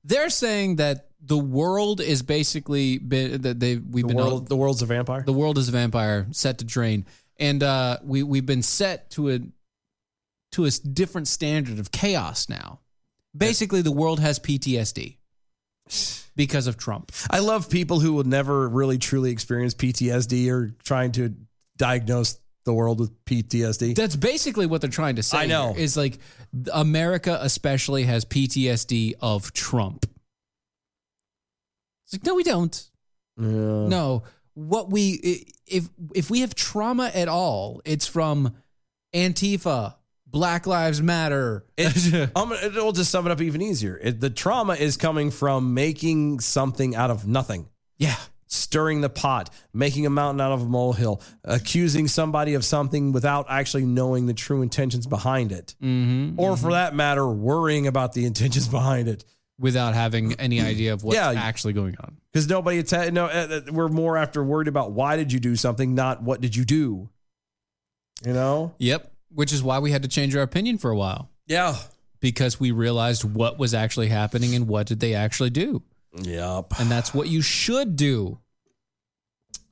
S5: they're saying that the world is basically been, that they we've
S4: the
S5: been
S4: world the world's a vampire.
S5: The world is a vampire set to drain, and uh, we we've been set to a to a s- different standard of chaos now. Basically, the world has PTSD because of Trump.
S4: I love people who will never really truly experience PTSD or trying to diagnose the world with PTSD.
S5: That's basically what they're trying to say.
S4: I know.
S5: here, is like th- America, especially, has PTSD of Trump. It's like no, we don't.
S4: Uh.
S5: No, what we i- if if we have trauma at all, it's from Antifa, Black Lives Matter.
S4: It, I'm, gonna- it'll just sum it up even easier. It, the trauma is coming from making something out of nothing.
S5: Yeah.
S4: Stirring the pot, making a mountain out of a molehill, accusing somebody of something without actually knowing the true intentions behind it.
S5: Mm-hmm,
S4: Or for that matter, worrying about the intentions behind it.
S5: Without having any idea of what's
S4: Yeah.
S5: actually going on.
S4: Because nobody, atta- no, uh, uh, we're more after worried about why did you do something, not what did you do. You know?
S5: Yep. Which is why we had to change our opinion for a while
S4: Yeah.
S5: because we realized what was actually happening and what did they actually do.
S4: Yep.
S5: And that's what you should do.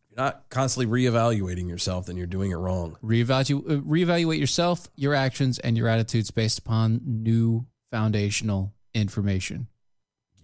S4: You're not constantly reevaluating yourself, then you're doing it wrong.
S5: Reevaluate, uh, reevaluate yourself, your actions, and your attitudes based upon new foundational information.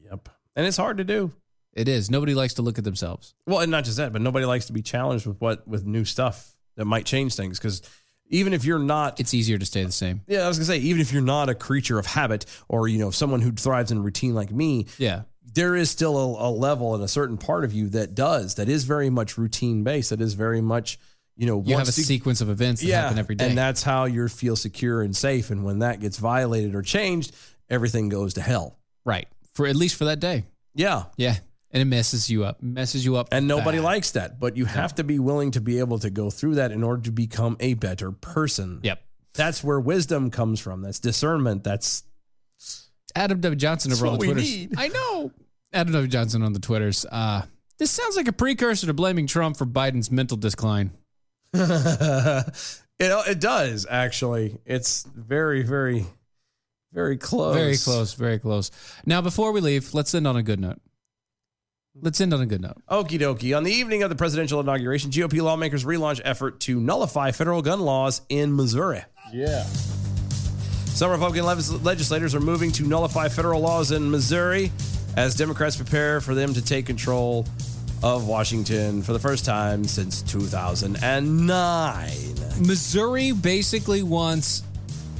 S4: Yep. And it's hard to do.
S5: It is. Nobody likes to look at themselves.
S4: Well, and not just that, but nobody likes to be challenged with what with new stuff that might change things because even if you're not
S5: it's easier to stay the same.
S4: Yeah, I was gonna say, even if you're not a creature of habit or, you know, someone who thrives in routine like me,
S5: Yeah.
S4: there is still a, a level and a certain part of you that does, that is very much routine based, that is very much, you know,
S5: You
S4: one
S5: have a
S4: sequ-
S5: sequence of events that happen every day.
S4: And that's how you feel secure and safe. And when that gets violated or changed, everything goes to hell.
S5: Right. For at least for that day.
S4: Yeah.
S5: Yeah. And it messes you up. Messes you up.
S4: And nobody
S5: bad.
S4: likes that, but you have to be willing to be able to go through that in order to become a better person.
S5: Yep.
S4: That's where wisdom comes from. That's discernment. That's
S5: Adam W. Johnson over
S4: That's
S5: on the
S4: what we
S5: Twitters.
S4: need.
S5: I know. Adam W. Johnson on the Twitters. Uh, this sounds like a precursor to blaming Trump for Biden's mental decline.
S4: it, it does actually. It's very, very, very close.
S5: Very close. Very close. Now, before we leave, let's end on a good note. Let's end on a good note.
S4: Okie dokie. On the evening of the presidential inauguration, GOP lawmakers relaunch effort to nullify federal gun laws in Missouri.
S5: Yeah.
S4: Some Republican levis- legislators are moving to nullify federal laws in Missouri as Democrats prepare for them to take control of Washington for the first time since 2009.
S5: Missouri basically wants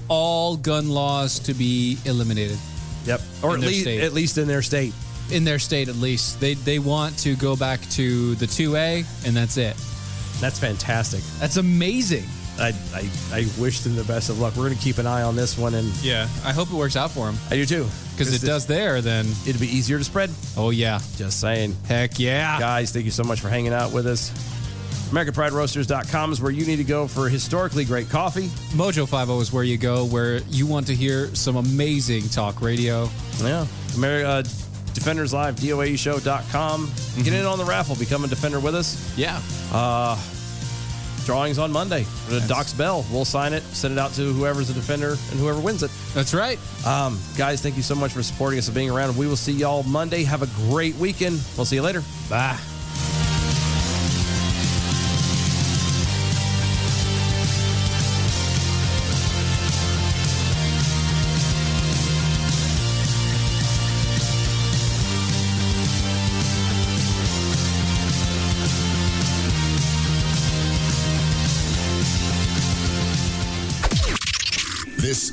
S5: all gun laws to be eliminated.
S4: Yep. Or at least- at least in their state.
S5: In their state at least. They they want to go back to the 2A and that's it.
S4: That's fantastic.
S5: That's amazing.
S4: I, I, I wish them the best of luck. We're going to keep an eye on this one. And
S5: Yeah. I hope it works out for them.
S4: I do too.
S5: Because it does there, then
S4: it'd be easier to spread.
S5: Oh, yeah.
S4: Just saying.
S5: Heck yeah.
S4: Guys, thank you so much for hanging out with us. AmericanPrideRoasters.com is where you need to go for historically great coffee.
S5: Mojo 50 is where you go where you want to hear some amazing talk radio.
S4: Yeah. Ameri- uh, Defenders Live, DOAEshow.com. Get in on the raffle. Become a defender with us.
S5: Yeah.
S4: Uh, drawings on Monday. The Doc's Bell. We'll sign it, send it out to whoever's a defender, and whoever wins it.
S5: That's right.
S4: Um, guys, thank you so much for supporting us and being around. We will see y'all Monday. Have a great weekend. We'll see you later. Bye.
S20: This